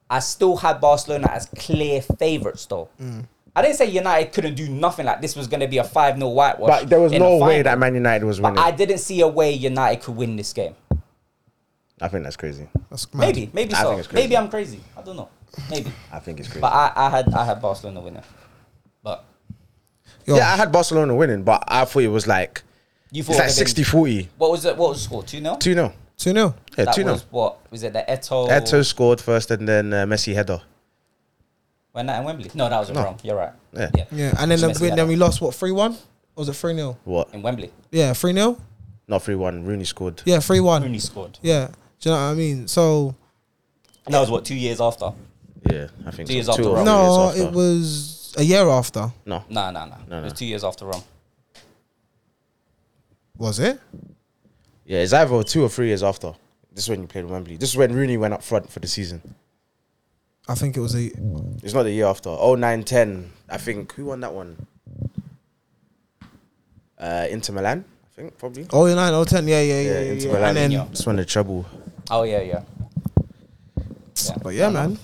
A: I still had Barcelona as clear favourites, though.
C: Mm.
A: I didn't say United couldn't do nothing. Like this was going to be a five 0 whitewash.
B: but there was
A: in the
B: no way
A: final.
B: that Man United was
A: But
B: winning.
A: I
B: I,
A: didn't see a way United could win this game.
B: think that's crazy.
C: that's mad.
A: Maybe, maybe
B: I
A: so.
B: think it's crazy.
A: Maybe I'm crazy. I don't know. Maybe.
B: I think it's crazy.
A: But I, I had I had Barcelona winning. But
C: Yo,
B: yeah, I had Barcelona winning, but I thought it was like
A: you thought
B: it's
A: it
B: like
A: would've been-
B: 60 40.
A: What was it? What was the score? Two 0
B: 2 0.
C: two 0
B: Yeah,
A: That
B: 2 0.
A: was what was it? The Eto.
B: Eto scored first and then uh, Messi header.
A: When that in Wembley? No, that was
B: No.
A: wrong. You're right.
B: Yeah.
C: Yeah, and then
A: It's
C: the,
A: messy, yeah.
C: then we lost what three one? Or was it three 0
B: What?
A: in Wembley.
C: Yeah, three 0
B: Not 3 1. Rooney scored.
C: Yeah, three one.
A: Rooney scored.
C: Yeah, do you know what I mean? So
A: And that was what two years after.
B: Yeah, I think
A: Two years
B: so.
A: after
B: Two or
A: Rome.
B: three
C: no,
B: years
C: it
B: after.
C: was a year after.
B: No.
A: No, no, no.
B: No,
A: It was
B: no.
A: two years after Rome.
C: Was it?
B: Yeah, it's either two or three years after. This is when you played Wembley. This is when Rooney went up front for the season.
C: I think it was a.
B: It's not the year after. Oh nine ten. I think. Who won that one? Uh, Inter Milan, I think, probably.
C: Oh nine, oh ten. Yeah, yeah, yeah, yeah.
B: Inter
C: yeah.
B: Milan.
C: And then,
A: Yeah.
B: It's when the treble.
A: Oh yeah, yeah. Yeah.
C: but yeah, man,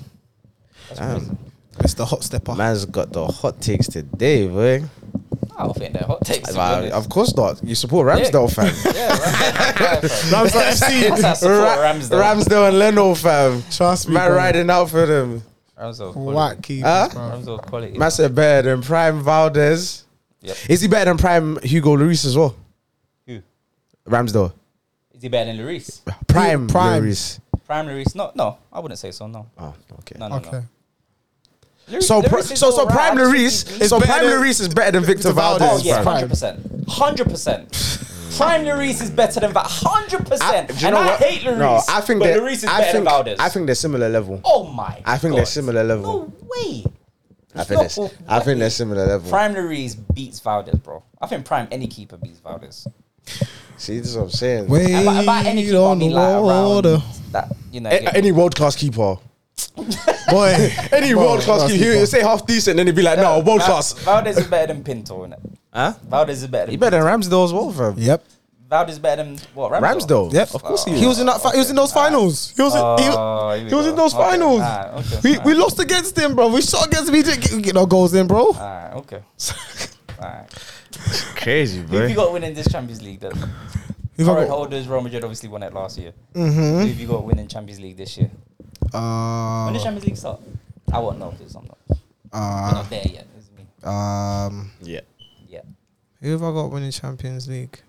A: That's
B: Damn.
A: crazy.
C: it's the hot stepper.
B: Man's got the hot takes today, boy.
A: Oh, I don't think they're hot takes. to be
B: Wow,
A: honest.
B: of course not. You support Ramsdale, fam.
A: yeah, right.
B: Ramsdale FC.
A: That's our support, Ramsdale.
B: Ramsdale and Leno, fam.
C: Trust me,
B: Man
C: bro.
B: riding out for them.
A: Ramsdale quality.
C: Whack keepers,
B: Huh?
C: bro.
A: Ramsdale quality.
B: Man said better than Prime Valdez.
A: Yep.
B: Is he better than Prime Hugo Lloris as well?
A: Who?
B: Ramsdale.
A: Is he better than Lloris?
B: Prime
C: Prime.
B: Lloris.
A: Prime Lloris? No, no. I wouldn't say so. No.
B: Oh, okay.
A: No, no,
C: Okay.
A: no.
E: So,
A: Lloris
E: pri-
A: is
E: so, so
A: alright.
E: Prime Lloris,
D: It's
E: so
D: better
E: Prime
D: than-
E: Lloris is better than Victor
D: Victor Valdes,
E: Valdez.
D: Yes,
A: Oh yeah,
D: fam.
A: hundred percent, hundred percent. Prime Lloris is better than that, hundred percent.
B: do
A: And
B: you know
A: I
B: what?
A: hate Lloris.
B: No, I think
A: but
B: they're-
A: Lloris is
B: I
A: better
B: think,
A: than Valdez.
B: I think they're similar level.
A: Oh my!
B: I think
A: God.
B: they're similar level.
A: No way.
B: I think
A: No
B: they're, I think they're similar level.
A: Prime Lloris beats Valdez, bro. I think Prime any keeper beats Valdez.
B: See, this is what I'm saying.
A: And by, by any keeper, I mean like around that. You
B: Eh,
A: know,
D: A- any world class keeper.
E: Boy,
D: Any world class
E: class
D: keeper.
E: keeper.
D: You say half decent, then he'd be like, no, world
A: Val-
D: class.
A: Valdez is better than Pinto, innit?
B: Huh?
A: Valdez is better. Than
B: You better than Ramsdale as well, fam.
C: Yep.
A: Valdez is better than what? Ramsdale.
B: Ramsdale.
C: Yep.
B: Of course he
C: He was in that. Fi- he was in those finals. He was. in, he,
A: Oh, here we
C: he was
A: go.
C: in those
A: Okay,
C: finals.
A: alright, okay,
C: we, we
A: alright.
C: lost against him, bro. We shot against him. He didn't get, get no goals in, bro.
A: Alright, okay. Alright.
B: Crazy,
A: Who
B: bro.
A: have you got winning this Champions League then?
C: Who've I
A: Current
C: got? Mm-hmm.
A: holders, Real Madrid obviously won it last year. Who have you got winning Champions League this year? When does
C: Uh,
A: Champions League start? I won't know because I'm not, I'm
C: uh,
A: not there yet. It's me.
C: um,
B: Yeah.
A: Yeah.
C: who have I got winning Champions League?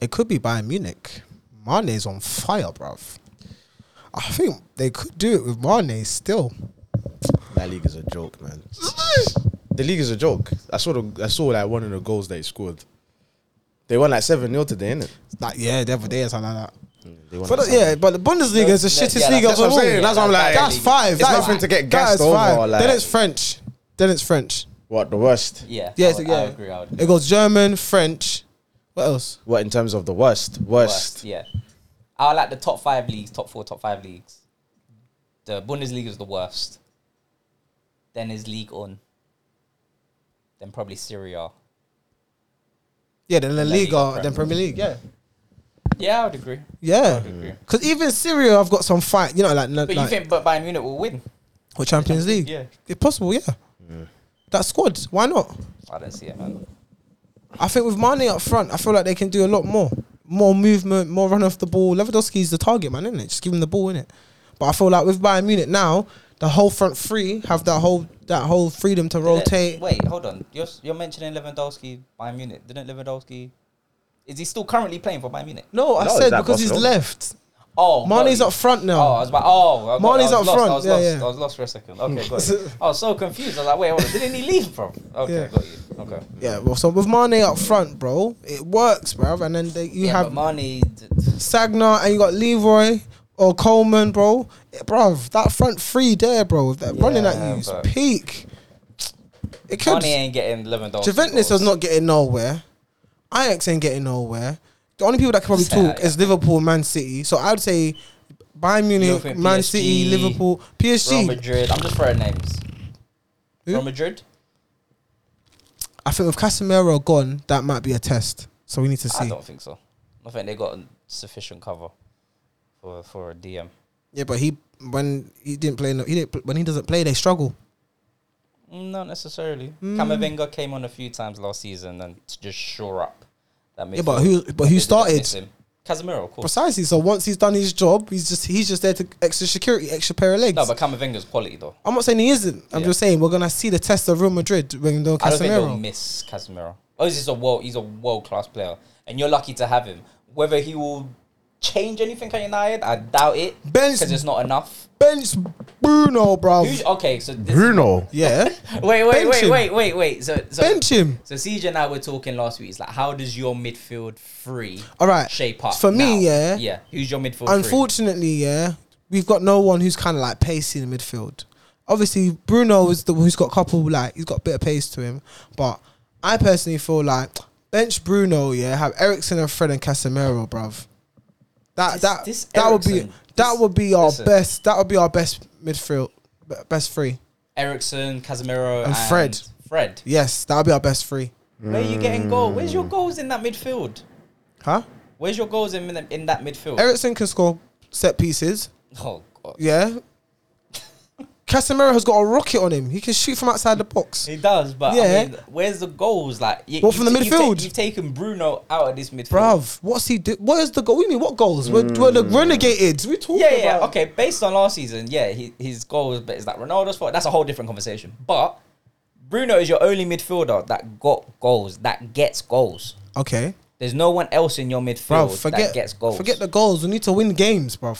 C: It could be Bayern Munich. Mane's on fire, bruv. I think they could do it with Mane still.
B: That league is a joke, man.
D: The league is a joke. I saw the, I saw like one of the goals they scored. They won like seven 0 today, innit?
C: Like yeah, the other day or something like that.
B: They won
C: But
B: that
C: the- yeah, but the Bundesliga is the
A: Yeah,
C: shittest
A: yeah,
C: league
A: that's
C: of
D: what I'm
C: all.
D: saying. That's what I'm
A: Yeah,
D: like.
C: That's
A: league.
C: five.
D: It's
C: that is-
D: nothing to get
C: that
D: gassed
C: is
D: over,
C: five.
D: like-
C: Then it's French. Then it's French.
D: What the worst?
A: Yeah.
C: Yeah,
A: I,
C: so
A: would-
C: yeah.
A: I agree. I would.
C: It goes German, French. What else?
D: What in terms of the worst? Worst.
A: Worst, yeah. I like the top five leagues, top four, top five leagues. The Bundesliga is the worst. Then is League On. Then probably Syria.
C: Yeah, then La
A: La Liga,
C: Liga,
A: Prem.
C: then Premier League. Yeah,
A: Yeah, I would agree.
C: yeah.
A: I would agree.
C: Because even Syria, I've got some fight. You know, like,
A: But you
C: like
A: think but Bayern Munich will win?
C: or Champions League.
A: Yeah.
C: it's possible. Yeah. that squad. Why not?
A: I don't see it, man.
C: I think with Mane up front, I feel like they can do a lot more. More movement, more run off the ball. Lewandowski's the target man, isn't it? Just give him the ball, innit? But I feel like with Bayern Munich now, the whole front three have that whole that whole freedom to rotate.
A: Wait, hold on. You're you're mentioning Lewandowski, Bayern Munich. Didn't Lewandowski? Is he still currently playing for Bayern Munich?
C: No, I
B: No,
C: said
B: is that
C: because he's
B: Barcelona?
C: left.
A: Oh,
C: Mane's
A: got
C: up front
A: you.
C: now.
A: Oh, I was about. Oh, I got-
C: Mane's
A: I was
C: up
A: lost,
C: front.
A: I was
C: Yeah,
A: lost.
C: yeah.
A: I was lost for a second. Okay, got you. I was so confused. I was like, wait, hold on. Didn't he leave from? Okay,
C: Yeah.
A: got you. Okay.
C: Yeah, well, so with Mane up front, bro, it works, bro. And then they, you
A: yeah,
C: have
A: but Mane. d-
C: Sagna and you got Leroy or Coleman, bro. Eh, Bruv, that front three there, bro, that running at
A: Yeah,
C: you is
A: but-
C: peak. It could.
A: Mane ain't getting Lewandowski.
C: Juventus
A: goals.
C: is not getting nowhere. Ajax ain't getting nowhere. The only people that can probably
A: Say
C: talk
A: Ajax.
C: is Liverpool, Man City. So I'd say Bayern Munich,
A: think
C: Man
A: PSG,
C: City, Liverpool,
A: Real
C: PSG.
A: Madrid. I'm just throwing names.
C: Who?
A: Real Madrid.
C: I think with Casemiro gone, that might be a test. So we need to
A: I
C: see.
A: don't think so. I think they got sufficient cover for for a DM.
C: Yeah, but he when he didn't play, no- he didn't, pl- when he doesn't play, they struggle.
A: Mm, Not necessarily.
C: Mm.
A: Camavinga came on a few times last season and t- just shore up that midfield.
C: Yeah, but who- but
A: They
C: who
A: didn't
C: started?
A: miss him. Casemiro, of course.
C: Precisely. So once he's done his job, he's just he's just there to extra security, extra pair of legs.
A: No, but Camavinga's quality though.
C: I'm not saying he isn't. I'm
A: Yeah.
C: just saying we're gonna see the test of Real Madrid when they're
A: I don't think they'll
C: Casemiro.
A: miss Casemiro. Oh, he's just a world. He's a world class player, and you're lucky to have him. Whether he will change anything at United, I doubt it
C: Ben's-
A: because it's not enough.
C: Bench Bruno, bro.
A: Who's- okay, so this,
D: Bruno.
C: Yeah,
A: wait, wait,
C: Bench
A: wait,
C: him.
A: wait, wait, wait. So, so
C: bench him.
A: So CJ and I were talking last week. It's like, how does your midfield three
C: All right.
A: shape up?
C: For me,
A: now?
C: yeah.
A: Yeah. Who's your midfield three?
C: Unfortunately, yeah, we've got no one who's kind of like pacey in the midfield. Obviously, Bruno is the one who's got a couple like he's got a bit of pace to him, but I personally feel like bench Bruno, yeah, have Ericsson and Fred and Casemiro, bruv. That
A: This-
C: that
A: this
C: that would be
A: Eriksen,
C: that
A: this-
C: would be our
A: listen.
C: best. That would be our best midfield, b- best three.
A: Ericsson, Casemiro,
C: And Fred.
A: Fred.
C: Yes, that would be our best three.
A: Where are you getting goal? Where's
C: Mm.
A: your goals in that midfield?
C: Huh?
A: Where's your goals in in that midfield?
C: Ericsson can score set pieces.
A: oh God.
C: Yeah. Casemiro has got a rocket on him. He can shoot from outside the box.
A: He does, but I
C: Yeah.
A: mean, where's the goals? Like, you,
C: Well, from
A: you've
C: the
A: ta- you've ta-
C: midfield.
A: you've taken Bruno out of this midfield.
C: Bruv, what's he do? What is the goal? What do you mean, what goals? We're, we're the renegades. We talking
A: Mm. Yeah, yeah,
C: about?
A: okay. Based on last season, yeah, he, his goal was but it's like Ronaldo's fault. That's a whole different conversation. But Bruno is your only midfielder that got goals, that gets goals.
C: Okay.
A: There's no one else in your midfield
C: Bruv, forget
A: that gets goals.
C: Forget the goals. We need to win games, bro.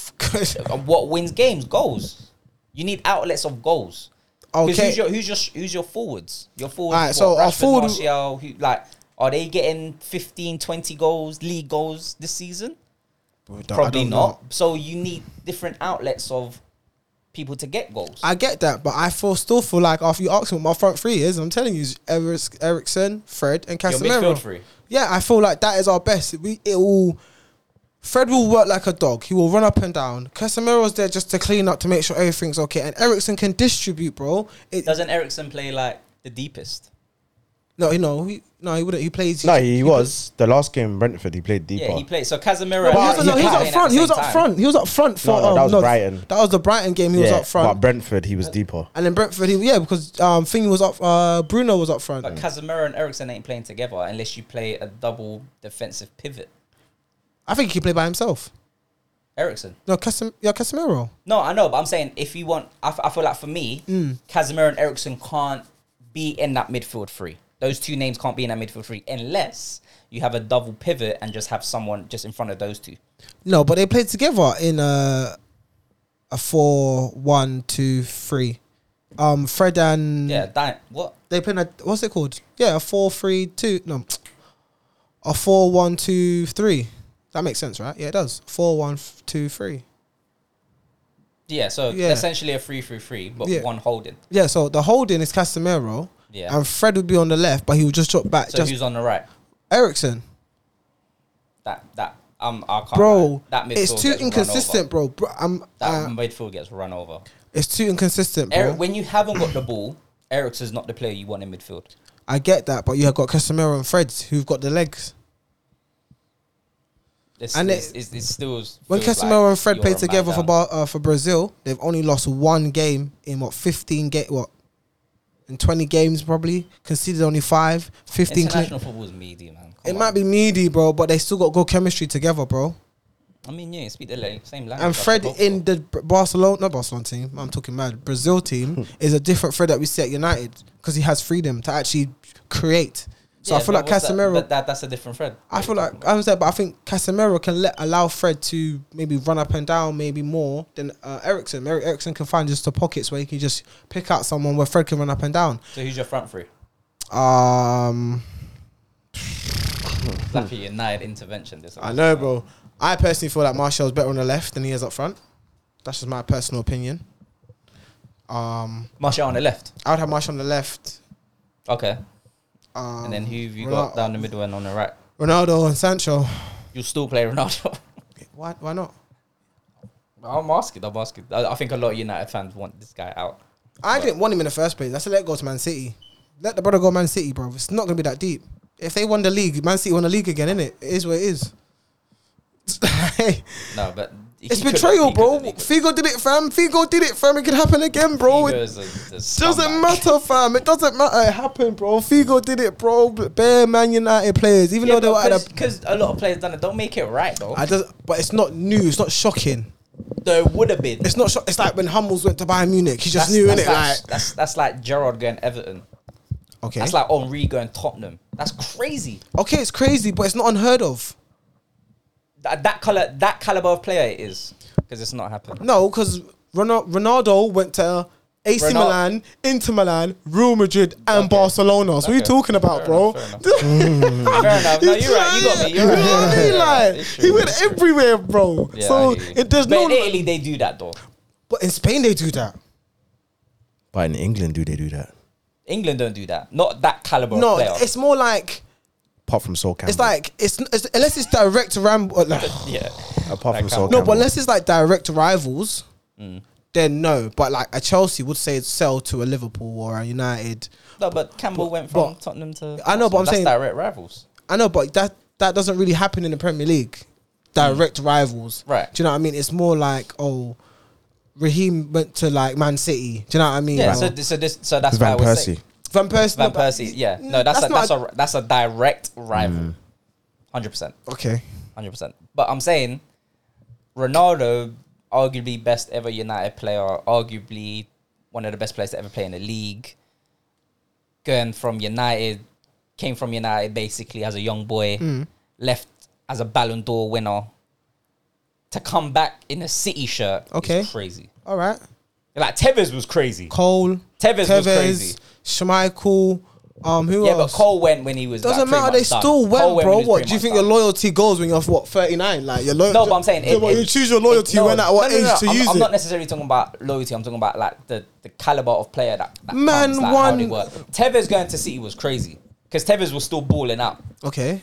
A: And what wins games? Goals. You need outlets of goals. 'Cause
C: okay.
A: Who's your who's your who's your forwards? Your forwards.
C: Alright,
A: what,
C: so our
A: Rashford,
C: forward-
A: Martial, who, like, are they getting 15, 20 goals, league goals this season? Probably not. So you need different outlets of people to get goals.
C: I get that, but I feel still feel like after you ask me what my front three is, I'm telling you, it's Eric- Ericsson, Fred, and
A: your
C: Casemiro.
A: midfield three.
C: Yeah, I feel like that is our best. We it will. Fred will work like a dog. He will run up and down. Casemiro's there just to clean up to make sure everything's okay. And Ericsson can distribute, bro. It,
A: Doesn't Ericsson play like the deepest?
C: no, you know, he, no, he wouldn't. He plays.
B: No, he was the last game Brentford. He played deeper.
A: Yeah, he plays. So Casemiro.
C: No, but
A: and
C: he wasn't- no, he
A: Lukaku
C: was up
A: playing
C: front.
A: at
C: He
A: the
C: was
A: same
C: up
A: time.
C: front. He was up front for
B: No, no, that
C: um,
B: was
C: no,
B: Brighton.
C: That was the Brighton game. He was
B: Yeah,
C: up front.
B: But Brentford, he was deeper.
C: and then Brentford, he, yeah, because um, thing was up. Uh, Bruno was up front.
A: But Casemiro and Ericsson ain't playing together unless you play a double defensive pivot.
C: I think he could play by himself.
A: Ericsson.
C: No, Casem- yeah, Casemiro.
A: No, I know, but I'm saying if you want, I, f- I feel like for me,
C: Mm.
A: Casemiro and Ericsson can't be in that midfield three. Those two names can't be in that midfield three unless you have a double pivot and just have someone just in front of those
C: Mm.
A: two.
C: No, but they played together in a a four, one, two, three. Um, Fred and
A: Yeah, that what?
C: they played a what's it called? Yeah, a four, three, two. No, a four, one, two, three. That makes sense, right? Yeah, it does. Four, one, f- two, three.
A: Yeah, so
C: Yeah.
A: essentially a three through three, but
C: Yeah.
A: one holding.
C: Yeah, so the holding is Casemiro.
A: Yeah.
C: And Fred would be on the left, but he would just drop back.
A: So
C: just
A: who's on the right?
C: Ericsson.
A: That that um, I can't.
C: Bro,
A: that midfield
C: it's too
A: gets run
C: inconsistent,
A: over.
C: bro. bro I'm,
A: That
C: uh,
A: midfield gets run over.
C: it's too inconsistent, bro.
A: Eric, when you haven't got the ball, Ericsson's not the player you want in midfield.
C: I get that, but you have got Casemiro and Fred who've got the legs.
A: It's,
C: And
A: it's,
C: it-
A: it's, it's still
C: When
A: feels
C: Casemiro
A: like
C: and Fred
A: you're
C: played
A: a man
C: together for
A: down.
C: Bar, uh, for Brazil, they've only lost one game in what fifteen get what in twenty games probably conceded only five. Fifteen. clean-
A: International football is meaty, man. Come
C: it
A: on.
C: might be meaty, bro, but they still got good chemistry together, bro.
A: I mean, yeah, speak the la- same language.
C: And
A: that's
C: Fred
A: the goal.
C: in the B- Barcelona, not Barcelona team. I'm talking mad. Brazil team is a different Fred that we see at United because he has freedom to actually create. So I
A: Yeah,
C: feel
A: but
C: like
A: what's that-
C: Casemiro.
A: That, that, that's a different Fred.
C: I feel like I was there, but I think Casemiro can let allow Fred to maybe run up and down maybe more than uh, Ericsson. Eric Ericsson can find just the pockets where he can just pick out someone where Fred can run up and down.
A: So who's your front three?
C: Um,
A: It's like a United intervention. This
C: Hmm. I know, bro. I personally feel like Martial's better on the left than he is up front. That's just my personal opinion. Um,
A: Martial on the left.
C: I would have Martial on the left.
A: Okay,
C: Um,
A: and then who have you
C: Ronaldo-
A: got down the middle and on the right?
C: Ronaldo and Sancho.
A: You'll still play Ronaldo.
C: Why? Why not?
A: I'm asking. I'm asking. I, I think a lot of United fans want this guy out.
C: I didn't want him in the first place. I said let go to Man City. Let the brother go Man City, bro. It's not gonna be that deep. If they won the league, Man City won the league again, innit? It is what it is.
A: No, but he
C: it's
A: could've-
C: betrayal,
A: he
C: bro.
A: could've- he could've-
C: Figo did it, fam. Figo did it, fam. It could happen again, bro. It
A: Figo's a- a
C: doesn't
A: scumbag.
C: matter, fam. It doesn't matter. It happened, bro. Figo did it, bro. Bare Man United players, even
A: Yeah,
C: though they were at a.
A: because a lot of players done it. Don't make it right though.
C: I just, but it's not new. It's not shocking.
A: there would have been.
C: It's not. Sho- it's like when Hummels went to Bayern Munich. He just knew,
A: that's,
C: innit? Like,
A: Like, that's that's like Gerard going Everton.
C: okay,
A: That's like Henri going Tottenham. That's crazy.
C: okay, it's crazy, but it's not unheard of.
A: That, that color, that caliber of player it is, because it's not happening.
C: No, because Ronaldo went to AC
A: Ronal-
C: Milan, Inter Milan, Real Madrid, and
A: Okay.
C: Barcelona. So what are you
A: Okay.
C: talking about,
A: Fair
C: bro?
A: enough, Fair enough. No, you're right. You got me. You're
C: You
A: right.
C: know what I
A: You're
C: mean?
A: right.
C: Like,
A: It's true,
C: he went
A: it's true.
C: everywhere, bro.
A: Yeah,
C: so
A: I hear you.
C: it does
A: but
C: no.
A: in Italy they do that though.
C: but in Spain they do that.
B: But in England, do they do that?
A: England don't do that. Not that caliber of
C: No,
A: player.
C: it's more like
B: Apart from Sol Campbell.
C: it's like it's, it's unless it's direct uh, ramble.
A: yeah.
B: apart from
A: That
B: Sol
A: can't-
C: No,
B: Campbell.
C: but unless it's like direct rivals,
A: Mm.
C: then no. But like a Chelsea would say sell to a Liverpool or a United.
A: No, but Campbell went from
C: but-
A: Tottenham to.
C: I know, but I'm
A: that's
C: saying-
A: direct rivals.
C: I know, but that that doesn't really happen in the Premier League. Direct rivals,
A: Mm. Right.
C: Do you know what I mean? It's more like oh, Raheem went to like Man City. Do you know what I mean?
A: Yeah.
C: Or
A: So, this- so this, so that's
B: Van
A: why I was saying
B: Persie.
C: Van Persie.
A: Van
C: no, but-
A: Persie. Yeah. No, that's a,
C: not
A: that's a that's a direct rival. Hundred percent.
C: okay.
A: hundred percent. But I'm saying Ronaldo, arguably best ever United player, arguably one of the best players to ever play in the league.
C: Mm.
A: Going from United, came from United basically as a young boy, left as a Ballon d'Or winner to come back in a City shirt. is
C: Okay.
A: crazy.
C: All right.
A: Like Tevez was crazy.
C: Cole,
A: Tevez, was
C: Tevez,
A: crazy.
C: Schmeichel, um, who
A: Yeah,
C: else?
A: but Cole went when he was. like,
C: Doesn't
A: pretty
C: matter.
A: much
C: They
A: done.
C: still
A: Cole
C: went,
A: when
C: bro.
A: he was
C: What
A: pretty
C: do you
A: much
C: think
A: done.
C: your loyalty goes when you're what 39? Like your loyalty.
A: No, but I'm saying
C: Yeah,
A: it-
C: but
A: it-
C: you choose your loyalty
A: it- no,
C: when at what
A: no, no,
C: age
A: no,
C: to
A: I'm,
C: use
A: I'm
C: it.
A: not necessarily talking about loyalty. I'm talking about like the, the caliber of player that, that
C: Man,
A: comes, like, how they
C: one-
A: work. Tevez going to City was crazy because Tevez was still balling out
C: okay,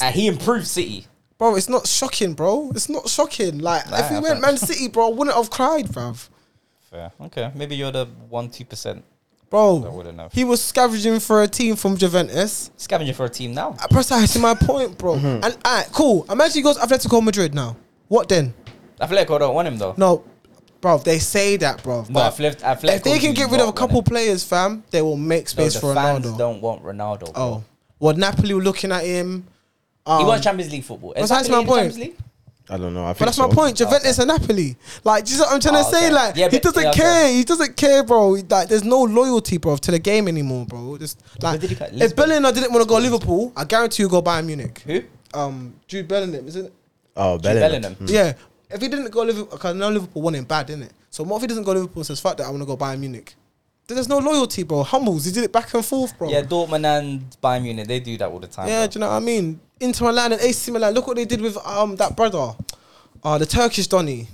A: and he improved City.
C: bro. It's not shocking, bro. It's not shocking. Like
A: Nah,
C: if we
A: I
C: went
A: don't-
C: Man City, bro, I wouldn't have cried, bruv.
A: Fair. Okay. Maybe you're the one two percent
C: Bro,
A: That wouldn't have-
C: he was scavenging for a team from Juventus.
A: scavenger for a team now.
C: Uh, Precisely my point, bro.
A: Mm-hmm.
C: And alright, cool. Imagine he goes Atletico Madrid now. What then?
A: Atletico don't want him though.
C: No, bro. They say that, bro.
A: No,
C: but
A: Atletico- Atletico
C: if they can
A: do
C: get rid of a
A: not want
C: couple
A: him.
C: players, fam, they will make
A: No,
C: space
A: the
C: for
A: fans
C: Ronaldo.
A: don't want Ronaldo. Bro.
C: Oh, well, Napoli were looking at him. Um,
A: he wants Champions League football. Is
C: Well, that's
A: Napoli
C: my
A: in the
C: point.
A: Champions League?
B: I don't know. I think
C: But that's
B: so.
C: my point. Juventus and Napoli. Like, do you know what I'm trying
A: Oh,
C: to say?
A: okay.
C: Like,
A: Yeah,
C: he
A: but-
C: doesn't
A: yeah, okay.
C: care. He doesn't care, bro. Like, there's no loyalty, bro, to the game anymore, bro. Just like,
A: did he play?
C: if
A: Lisbon?
C: Bellingham didn't want to go to Liverpool, I guarantee you go Bayern Munich.
A: Who?
C: Um, Jude Bellingham, isn't it?
B: Oh, Bellingham.
A: Bellingham.
C: Yeah. If he didn't go Liverpool, because I know Liverpool won him bad, didn't it? So what if he doesn't go Liverpool and says, fuck that, I want to go Bayern Munich? Then There's no loyalty, bro. Humbles, he did it back and forth, bro.
A: Yeah, Dortmund and Bayern Munich. They do that all the time.
C: Yeah,
A: bro.
C: do you know what I mean? Inter Milan and AC Milan. Look what they did with um that brother, uh the Turkish Donny.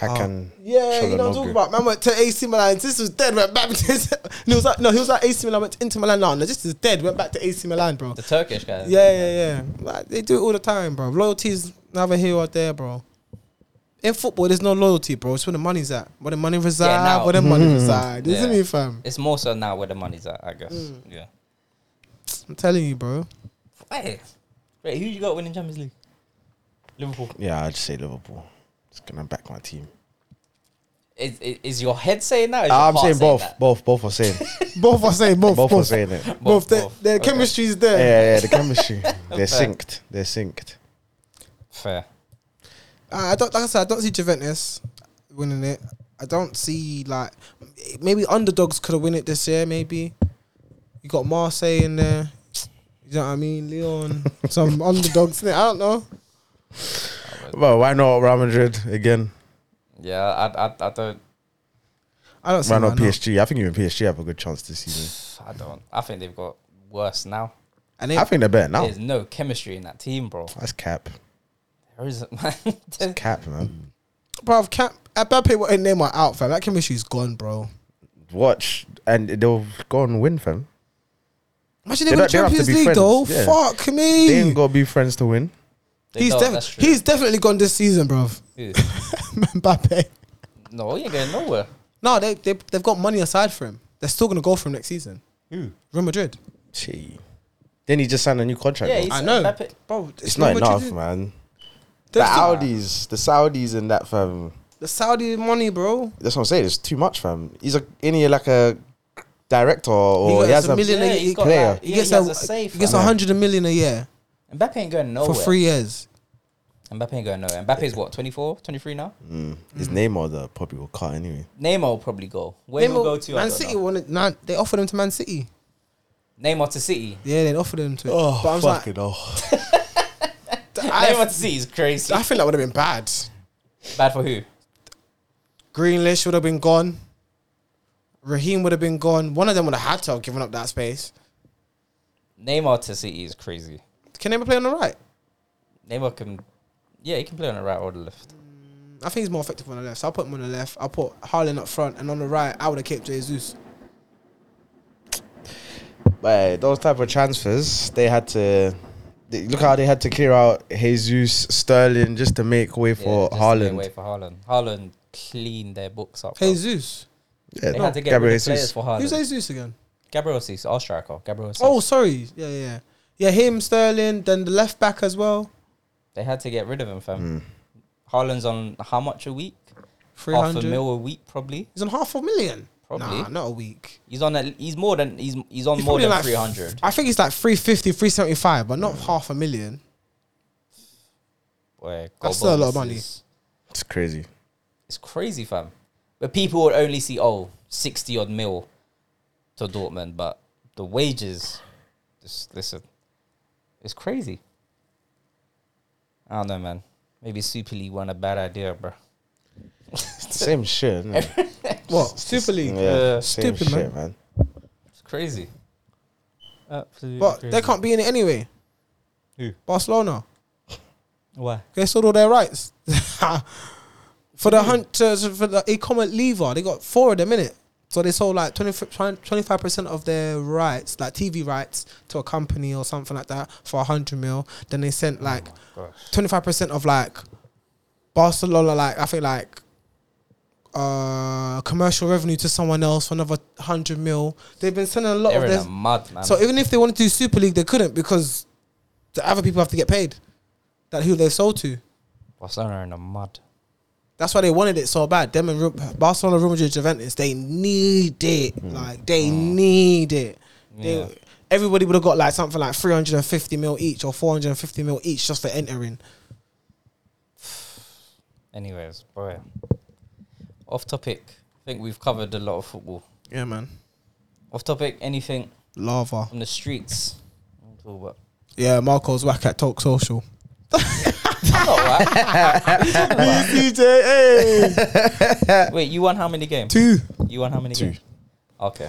C: Oh.
B: Hakan.
C: Yeah, you know what I'm talking
B: Çalhanoğlu.
C: about. Man went to AC Milan. This was dead. Went back to. and he was like, no, he was like AC Milan. Went to Inter Milan. No, no, this is dead. Went back to AC Milan, bro.
A: The Turkish guy.
C: Yeah, yeah, yeah. Like, they do it all the time, bro. Loyalty's neither here or there, bro. In football, there's no loyalty, bro. It's where the money's at. Where the money resides.
A: now-
C: where the money resides. Isn't
A: Yeah.
C: me, fam?
A: It's more so now where the money's at, I guess.
C: Mm.
A: Yeah.
C: I'm telling you, bro.
A: Wait, wait, who you got winning Champions League? Liverpool.
B: Yeah, I'd say Liverpool. It's gonna back my team.
A: Is, is, is your head saying that? or is your
B: I'm
A: heart
B: saying both,
A: that?
B: both, both are saying,
C: Both are saying both.
B: both are saying it. Yeah,
C: Both. Their,
A: both.
C: their
A: Okay.
C: chemistry's there.
B: yeah, the chemistry.
A: Fair.
B: They're synced. They're synced.
A: Fair.
C: Uh, I don't like I said. I don't see Juventus winning it. I don't see like maybe underdogs could have win it this year. Maybe you got Marseille in there. You know what I mean? Leon, some underdogs in it. I don't know.
B: Well, why not Real Madrid again?
A: Yeah, I, I, I don't,
C: I don't see.
B: Why not
C: why
B: PSG? I think even PSG have a good chance this season.
A: I don't. I think they've got worse now.
C: And they,
B: I think they're better now.
A: There's no chemistry in that team, bro.
B: That's cap.
A: There isn't, man. There's-
B: Cap, man.
C: bruv, can't, Mbappe and Neymar out, fam. That chemistry's gone, bro.
B: Watch, and they'll go and win, fam.
C: Imagine they,
B: They
C: win
B: don't-
C: the
B: they don't have to
C: Champions
B: be
C: League,
B: friends,
C: though.
B: yeah.
C: Fuck me.
B: They ain't got to be friends to win.
A: they
C: he's
A: don't,
C: def-
A: that's true.
C: he's definitely gone this season, bruv.
A: Who?
C: Mbappe.
A: no, you ain't going nowhere.
C: No, they they they've got money aside for him. They're still gonna go for him next season.
A: Who?
C: Real Madrid.
B: Gee. Then he just signed a new contract.
A: Yeah,
B: bro.
A: he's
C: I know.
A: Mbappe-
C: Bro,
B: it's
C: Real
B: not
C: Madrid
B: enough,
C: is-
B: man. The
C: They're still-
B: Saudis, the Saudis in that fam.
C: The Saudi money, bro.
B: That's what I'm saying. It's too much, fam. He's a in here like a director or
C: got
B: he has
C: some
B: a
C: million-
A: Yeah,
C: He
A: he's got
B: player.
A: Like,
C: He
A: yeah,
C: gets
A: he has
C: a,
A: a safe. Oh,
C: he gets a hundred and million a year
A: Mbappe ain't going nowhere.
C: for three years.
A: Mbappe ain't going nowhere. Mbappe's what, 24, 23 now?
B: Mm. His name or the probably will cut anyway.
A: Neymar will probably go. Where he'll
C: Neymar-
A: go to, I
C: Man
A: don't
C: City
A: know.
C: wanted. Nah, they offered him to Man City.
A: Neymar to City.
C: Yeah, they offered him to. but I was like,
B: oh.
A: Neymar
C: I,
A: to City is crazy.
C: I think that would have been bad.
A: Bad for who?
C: Greenlish would have been gone. Raheem would have been gone. One of them would have had to have given up that space.
A: Neymar to City is crazy.
C: Can Neymar play on the right?
A: Neymar can, yeah, he can play on the right or the left.
C: I think he's more effective on the left. So I'll put him on the left. I'll put Harlan up front. And on the right, I would have kept Jesus.
A: Oh.
B: But those type of transfers, they had to they- look how they had to clear out Jesus Sterling just to make way
A: Yeah,
B: for
A: just to make way
B: Haaland.
A: for Haaland. Haaland cleaned their books up. bro.
C: Jesus.
B: Yeah,
A: they
B: no,
A: had to get
B: Gabriel
A: rid of players
B: Jesus.
A: for
C: Who's
A: Haaland.
C: Jesus again?
A: Gabriel Jesus, our striker. Gabriel Jesus.
C: Oh, sorry. Yeah, yeah, yeah. Yeah, him, Sterling, then the left back as well.
A: They had to get rid of him, fam.
B: Hmm.
A: Haaland's on how much a week? Half a
C: 300.
A: mil a week, probably.
C: He's on half a million.
A: Probably.
C: Nah, not a week.
A: He's on. A, he's more than. He's he's on
C: He's
A: more
C: probably
A: than
C: like-
A: three hundred.
C: I think it's like 350, 375, but not half a million.
A: Where goal
C: That's still a lot of
A: bonuses-
C: money.
B: It's crazy.
A: It's crazy, fam. But people would only see oh 60 odd mil to Dortmund, but the wages, just listen, it's crazy. I don't know, man. Maybe Super League wasn't a bad idea, bro.
B: Same shit. innit?
C: What? Super League.
B: Yeah,
A: Uh,
B: same
C: stupid,
B: shit, man.
A: It's crazy. Absolutely.
C: But
A: crazy.
C: they can't be in it anyway.
A: Who?
C: Barcelona.
A: Why?
C: They sold all their rights. for the hunters, for the e-commerce lever, they got four of them in it. So they sold like 25 percent of their rights, like TV rights, to a company or something like that for hundred mil. Then they sent like
A: Oh Gosh.
C: twenty five percent of like Barcelona, like I think like uh commercial revenue to someone else for another hundred mil. They've been sending a lot
A: They're
C: of
A: in
C: their
A: the mud, man.
C: so even if they wanted to do Super League, they couldn't because the other people have to get paid. That who they sold to.
A: Barcelona are in the mud.
C: That's why they wanted it so bad. Them and Ru- Barcelona, Real Madrid, Juventus, they need it. Like they need it. They,
A: Hmm. Yeah.
C: Everybody would have got like something like 350 mil each or 450 mil each just for entering.
A: Anyways, bro. Off topic. I think we've covered a lot of football.
C: Yeah, man.
A: Off topic. Anything
C: Lava.
A: on the streets? We'll talk about-
C: Yeah, Marco's whack at Talk Social.
A: I'm not right.
C: DJ, hey.
A: Wait, you won how many games?
C: Two.
A: You won how many
B: Two.
A: games? Okay.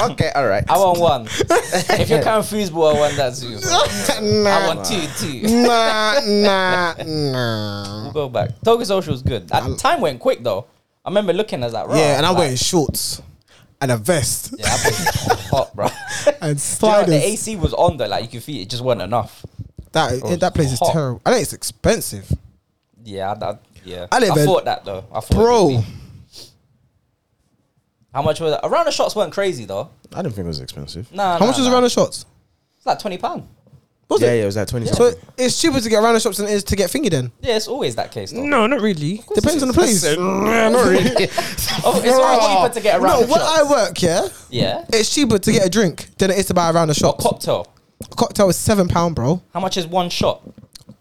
B: Okay, all right.
A: I won one. if you're counting foosball, I won that too. I
C: nah.
A: won two, two.
C: nah, nah, nah.
A: We'll go back. Toga Social was good. That time went quick though. I remember looking at that.
C: Yeah, and I'm
A: like,
C: wearing shorts and a vest
A: Yeah, I was hot, bro.
C: and
A: Do you know what?
C: sliders.
A: the AC was on though, like you could feel it just wasn't enough.
C: that
A: was
C: that place is
A: Oh, hot.
C: terrible. I think it's expensive,
A: Yeah, I, I, yeah.
C: I
A: I,
C: live in-
A: thought that though. I thought it would
C: bro.
A: be. How much was that? A round of shots weren't crazy though.
D: I didn't think it was expensive.
A: Nah.
C: How much was a round of shots?
A: It's like twenty pound.
C: Was
D: yeah,
C: it?
D: yeah, it was like twenty.
C: So it's cheaper to get round of shops than it is to get thingy. Then
A: Yeah, it's always that case though.
C: no, not really. Depends on the place.
A: Oh, it's always cheaper to get a round
C: No,
A: of
C: where
A: shots.
C: I work, yeah,
A: yeah.
C: it's cheaper to get a drink than it is to buy a round of
A: What
C: shots.
A: cocktail?
C: Cocktail is seven pound, bro.
A: How much is one shot?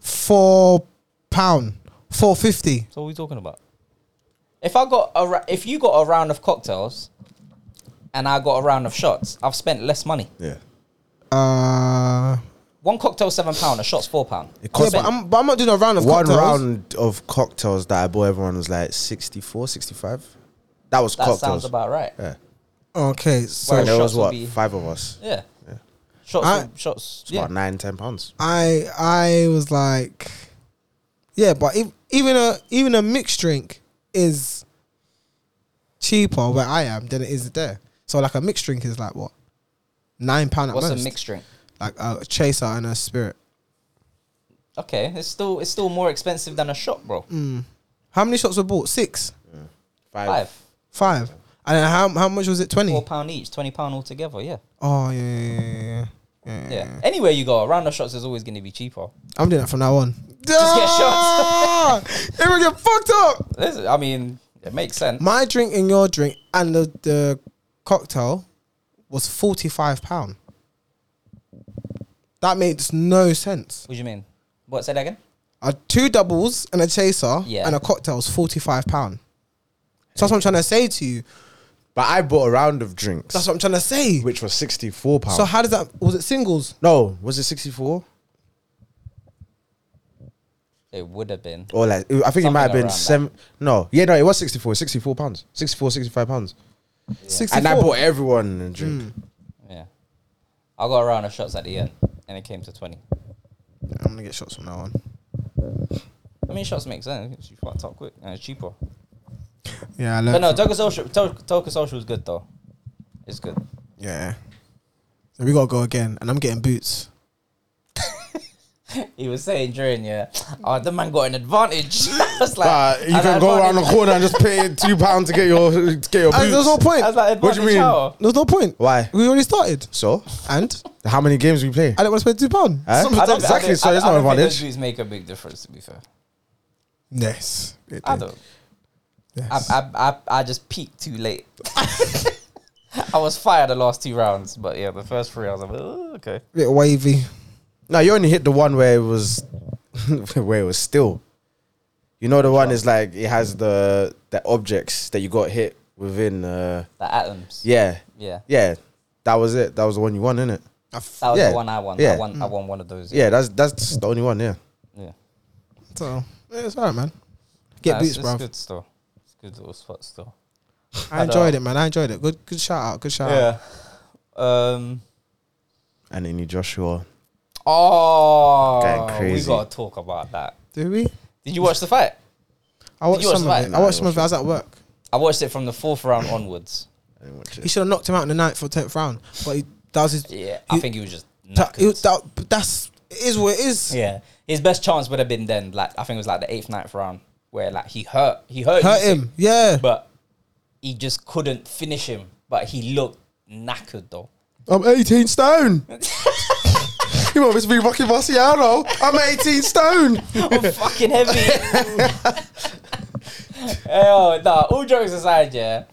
C: Four pound, four fifty.
A: So what are we talking about? If I got a, ra- if you got a round of cocktails, and I got a round of shots, I've spent less money.
D: Yeah.
C: Uh,
A: One cocktail seven pound, a shot's four pound.
B: It
C: yeah,
B: cost
C: but I'm, but I'm not doing a round of
B: one
C: cocktails.
B: round of cocktails that I bought everyone was like 64, 65. That was
A: That
B: cocktails.
A: sounds about right.
B: yeah.
C: Okay, so
A: Well,
B: and there
A: shots
B: was
A: would
B: what
A: be-
B: five of us.
A: Yeah. Shots,
C: I-
A: will- shots.
B: It's
A: Yeah.
B: about nine, ten pounds.
C: I I was like, yeah, but if, even a even a mixed drink is cheaper where I am than it is there. So like a mixed drink is like what nine pound at
A: What's
C: most.
A: a mixed drink?
C: Like a chaser and a spirit.
A: Okay, it's still it's still more expensive than a shot, bro.
C: How many shots were bought? Six,
A: Five,
C: five, and then how how much was it? Twenty.
A: four pound each, twenty pound altogether. Yeah,
C: Oh yeah, yeah, yeah, yeah, yeah.
A: yeah. Anywhere you go, a round of shots is always going to be cheaper.
C: I'm doing that from now on.
A: Just get
C: shots. Everyone get fucked up.
A: This is- I mean, it makes sense.
C: My drink and your drink and the, the cocktail was forty five pound. That makes no sense.
A: What do you mean? What? Say that again.
C: A two doubles and a chaser
A: Yeah.
C: and a cocktail is forty five pound. So that's what I'm trying to say to you.
B: But I bought a round of drinks,
C: That's what I'm trying to say.
B: which was 64 pounds.
C: So how does that? Was it singles?
B: no, was it 64?
A: It would have been.
B: Or like, I think it
A: Something
B: might have been
A: around
B: seven. No, yeah, no, it was 64, 64 pounds, 64, 65 pounds.
C: Sixty
B: And I
C: four.
B: bought everyone a drink.
C: Mm.
A: Yeah, I got a round of shots at the end, and it came to twenty.
C: I'm gonna get shots from now on.
A: I mean, shots make sense. You fucked up quick, and it's cheaper.
C: Yeah, I
A: But
C: learned.
A: no,
C: from-
A: Toka Social, Toka Toka Social is good though. It's good.
C: yeah. So we gotta go again, and I'm getting boots.
A: He was saying during yeah, oh the man got an advantage. I was like,
D: But you
A: an
D: can go around the
A: advantage-
D: corner and just pay two pounds to get your to get your
C: And there's no
D: boots.
C: point.
A: I was like,
D: What do you
A: advantage
D: mean? Eh?
A: how?
C: There's no point.
B: Why?
C: We already started,
B: So,
C: and
D: How many games we play?
C: I don't want to spend two pound.
B: Huh?
A: I don't- I
D: Exactly,
A: don't-
D: so
A: I
D: it's not
A: don't- I don't think
D: advantage.
A: Those dudes make a big difference, to be fair.
C: Yes. It
A: I
C: did.
A: don't.
C: Yes.
A: I, I, I, I just peaked too late. I was fired the last two rounds, but yeah, the first three I was like, "Oh, okay.
C: bit wavy.
B: no, you only hit the one where it was, where it was still. You know, the one is like, it has the the objects that you got hit within. Uh,
A: The atoms.
B: yeah,
A: yeah.
B: yeah. That was it. That was the one you won, innit?
C: I f-
A: That was
B: Yeah.
A: the one I won.
B: Yeah.
A: I won. I won one of those.
B: Yeah, that's that's the only one. Yeah,
A: yeah.
C: So yeah, it's alright, man. Get
A: Nah,
C: boots,
A: it's,
C: bro.
A: It's good still. It's good little spot still.
C: I enjoyed it, man. I enjoyed it. Good, good shout out. Good
A: Ah.
C: shout out.
A: Um.
F: And then you Joshua.
A: Oh,
F: Going
A: we
F: crazy.
A: gotta talk about that.
C: Do we?
A: Did you watch the fight?
C: I watched
A: you watch
C: some
A: the
C: of
A: fight?
C: it.
A: Nah,
C: I watched some of it. I was at work.
A: I watched it from the fourth round onwards.
F: I didn't watch
C: He
F: it.
C: should have knocked him out in the ninth or tenth round, but he, that was his.
A: Yeah, I
C: You-
A: think he was just
C: that-
A: knackered.
C: that- but that's it is what it is.
A: Yeah, his best chance would have been then. Like I think it was like the eighth, ninth round where like he hurt, he hurt,
C: Hurt
A: Usyk,
C: him, yeah.
A: but he just couldn't finish him. But he looked knackered though.
B: I'm 18 stone. you want me to be Rocky Marciano? I'm 18 stone.
A: I'm Oh, fucking heavy. Hell, nah, all jokes aside, yeah,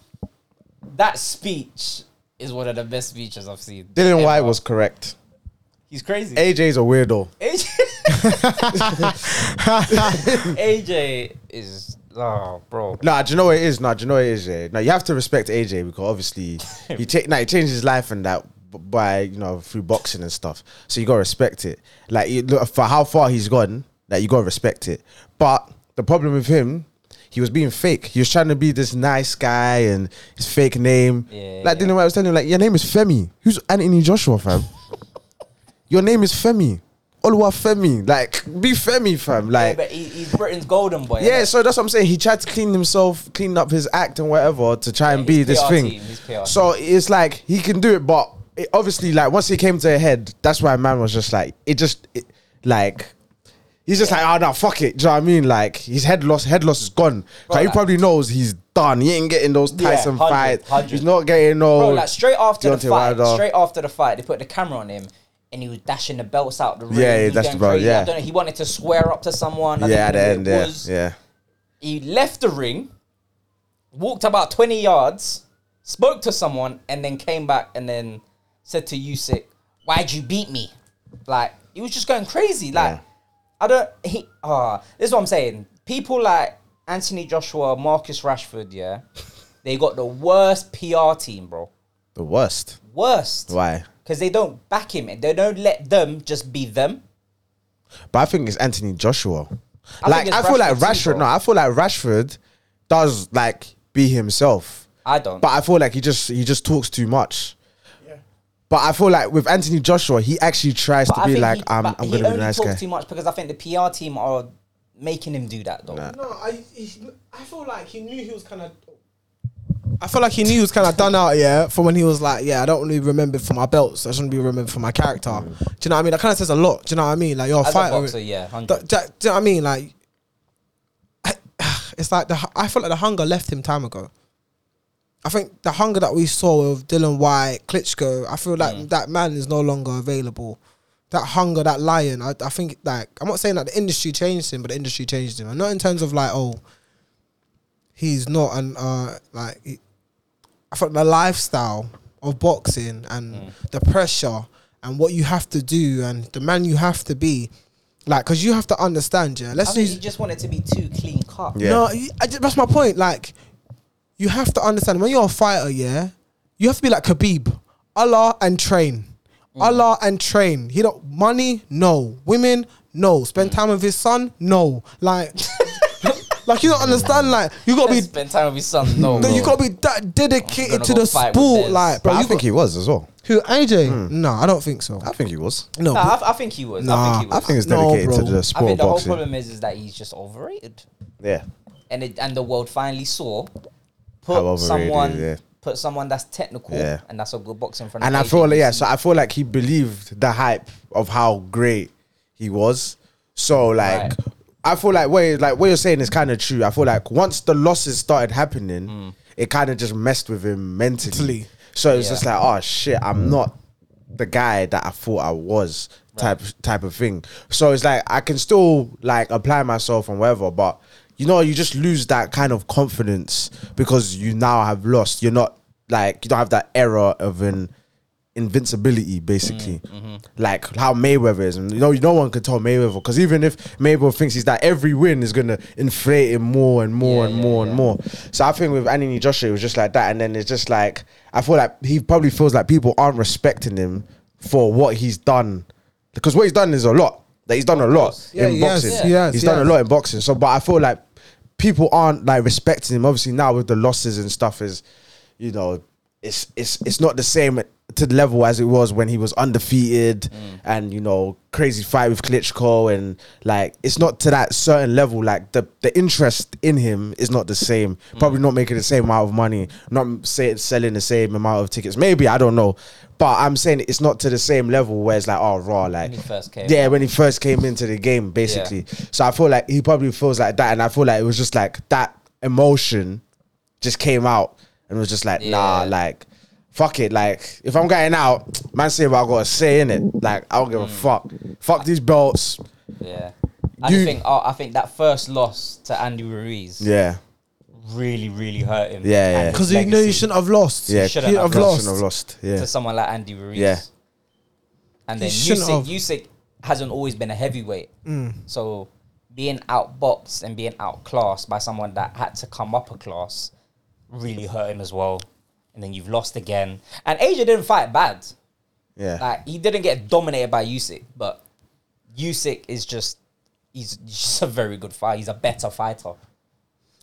A: that speech is one of the best speeches I've seen.
B: Dylan
A: ever.
B: White was correct.
A: He's crazy.
B: AJ's a weirdo.
A: AJ, AJ is oh, bro.
B: Nah, do you know what it is? Nah, do you know what it is? Yeah? Now you have to respect AJ because obviously he cha- nah, he changed his life and that b- by you know through boxing and stuff. So you gotta respect it. Like you, look, for how far he's gone, like you gotta respect it. But the problem with him, he was being fake. He was trying to be this nice guy and his fake name.
A: Yeah,
B: like
A: yeah.
B: Dylan White was telling him, like your name is Femi. Who's Anthony Joshua, fam? your name is Femi. Olua Femi. Like be Femi, fam. Like.
A: but he, he's Britain's golden boy.
B: Yeah, so that's what I'm saying. He tried to clean himself, clean up his act and whatever to try and
A: his
B: be this
A: PR
B: thing.
A: team, his PR
B: so it's like he can do it, but it, obviously, like once he came to a head, that's why man was just like it. Just it, like he's just like, oh no, fuck it. Do you know what I mean? Like his head loss, head loss is gone. 'Cause
A: Bro,
B: he
A: like-
B: probably knows he's done. He ain't getting those
A: Yeah,
B: Tyson
A: 100,
B: fights.
A: 100.
B: He's not getting no.
A: Bro, like straight after
B: Deontay
A: the fight,
B: Wilder.
A: straight after the fight, they put the camera on him and he was dashing the belts out the ring.
B: Yeah,
A: he
B: yeah,
A: was
B: that's
A: going
B: the bro,
A: crazy. I
B: yeah.
A: don't know. He wanted to swear up to someone. I
B: yeah, at the
A: don't
B: end,
A: know who it
B: yeah,
A: was.
B: yeah.
A: He left the ring, walked about twenty yards, spoke to someone, and then came back and then said to Usyk, "Why'd you beat me?" Like he was just going crazy. Like I don't. He ah, this is what I'm saying. People like Anthony Joshua, Marcus Rashford, yeah, they got the worst PR team, bro.
B: The worst.
A: Worst.
B: Why?
A: Because they don't back him and they don't let them just be them.
B: But I think it's Anthony Joshua.
A: I
B: like
A: think it's
B: I feel like
A: Rashford too,
B: Rashford.
A: bro.
B: no, I feel like Rashford does like be himself.
A: I don't.
B: But I feel like he just he just talks too much. But I feel like with Anthony Joshua, he actually tries
A: But
B: to be
A: think
B: like,
A: he-
B: I'm,
A: but
B: I'm
A: he
B: gonna be the
A: only
B: nice
A: talks
B: guy.
A: too much because I think the PR team are making him do that though.
C: No, I he, I feel like he knew he was kind of. I feel like he knew he was kind of done out, yeah, from when he was like, yeah, I don't want to be remembered for my belts. I shouldn't be remembered for my character. Do you know what I mean? That kind of says a lot. Do you know what I mean? Like, you're a
A: As a
C: fighter.
A: boxer, yeah, 100.
C: Do, do- do you know what I mean? Like, it's like the hu- I feel like the hunger left him time ago. I think the hunger that we saw with Dylan White, Klitschko, I feel like that man is no longer available. That hunger, that lion, I, I think like I'm not saying that the industry changed him, but the industry changed him, and not in terms of like oh, he's not an uh like he- I think the lifestyle of boxing and the pressure and what you have to do and the man you have to be, like because you have to understand, yeah.
A: I
C: Let's
A: think
C: use
A: he just wanted to be too clean cut.
B: Yeah.
C: no, you- I ju- that's my point. Like, you have to understand when you're a fighter, yeah, you have to be like Khabib, Allah and train, Allah and train. He don't money, no. Women, no. Spend time with his son, no. Like, like you don't understand. Like, you gotta be,
A: Spend time with his son. No,
C: no, you
A: bro.
C: gotta be that dedicated
A: gonna
C: to
A: go
C: the
A: fight with
C: sport.
A: Dez.
B: But
C: Like, bro,
B: I
C: you
B: think
C: got,
B: he was as well.
C: who AJ? No, I don't think so.
B: Hmm. I think he was.
C: No,
A: Nah,
C: bro.
A: I, I think he was. I
C: Nah,
A: think he was.
B: I think it's
C: No,
B: dedicated
C: bro.
B: to the
A: I
B: sport
A: think
B: of
A: the whole
B: boxing.
A: problem is, is that he's just overrated,
B: Yeah.
A: and it, and the world finally saw
B: How
A: put
B: overrated,
A: someone
B: yeah.
A: put someone that's technical
B: Yeah.
A: and that's a good boxer in front.
B: And
A: of
B: I
A: AJ
B: feel like yeah,
A: Wilson.
B: so I feel like he believed the hype of how great he was. So like
A: Right.
B: I feel like what you- like what you're saying is kind of true. I feel like once the losses started happening, it kind of just messed with him mentally.
C: Mentally.
B: So it's
A: Yeah. Mm.
B: just like, oh shit, I'm not the guy that I thought I was type type of thing. So it's like I can still like apply myself and whatever, but you know, you just lose that kind of confidence because you now have lost. You're not like you don't have that era of an invincibility basically
A: Mm, mm-hmm.
B: like how mayweather is and you know no one can tell mayweather because even if mayweather thinks he's that every win is gonna inflate him more and more
A: Yeah,
B: and
A: yeah,
B: more and
A: yeah.
B: more so i think with anthony joshua it was just like that and then it's just like i feel like he probably feels like people aren't respecting him for what he's done because what he's done is a lot Like he's done a lot
C: Yeah,
B: in
C: he has,
B: boxing.
C: he has,
B: he's
C: he
B: done
C: has.
B: a lot in boxing. So, but I feel like people aren't like respecting him. Obviously now with the losses and stuff is, you know, it's it's it's not the same to the level as it was when he was undefeated
A: Mm.
B: and you know crazy fight with Klitschko and like it's not to that certain level. Like the the interest in him is not the same.
A: Mm.
B: Probably not making the same amount of money. Not say, selling the same amount of tickets. Maybe I don't know. But I'm saying it's not to the same level where it's like, oh, raw, like
A: When he first came
B: yeah, when he first came into the game, basically. So I feel like he probably feels like that, and I feel like it was just like that emotion just came out and was just like, nah,
A: Yeah.
B: like fuck it, like if I'm getting out, man, say what I gotta say in it. Like I don't give a
A: Mm.
B: fuck. Fuck these belts.
A: Yeah. And
B: You-
A: I think oh, I think that first loss to Andy Ruiz
B: Yeah,
A: really, really hurt him.
B: Yeah, yeah.
A: And his
C: Because you know you
A: legacy
C: shouldn't have lost.
B: yeah.
A: shouldn't
B: you
A: have
B: shouldn't
C: lost.
B: have lost.
A: to
B: Yeah,
A: someone like Andy Ruiz.
B: Yeah.
A: And
C: He
A: then
C: shouldn't
A: Usyk,
C: have. Mm.
A: Usyk hasn't always been a heavyweight. So being outboxed and being outclassed by someone that had to come up a class really hurt him as well. And then you've lost again. And AJ didn't fight bad.
B: yeah.
A: Like he didn't get dominated by Usyk, but Usyk is just he's just a very good fighter. He's a better fighter.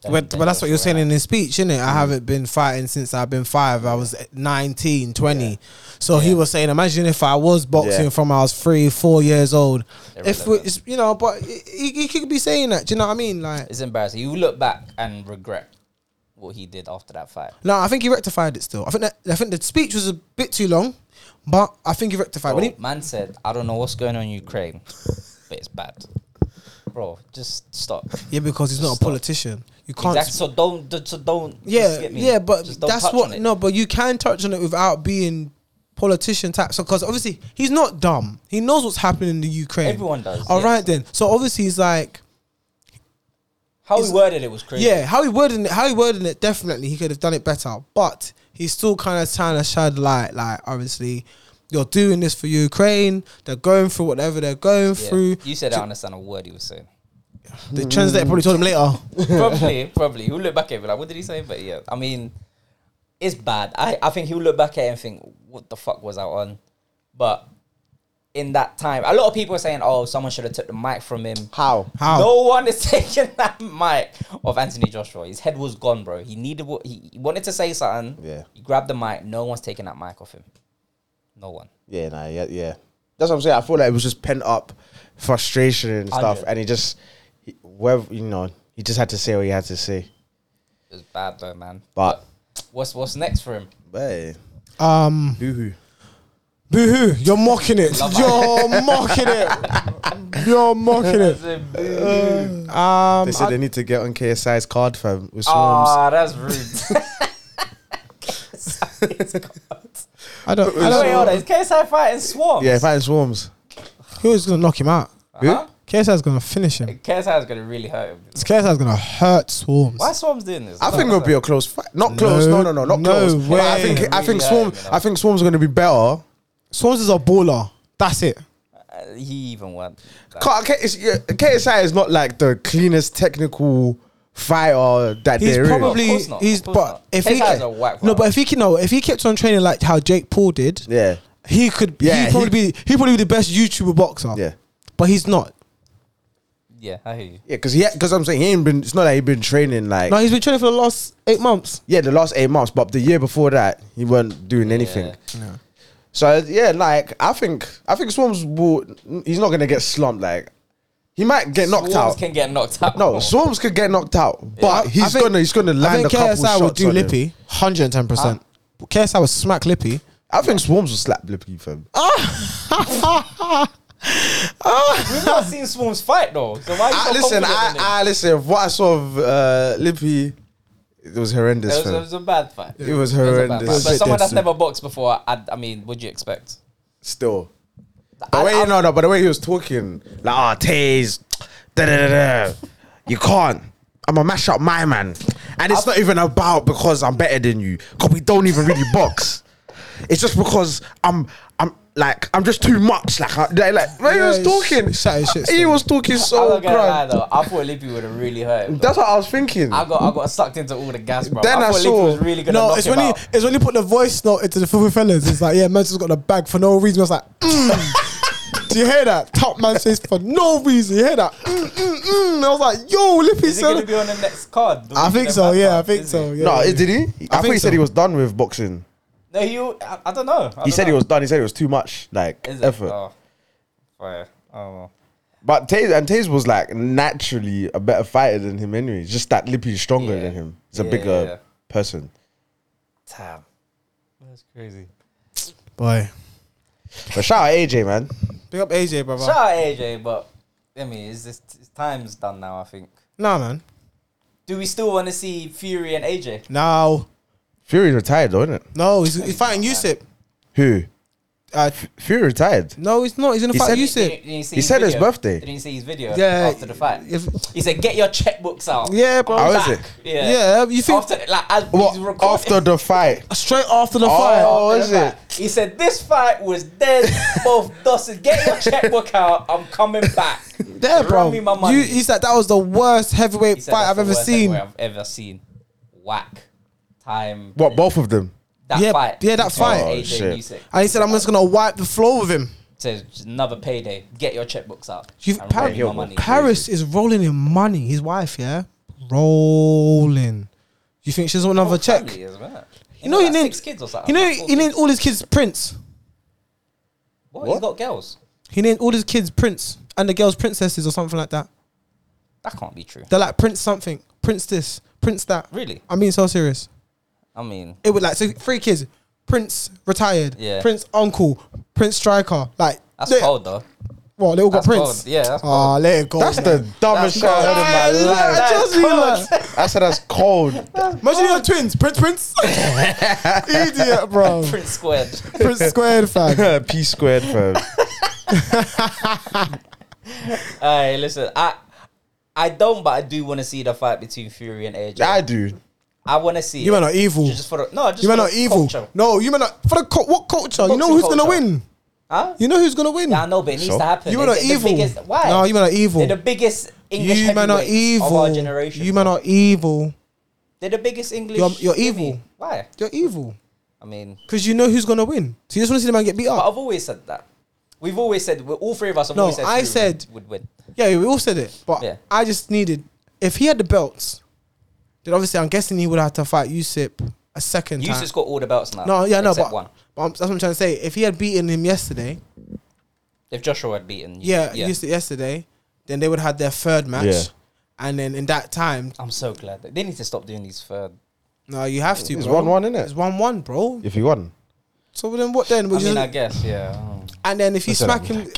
A: than-
C: But,
A: than
C: but that's what you're
A: Joshua
C: saying
A: Rogan.
C: in his speech, innit? I
B: Hmm.
C: haven't been fighting since I've been five. I was 19, 20. So he
A: Yeah.
C: was saying, imagine if I was boxing
B: Yeah.
C: from I was three, four years old. If we,
A: Irrelevant.
C: it's- you know, but he, he could be saying that. Do you know what I mean? Like,
A: It's embarrassing. You look back and regret what he did after that fight.
C: no, I think he rectified it. Still, I think that, I think the speech was a bit too long, but I think he rectified.
A: Bro,
C: When he,
A: man said, I don't know what's going on in Ukraine, but it's bad. Bro, just stop.
C: yeah, because he's not a
A: Stop.
C: politician. You can't.
A: Exactly. So don't, d- so don't. just
C: Yeah,
A: get me.
C: yeah, but
A: Just don't
C: that's
A: touch
C: what.
A: on it.
C: No, but you can touch on it without being politician type. So, because obviously he's not dumb. He knows what's happening in the Ukraine.
A: Everyone does,
C: All
A: yes.
C: right then. So obviously he's like,
A: How he
C: it's-
A: worded it was crazy.
C: yeah, how he worded it, how he worded it, definitely he could have done it better. But he's still kind of trying to shed light, like obviously. You're doing this for Ukraine. They're going through whatever they're going
A: Yeah.
C: through.
A: You said I understand a word he was saying.
C: The translator probably told him later.
A: probably, probably. He'll look back at it and be like, what did he say? But yeah, I mean, it's bad. I, I think he'll look back at it and think, what the fuck was I on? But in that time, a lot of people are saying, oh, someone should have took the mic from him.
B: How?
C: How?
A: No one is taking that mic of Anthony Joshua. His head was gone, bro. He needed what he he wanted to say something.
B: Yeah.
A: He grabbed the mic. No one's taking that mic off him. No one.
B: Yeah, nah, yeah, yeah. That's what I'm saying. I feel like it was just pent up frustration and stuff,
A: Hundred.
B: and he just, he, wherever you know, he just had to say what he had to say.
A: It was bad though, man.
B: But,
A: What's what's next for him?
B: but
C: Um,
B: boohoo.
C: boohoo! You're mocking it.
A: Love
C: You're mocking it. You're mocking it. Um,
B: They said they need to get on KSI's card fam with swarms.
A: Ah, that's rude. Sorry, it's God.
C: I don't. I
A: Wait, hold on.
C: don't
A: Is KSI fighting Swarm?
B: yeah, fighting swarms.
C: who's gonna knock him out? KSI's gonna finish him.
A: KSI is gonna really hurt him.
C: KSI's gonna hurt Swarms.
A: Why Swarm's doing this?
B: I think it'll be a close fight. Not close.
C: No,
B: No, no, no, not
C: no
B: close. But I
C: way.
B: think I think
A: Really
B: swarm.
A: hurt him, you know.
B: I think swarm's gonna be better.
C: Swarms is a baller. That's it.
A: Uh, he even went.
B: Ca- K- it's- yeah, KSI is not like the cleanest technical fighter that
C: He's
B: there is.
C: probably
A: Of course not,
C: he's
A: of course
C: but
A: not.
C: if
A: KSI
C: he
A: is a whack
C: no,
A: one.
C: but if he can no, if he kept on training like how Jake Paul did,
B: Yeah,
C: he could
B: Yeah,
C: he probably be he probably be the best YouTuber boxer.
B: yeah,
C: but he's not.
A: Yeah, I hear you.
B: yeah. Because he, because I'm saying he ain't been. It's not like he been training like.
C: No, he's been training for the last eight months.
B: yeah, the last eight months, but the year before that, he weren't doing anything. So yeah, like I think I think Swarms will. He's not gonna get slumped. Like he might get knocked
A: Swarms
B: out.
A: can get knocked out.
B: no, Swarms could get knocked out, but
C: I
B: he's
C: think-
B: gonna he's gonna land a
C: I think
B: couple
C: KSI
B: shots
C: would
B: on
C: do
B: him.
C: Lippy, hundred and ten percent. KSI would smack Lippy.
B: I think Swarms will slap Lippy for him.
A: We've not seen Swarms fight though. So why are you
B: I,
A: so
B: listen,
A: confident
B: I,
A: in him?
B: I listen. What I saw of uh, Lippy, it was horrendous.
A: It was,
B: fam.
A: it was a bad fight.
B: It was
A: It was a bad fight.
B: horrendous.
A: But someone that's
C: Dead
A: never boxed before, I, I mean, what'd you expect?
B: Still, the
A: I-
B: way
A: I-
B: no, no, but the way he was talking, like ah, Taze, da da da da, you can't. I'm gonna mash up my man, and it's not even about because I'm better than you, because we don't even really box. It's just because I'm, I'm like, I'm just too much. Like, I, like, like when
C: Yeah,
B: he was
C: he's-
B: talking,
C: he's shouting shit
B: he
C: still.
B: was talking
C: Oh,
A: I'm
B: so
A: not gonna lie
B: grand.
A: though. I thought Lippy would have really hurt him. though.
B: That's what I was thinking.
A: I got I got sucked into all the gas, bro.
B: Then I
A: I thought
B: saw-
A: Lippy was really gonna
C: No,
A: knock
C: it's
A: him
C: when he
A: out.
C: it's when he put the voice note into the full fellas. It's like, yeah, Manchester's got the bag for no reason. I was like, mm. You hear that? Top man says for no reason. You hear that? Mm, mm, mm. And I was like, yo, Lippy
A: Is it going to
C: said.
A: be on the next card?
C: I think so. Yeah, I think so. Yeah,
D: no,
C: yeah.
D: did he? I,
C: think
D: thought he
C: so.
D: said he was done with boxing.
A: No, you. I, I don't know. I
D: He
A: don't
D: said
A: know.
D: he was done. He said it was too much like
A: Is it?
D: effort.
A: Oh, fire. Oh,
D: But Taze and Taze was like naturally a better fighter than him anyway. It's Just that Lippy's stronger
A: Yeah.
D: than him. He's a
A: Yeah,
D: bigger
A: yeah, yeah.
D: person.
A: damn. That's crazy.
C: Boy,
D: But shout out AJ man.
C: big up AJ, brother.
A: Shout out AJ, but I mean, is this it's time's done now? I think.
C: Nah, man.
A: Do we still want to see Fury and AJ?
C: No,
D: Fury retired, though, isn't it?
C: no, he's, he's fighting Usyk.
D: Who?
C: Uh,
D: Fury retired.
C: no, he's not. He's gonna
D: He
C: fight
D: said-
C: Usyk.
A: Didn't- didn't you see
D: He said his
A: video?
D: birthday.
A: Didn't you see his video
C: Yeah,
A: after the fight?
C: if-
A: he said, "Get your checkbooks out."
C: Yeah, bro.
D: How
A: I'm
D: is
A: back.
D: it?
A: Yeah.
C: Yeah, you think
A: After like as he's
D: Well,
A: recording.
D: after the fight.
C: straight after the
D: Oh.
C: fight?
D: is it?
A: He said this fight was dead. Both Dawson, get your checkbook out. I'm coming back.
C: There,
A: Run
C: bro.
A: me my money.
C: You, he said that was the worst heavyweight
A: He said,
C: fight
A: "That's
C: I've
A: the
C: ever
A: worst
C: seen.
A: heavyweight I've ever seen. Whack. Time.
D: What, both of them?
A: That
C: Yeah,
A: fight.
C: yeah, that fight.
A: AJ
D: Oh, shit.
A: Usyk.
C: And he said, "I'm just gonna wipe the floor with him."
A: says another payday. Get your checkbooks out.
C: You've-
A: I'm rolling
C: Par-
A: my money.
C: Paris is rolling in money. His wife, yeah, rolling. You think she doesn't want another
A: Whole
C: check?
A: Oh, family is mad.
C: You know, he
A: like
C: named
A: six kids or something.
C: You know,
A: like
C: he
A: four
C: named
A: kids.
C: all his kids Prince.
A: What? He's got girls.
C: He named all his kids Prince, and the girls princesses or something like that.
A: That can't be true.
C: They're like Prince something, Prince this, Prince that.
A: Really?
C: I'm being so serious.
A: I mean,
C: It would like so three kids. Prince retired.
A: Yeah.
C: Prince uncle. Prince striker. Like
A: that's
C: they-
A: cold though.
C: Well, they all got
A: That's
C: Prince.
A: cold. Yeah, that's
C: Ah,
A: cold.
C: let it go.
D: That's
C: man.
D: the dumbest
A: That's
D: shit I heard in my
C: Ah, look at
D: life.
C: Chelsea,
A: cold.
C: like.
D: I said that's cold.
C: Imagine
A: Oh.
C: you had twins, Prince Prince. Idiot, bro.
A: Prince squared.
C: Prince squared fan.
D: P squared for
A: Hey, listen, I I don't, but I do want to see the fight between Fury and AJ.
D: I
A: I,
D: do.
A: want to see.
C: You
A: it.
C: men are evil.
A: Just for the, no, just
C: You men
A: for
C: are
A: the
C: evil.
A: culture.
C: No, you men are for the co- what culture? you know
A: Boxing
C: who's gonna
A: culture.
C: win.
A: Huh?
C: You know who's gonna win.
A: Yeah, I know, but it needs
D: So?
A: to happen.
C: You
A: They-
C: men are
A: they're the
C: evil.
A: biggest- why?
C: No, you men are evil.
A: They're the biggest English
C: you men are
A: heavyweights of our
C: evil.
A: generation.
C: You men are evil.
A: They're the biggest English.
C: You're- you're evil.
A: heavy- Why?
C: You're evil
A: I mean,
C: because you know who's gonna win. So you just want to see the man get beat
A: but
C: up.
A: I've always said that. We've always said we're- all three of us. Have
C: No,
A: always said
C: I
A: Fury
C: said-
A: would win.
C: Yeah, we all said it, but
A: Yeah.
C: I just needed if he had the belts, then obviously I'm guessing he would have to fight Usyp a second time.
A: Yusuf's got all the belts now.
C: No, yeah, no,
A: except
C: but,
A: one.
C: but I'm, that's what I'm trying to say. If he had beaten him yesterday,
A: If Joshua had beaten,
C: yeah,
A: yeah.
C: Usyk yesterday, then they would have had their third match,
D: Yeah.
C: and then in that time,
A: I'm so glad that they need to stop doing these third.
C: no, you have to.
D: It's
C: bro.
D: 1-1, innit?
C: It's one one, bro.
D: If he won.
C: So then what then?
A: I
C: Which is-
A: mean, I guess, yeah. Oh.
C: and then if you
D: Listen,
C: smack
D: I'm
C: him,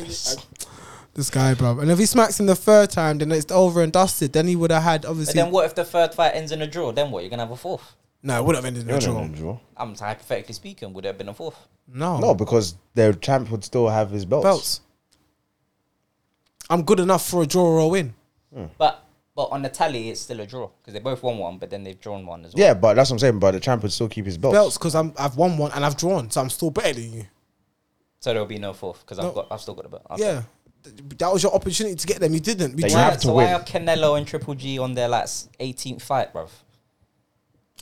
C: this guy, bro. And if he smacks him the third time, then it's over and dusted. Then he would have had
A: But
C: obviously.
A: then what if the third fight ends in a draw? Then what? You're gonna have a fourth.
C: no, it would have ended in a draw.
A: I'm hypothetically speaking, would it have been a fourth?
C: No,
D: No, because their champ would still have his belts.
C: belts. I'm good enough for a draw or a win.
A: But but on the tally, it's still a draw because they both won one, but then they've drawn one as well.
D: Yeah, but that's what I'm saying. But the champ would still keep his belts.
C: Belts, because I'm I've won one and I've drawn, so I'm still better than you.
A: So there'll be no fourth because
C: No.
A: I've got I've still got a belt. Okay.
C: Yeah, Th- that was your opportunity to get them. You didn't. We
D: They
A: So
C: tried.
A: why,
D: have to
A: so why
D: win.
A: are Canelo and Triple G on their like 18th fight, bruv?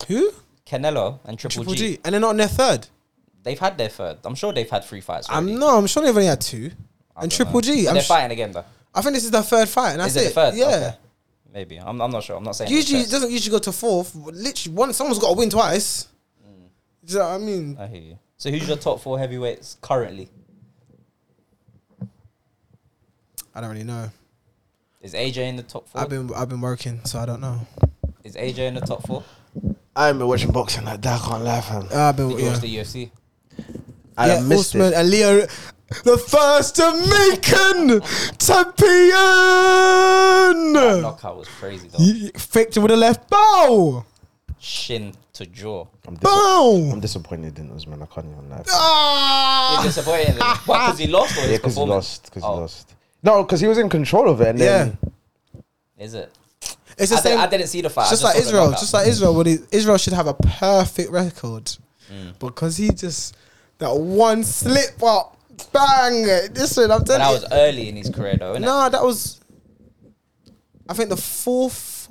C: Who?
A: Canelo and Triple,
C: Triple
A: G.
C: G. And they're not in their third.
A: They've had their third. I'm sure they've had three fights. Already.
C: I'm no, I'm sure they've only had two.
A: I don't
C: And Triple
A: know.
C: G.
A: But
C: I'm
A: they're
C: sh-
A: fighting again though.
C: I think this is their third fight, and that's
A: Is it the third?
C: Yeah.
A: Okay. Maybe I'm, I'm not sure. I'm not saying.
C: Usually it
A: it's
C: doesn't usually go to fourth. Literally, one someone's got to win twice.
A: Mm.
C: Do you know what I mean?
A: I hear you. So who's your top four heavyweights currently?
C: I don't really know.
A: Is AJ in the top four?
C: I've been I've been working, so I don't know.
A: Is AJ in the top four?
D: I ain't been watching boxing like that. I can't lie, fam.
C: I've been
A: Did you watch
C: Oh, yeah.
A: the UFC?
D: I
C: yeah,
D: missed
C: Usman
D: it.
C: and Leo, the first Jamaican champion.
A: Knockout was crazy though.
C: Y- Faked him with a left bow.
A: Shin to jaw.
D: I'm, dis-
C: Ah!
D: I'm
C: Boom.
D: disappointed in Usman. I can't even lie.
A: You're
C: Ah.
A: disappointed. in him. What? Because he lost or
D: Yeah,
A: his
D: because he
A: performance?
D: lost. Because
A: Oh,
D: he lost. No, because he was in control of it, and then
A: Is it?
C: It's
A: I,
C: the same.
A: did, I didn't see the fight. I
C: just
A: saw
C: like
A: the
C: Israel,
A: knockout.
C: just like Israel. Would he- Israel should have a perfect record
A: Mm.
C: because he just that one slip up, bang! Listen, I'm
A: But that
C: telling
A: was
C: you,
A: early in his career though, innit?
C: nah, that was. I think the fourth,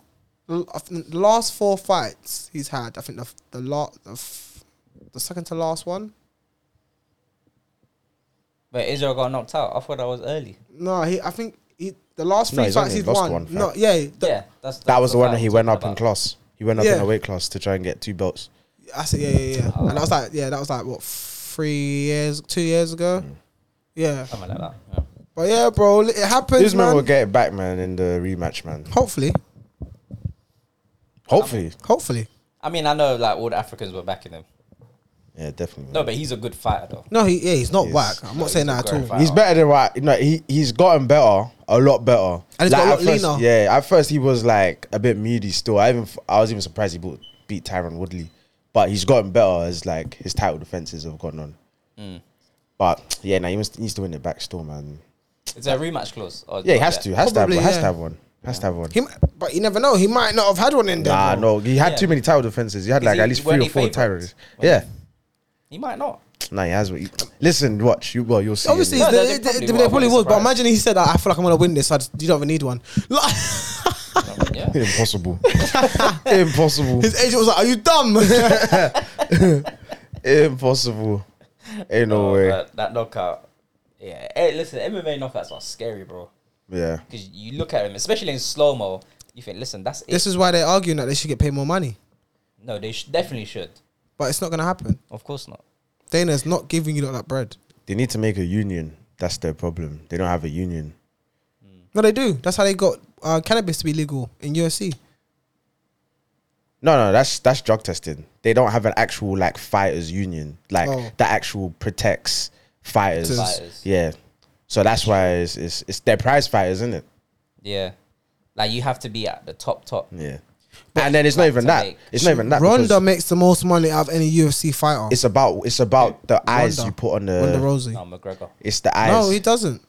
C: l- I think the last four fights he's had. I think the the la, the, f- the second to last one.
A: But Israel got knocked out. I thought that was early.
C: No, he. I think he, the last
B: No,
C: three
B: he's
C: fights
B: only
C: he's
B: lost
C: won.
B: one
C: no,
B: fight.
C: yeah, the-
A: yeah, that's
B: That was the one
A: fight
B: that he
A: I'm
B: went
A: talking
B: up in
A: about.
B: class. He went up in
C: Yeah.
B: a weight class to try and get two belts.
C: I said yeah, yeah, yeah.
A: Oh.
C: and I was like, yeah, that was like what three years, two years ago.
B: Mm.
C: Yeah,
A: Something like that. Yeah.
C: but yeah, bro, it happens,
B: This man will
C: man.
B: get it back, man, in the rematch, man.
C: Hopefully,
B: Hopefully.
C: hopefully.
A: I mean, I know like all the Africans were backing him.
B: Yeah, definitely.
A: No,
B: man.
A: but he's a good fighter though.
C: No, he yeah, he's not
B: He's-
C: whack. I'm not
A: he's
C: saying
A: a
C: that at
A: great
C: all.
A: fighter.
B: He's better than what you know. He he's gotten better, a lot better.
C: And he's got a lot
B: at first,
C: leaner.
B: Yeah, at first he was like a bit moody still. I even f- I was even surprised he bo- beat Tyron Woodley, but he's gotten better as like his title defenses have gone on.
C: Hmm.
B: But yeah, now he must he needs to win it back still, man.
A: Is there a rematch clause? Or
B: Yeah, he has to. Has
C: Probably,
B: to have. Has
C: yeah.
B: to have one. Has to have one.
C: He, m- but you never know. He might not have had one in there.
B: Nah,
C: bro.
B: no, he had
A: Yeah.
B: too many title defenses. He had
A: Is
B: like
A: he-
B: at least
A: weren't
B: three or
A: he
B: four
A: favourites?
B: titles. Yeah,
A: He might not.
B: nah, he has. What he, listen, watch you. Well, you'll see.
C: Obviously,
A: No, they-
C: they,
A: they probably
C: they, they-
A: were.
C: they
A: I
C: probably
A: wouldn't
C: was. But
A: surprise.
C: imagine he said, "I feel like I'm gonna win this. I just, you don't even need one." Like,
A: Yeah.
B: impossible, impossible.
C: his agent was like, "Are you dumb?"
B: Impossible. Ain't no
A: Oh,
B: way.
A: That, that knockout. Yeah. Hey, listen, MMA knockouts are scary, bro.
B: Yeah.
A: Because you look at them, especially in slow mo, you think, listen, that's it.
C: this is why they're arguing that they should get paid more money,
A: no, they sh- definitely should.
C: but it's not gonna happen.
A: Of course not.
C: Dana's not giving you lot that bread.
B: They need to make a union. That's their problem. They don't have a union.
C: No, they do. That's how they got uh, cannabis to be legal in UFC.
B: No, no, that's that's drug testing. They don't have an actual like fighters union. Like
C: Oh.
B: that actual protects fighters.
A: Fighters.
B: Yeah. So that's why it's it's, it's their prize fighters, isn't it?
A: Yeah. Like you have to be at the top, top.
B: Yeah. and then it's not even
A: to
B: that.
A: make-
B: It's not even that. because
C: Ronda makes the most money out of any UFC fighter.
B: It's uh, about it's about the eyes
C: Ronda.
B: you put on
C: Ronda
B: the.
C: Rousey.
A: No, McGregor.
B: It's the eyes.
C: No, he doesn't.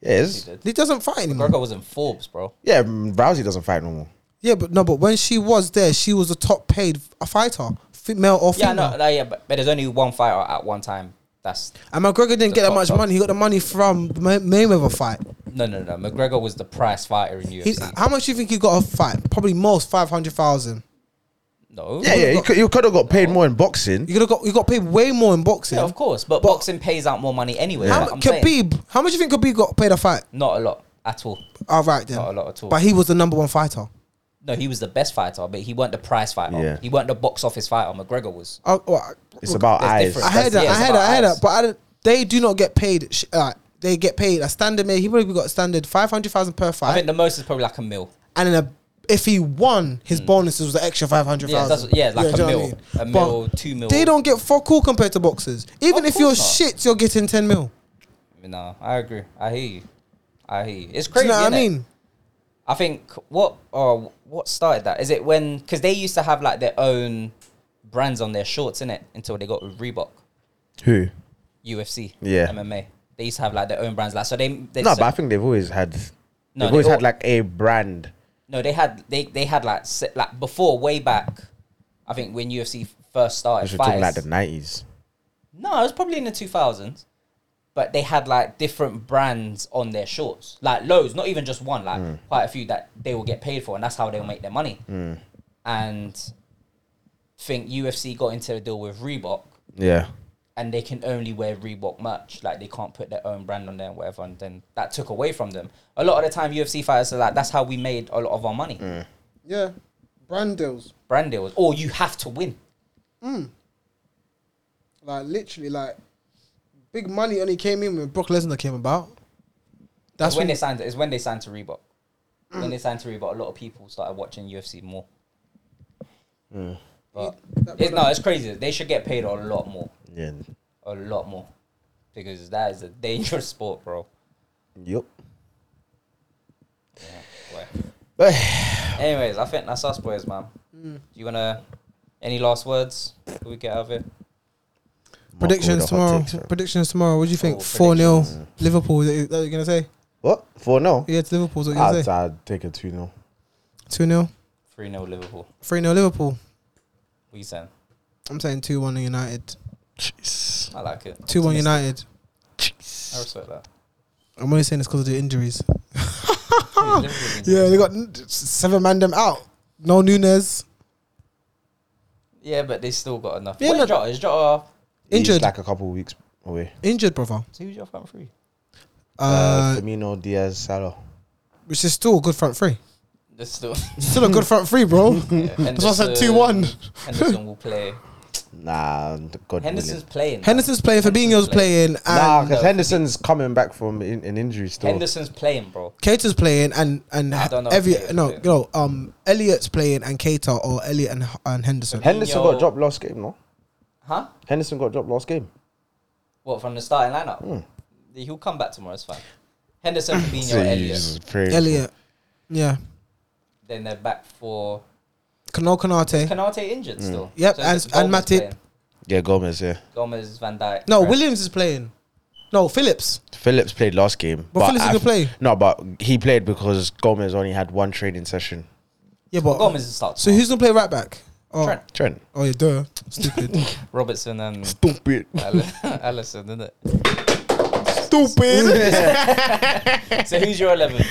B: yeah, it's,
A: did.
C: He doesn't fight anymore.
A: McGregor was in Forbes, bro.
B: yeah. Rousey doesn't fight no more.
C: Yeah, but no, but when she was there, she was a top paid f- fighter, fe- male or
A: Yeah,
C: female.
A: no, no, yeah, but, but there's only one fighter at one time. That's
C: And McGregor
A: The
C: didn't get that
A: top
C: much
A: dog.
C: money. He got the money from the May- Mayweather fight.
A: no, no, no. McGregor was the prize fighter in UFC.
C: He, how much do you think he got a fight? Probably most five hundred thousand.
A: no,
B: Yeah, yeah. You
C: got-
B: could, you could have got paid more in boxing.
C: You could have got you got paid way more in boxing.
A: Yeah, of course. But,
C: But-
A: boxing pays out more money anyway.
C: How,
A: like
C: mu-
A: I'm saying.
C: Khabib, how much do you think Khabib got paid a fight?
A: not a lot at all.
C: All right then,
A: Not a lot at all.
C: But he was the number one fighter.
A: No, he was the best fighter, but he weren't the prize fighter.
B: Yeah.
A: He weren't the box office fighter. McGregor was.
C: Oh, well,
B: It's about
A: There's
B: eyes.
A: difference.
C: I heard that.
A: Yeah,
C: I
A: it's
C: heard
A: about
C: that. I heard that.
A: eyes.
C: But I, don't- they do not get paid. sh- Uh, they get paid a standard. man, He probably got standard five hundred thousand per
A: I
C: fight,
A: think the most is probably like a mil.
C: and then a, if he won, his bonuses was an extra five hundred
A: Hmm. Yeah,
C: thousand.
A: that's, yeah like a mil, a
C: But
A: mil, two mil.
C: They don't get fuck all compared to boxers. Even
A: Of
C: if you're
A: course not.
C: shit, you're getting ten mil.
A: No, I agree. I hear you. I hear you. It's
C: Do
A: crazy.
C: you know what I
A: innit?
C: mean?
A: I think what or what started that is it when because they used to have like their own brands on their shorts in it until they got with Reebok,
B: Who?
A: UFC,
B: Yeah.
A: MMA. They used to have like their own brands like so they, they
B: No,
A: so-
B: but I think they've always had.
A: No,
B: they've always
A: they
B: had
A: all-
B: like a brand.
A: No, they had they they had like se- like before way back. I think when UFC first started,
B: Which we're talking like
A: fights-
B: the nineties.
A: no, it was probably in the two thousands. But they had like different brands on their shorts, like loads, not even just one, like
B: Mm.
A: quite a few that they will get paid for, and that's how they'll make their money. And think UFC got into a deal with Reebok,
B: Yeah.
A: and they can only wear Reebok merch. Like they can't put their own brand on there and whatever. And then that took away from them. A lot of the time, UFC fighters are like, that's how we made a lot of our money.
B: Mm.
C: Yeah, brand deals.
A: brand deals, or you have to win.
C: Like literally, like big money only came in when Brock Lesnar came about. That's
A: That's when
C: when.
A: they signed. It's when they signed to Reebok. When they signed to Reebok, a lot of people started watching UFC more. But
C: that
A: it's, no, it's crazy. They should get paid a lot more,
B: Yeah.
A: a lot more, because that is a dangerous sport, bro.
B: Yup.
A: Well, Anyways, I think that's us, boys, man.
C: Mm.
A: Do you wanna any last words? Before we get out of here.
C: predictions tomorrow. predictions tomorrow. What do you think?
A: Oh,
C: Four 0 Liverpool. Is that, is that what you're gonna say?
B: What? Four no.
C: Yeah, it's Liverpool. Is that what you're gonna
B: I'd,
C: say?
B: I'd take a two no.
C: Two 0
A: Three 0 Liverpool.
C: three 0 Liverpool.
A: What you saying?
C: I'm saying two one United.
A: I like it.
C: Two
A: Optimistic.
C: one United.
A: I respect that.
C: I'm only saying this because of the injuries.
A: Liverpool means-
C: Ah, Yeah, they got n- seven man them out. No Nunes.
A: Yeah, but they still got enough.
C: Yeah,
A: Where's
C: no-
A: Jota? Is uh, Jota
B: He's
C: Injured.
B: like a couple of weeks away.
C: Injured, brother.
A: So who's your front three?
B: Uh,
C: Uh,
B: Firmino, Diaz, Salah.
C: which is still a good front three.
A: That's still.
C: Still a good front three, bro.
A: That's
C: why I said 2-1.
A: uh, Henderson will play.
B: Nah,
A: Henderson's uh,
B: God Henderson's
A: playing.
C: Henderson's playing, Fabinho's playing, and
B: Nah, because
A: No,
B: Henderson's coming back from in, an injury still.
A: Henderson's playing, bro.
C: Keita's playing, and and
A: I don't know
C: every
A: if Keita's
C: no
A: playing.
C: no um Elliot's playing, and Keita or Elliot and and Henderson.
B: Henderson
A: Fabinho-
B: got dropped last game, no?
A: Huh?
B: Henderson got dropped last game.
A: What from the starting lineup? He'll come back tomorrow. It's fine. Henderson, Fabinho, Elliot.
C: Elliot, yeah,
A: Then they're back for
C: Kano Kanate.
A: Canate injured still.
C: Yep, and-
A: it's
C: and
A: Gomez
C: Matip.
A: playing.
B: Yeah, Gomez, yeah.
A: Gomez, Van Dijk.
C: No,
A: Right.
C: Williams is playing. No, Phillips.
B: Phillips played last game.
C: But Phillips didn't
B: f-
C: play.
B: No, but he played because Gomez only had one training session.
C: Yeah, but
A: Gomez is starting.
C: So who's gonna play right back? Oh,
A: Trent.
B: Trent.
C: oh yeah, duh. Stupid.
A: Robertson and
B: Stupid.
A: Allison, isn't it?
C: Stupid.
A: So who's your eleven?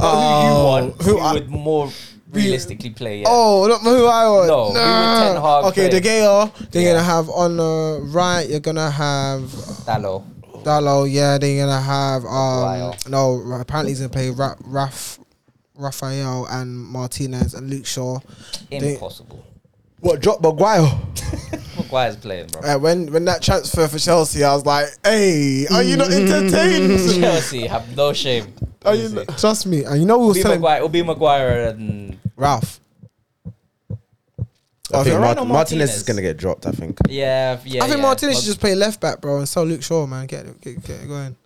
C: Oh,
A: who you want?
C: who
A: Who,
C: I-
A: would more realistically play? Yeah.
C: Oh, not who I want.
A: No, who would Ten Hag
C: okay,
A: play?
C: De Gea. They're
A: Yeah.
C: gonna have on the right. You're gonna have
A: Dallo.
C: Dalo. Yeah, they're gonna have um.
A: Guile.
C: No, apparently he's gonna play Ra- Raf, Raphael and Martinez and Luke Shaw. They-
A: Impossible.
D: What drop Maguire?
A: Maguire's playing, bro.
C: Uh, when when that transfer for Chelsea, I was like, "Hey, are you not entertained?
A: Chelsea have no shame.
C: Mm. Are you not- trust me?" And you know we were
A: Be
C: selling
A: Maguire, it'll be Maguire and
C: Ralph.
B: I think
A: Varane
B: Mart-
A: or
B: Martinez?
A: Martinez?
B: is going to get dropped, I think.
A: yeah, yeah.
C: I think
A: yeah.
C: Martinez
A: Mar-
C: should just play left back, bro, and sell Luke Shaw, man. Get it, get, get it going.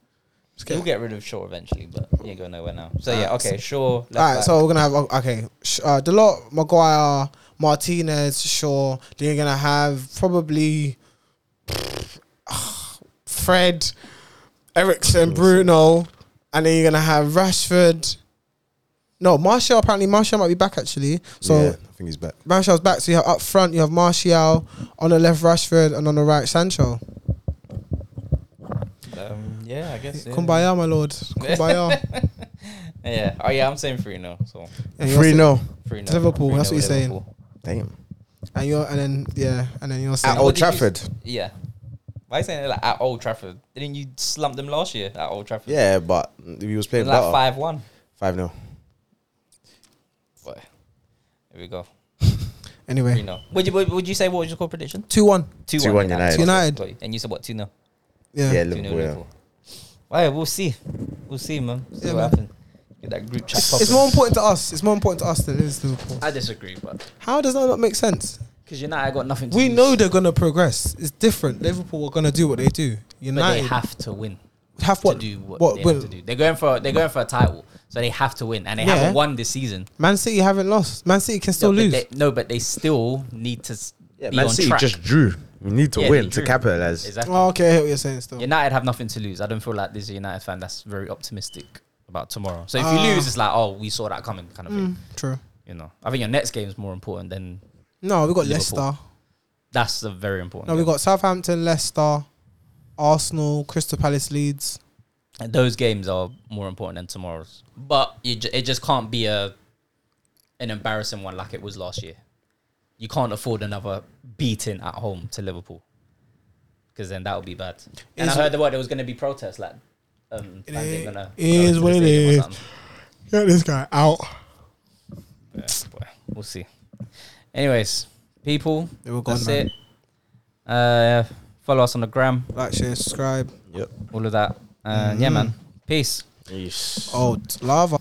C: Just get
A: He'll
C: it.
A: get rid of Shaw eventually, but he ain't going nowhere now. So yeah, okay, Shaw. Left
C: Ah, All right,
A: back.
C: so we're gonna have okay, Sh- uh, Delort, Maguire, Martinez, Shaw. Then you're gonna have probably Fred, Ericsson, Bruno, and then you're gonna have Rashford. No, Martial. Apparently, Martial might be back actually. So
D: yeah, I think he's back.
C: Martial's back. So you have up front, you have Martial on the left, Rashford, and on the right, Sancho.
A: um, yeah, I guess. Yeah.
C: Kumbaya, my lord. Kumbaya.
A: Yeah. Oh yeah, I'm saying three now. So
C: And you're
D: Three no.
A: three now.
C: Liverpool, that's what you're saying.
D: Damn.
C: And you're and then yeah, and then you're
D: At
C: saying
D: Old
A: did you
D: Trafford.
A: Yeah. Why are you saying it like at Old Trafford? Didn't you slump them last year at Old Trafford?
B: Yeah, but he was
A: It
B: playing
A: was like
B: better.
A: five one.
B: 5 0.
A: But here we go. Three
C: anyway.
A: now. Would you would, would you say what was your score prediction?
C: Two one.
B: 2-1 United.
C: United.
A: And you said what two 0
C: Yeah.
B: Yeah,
A: Two 0
B: Liverpool, yeah.
A: Liverpool. Well, yeah, we'll see. We'll see, man. See
C: Yeah,
A: what
C: man.
A: happens. Get that group chat.
C: It's more important to us. It's more important to us than it is Liverpool.
A: I disagree, but
C: How does that not make sense?
A: because United got nothing. to
C: We
A: lose.
C: know they're gonna progress. It's different. Liverpool are gonna do what they do.
A: but they
C: United have,
A: have to win.
C: what?
A: to do what,
C: what
A: they
C: win.
A: have to do. They're going for they're going for a title, so they have to win, and they
C: Yeah.
A: haven't won this season.
C: Man City haven't lost. Man City can still
A: no,
C: lose.
A: But they, no, but they still need to s
B: Yeah,
A: be
B: Man
A: on
B: City
A: track.
B: just drew. We need to
A: Yeah,
B: win
A: they
B: to
A: drew.
B: capitalize.
A: exactly.
C: oh, okay, I hear what you're saying still.
A: United have nothing to lose. I don't feel like there's a United fan that's very optimistic about tomorrow. So if
C: Ah. Mm.
A: you lose, it's like oh, we saw that coming, kind of thing.
C: True.
A: You know, I think your next game is more important than
C: No, we got
A: Liverpool.
C: Leicester.
A: that's a very important.
C: No, we
A: game.
C: got Southampton, Leicester, Arsenal, Crystal Palace, Leeds.
A: And those games are more important than tomorrow's. But you ju- it just can't be a an embarrassing one like it was last year. You can't afford another beating at home to Liverpool because then that would be bad. And
C: Is-
A: I heard the word there was going to be protests. Like, um,
C: It
A: fans ain't
C: i-
A: gonna
C: is
A: go to the
C: what it
A: stadium or
C: is.
A: something.
C: Get this guy out.
A: Yeah, well, we'll see. Anyways, people,
C: They were gone,
A: that's
C: man.
A: it. Uh, follow us on the gram,
C: Like, share, subscribe. Mm-hmm.
A: all of that. Uh, Yeah, man. Peace.
C: Oh, t- lava.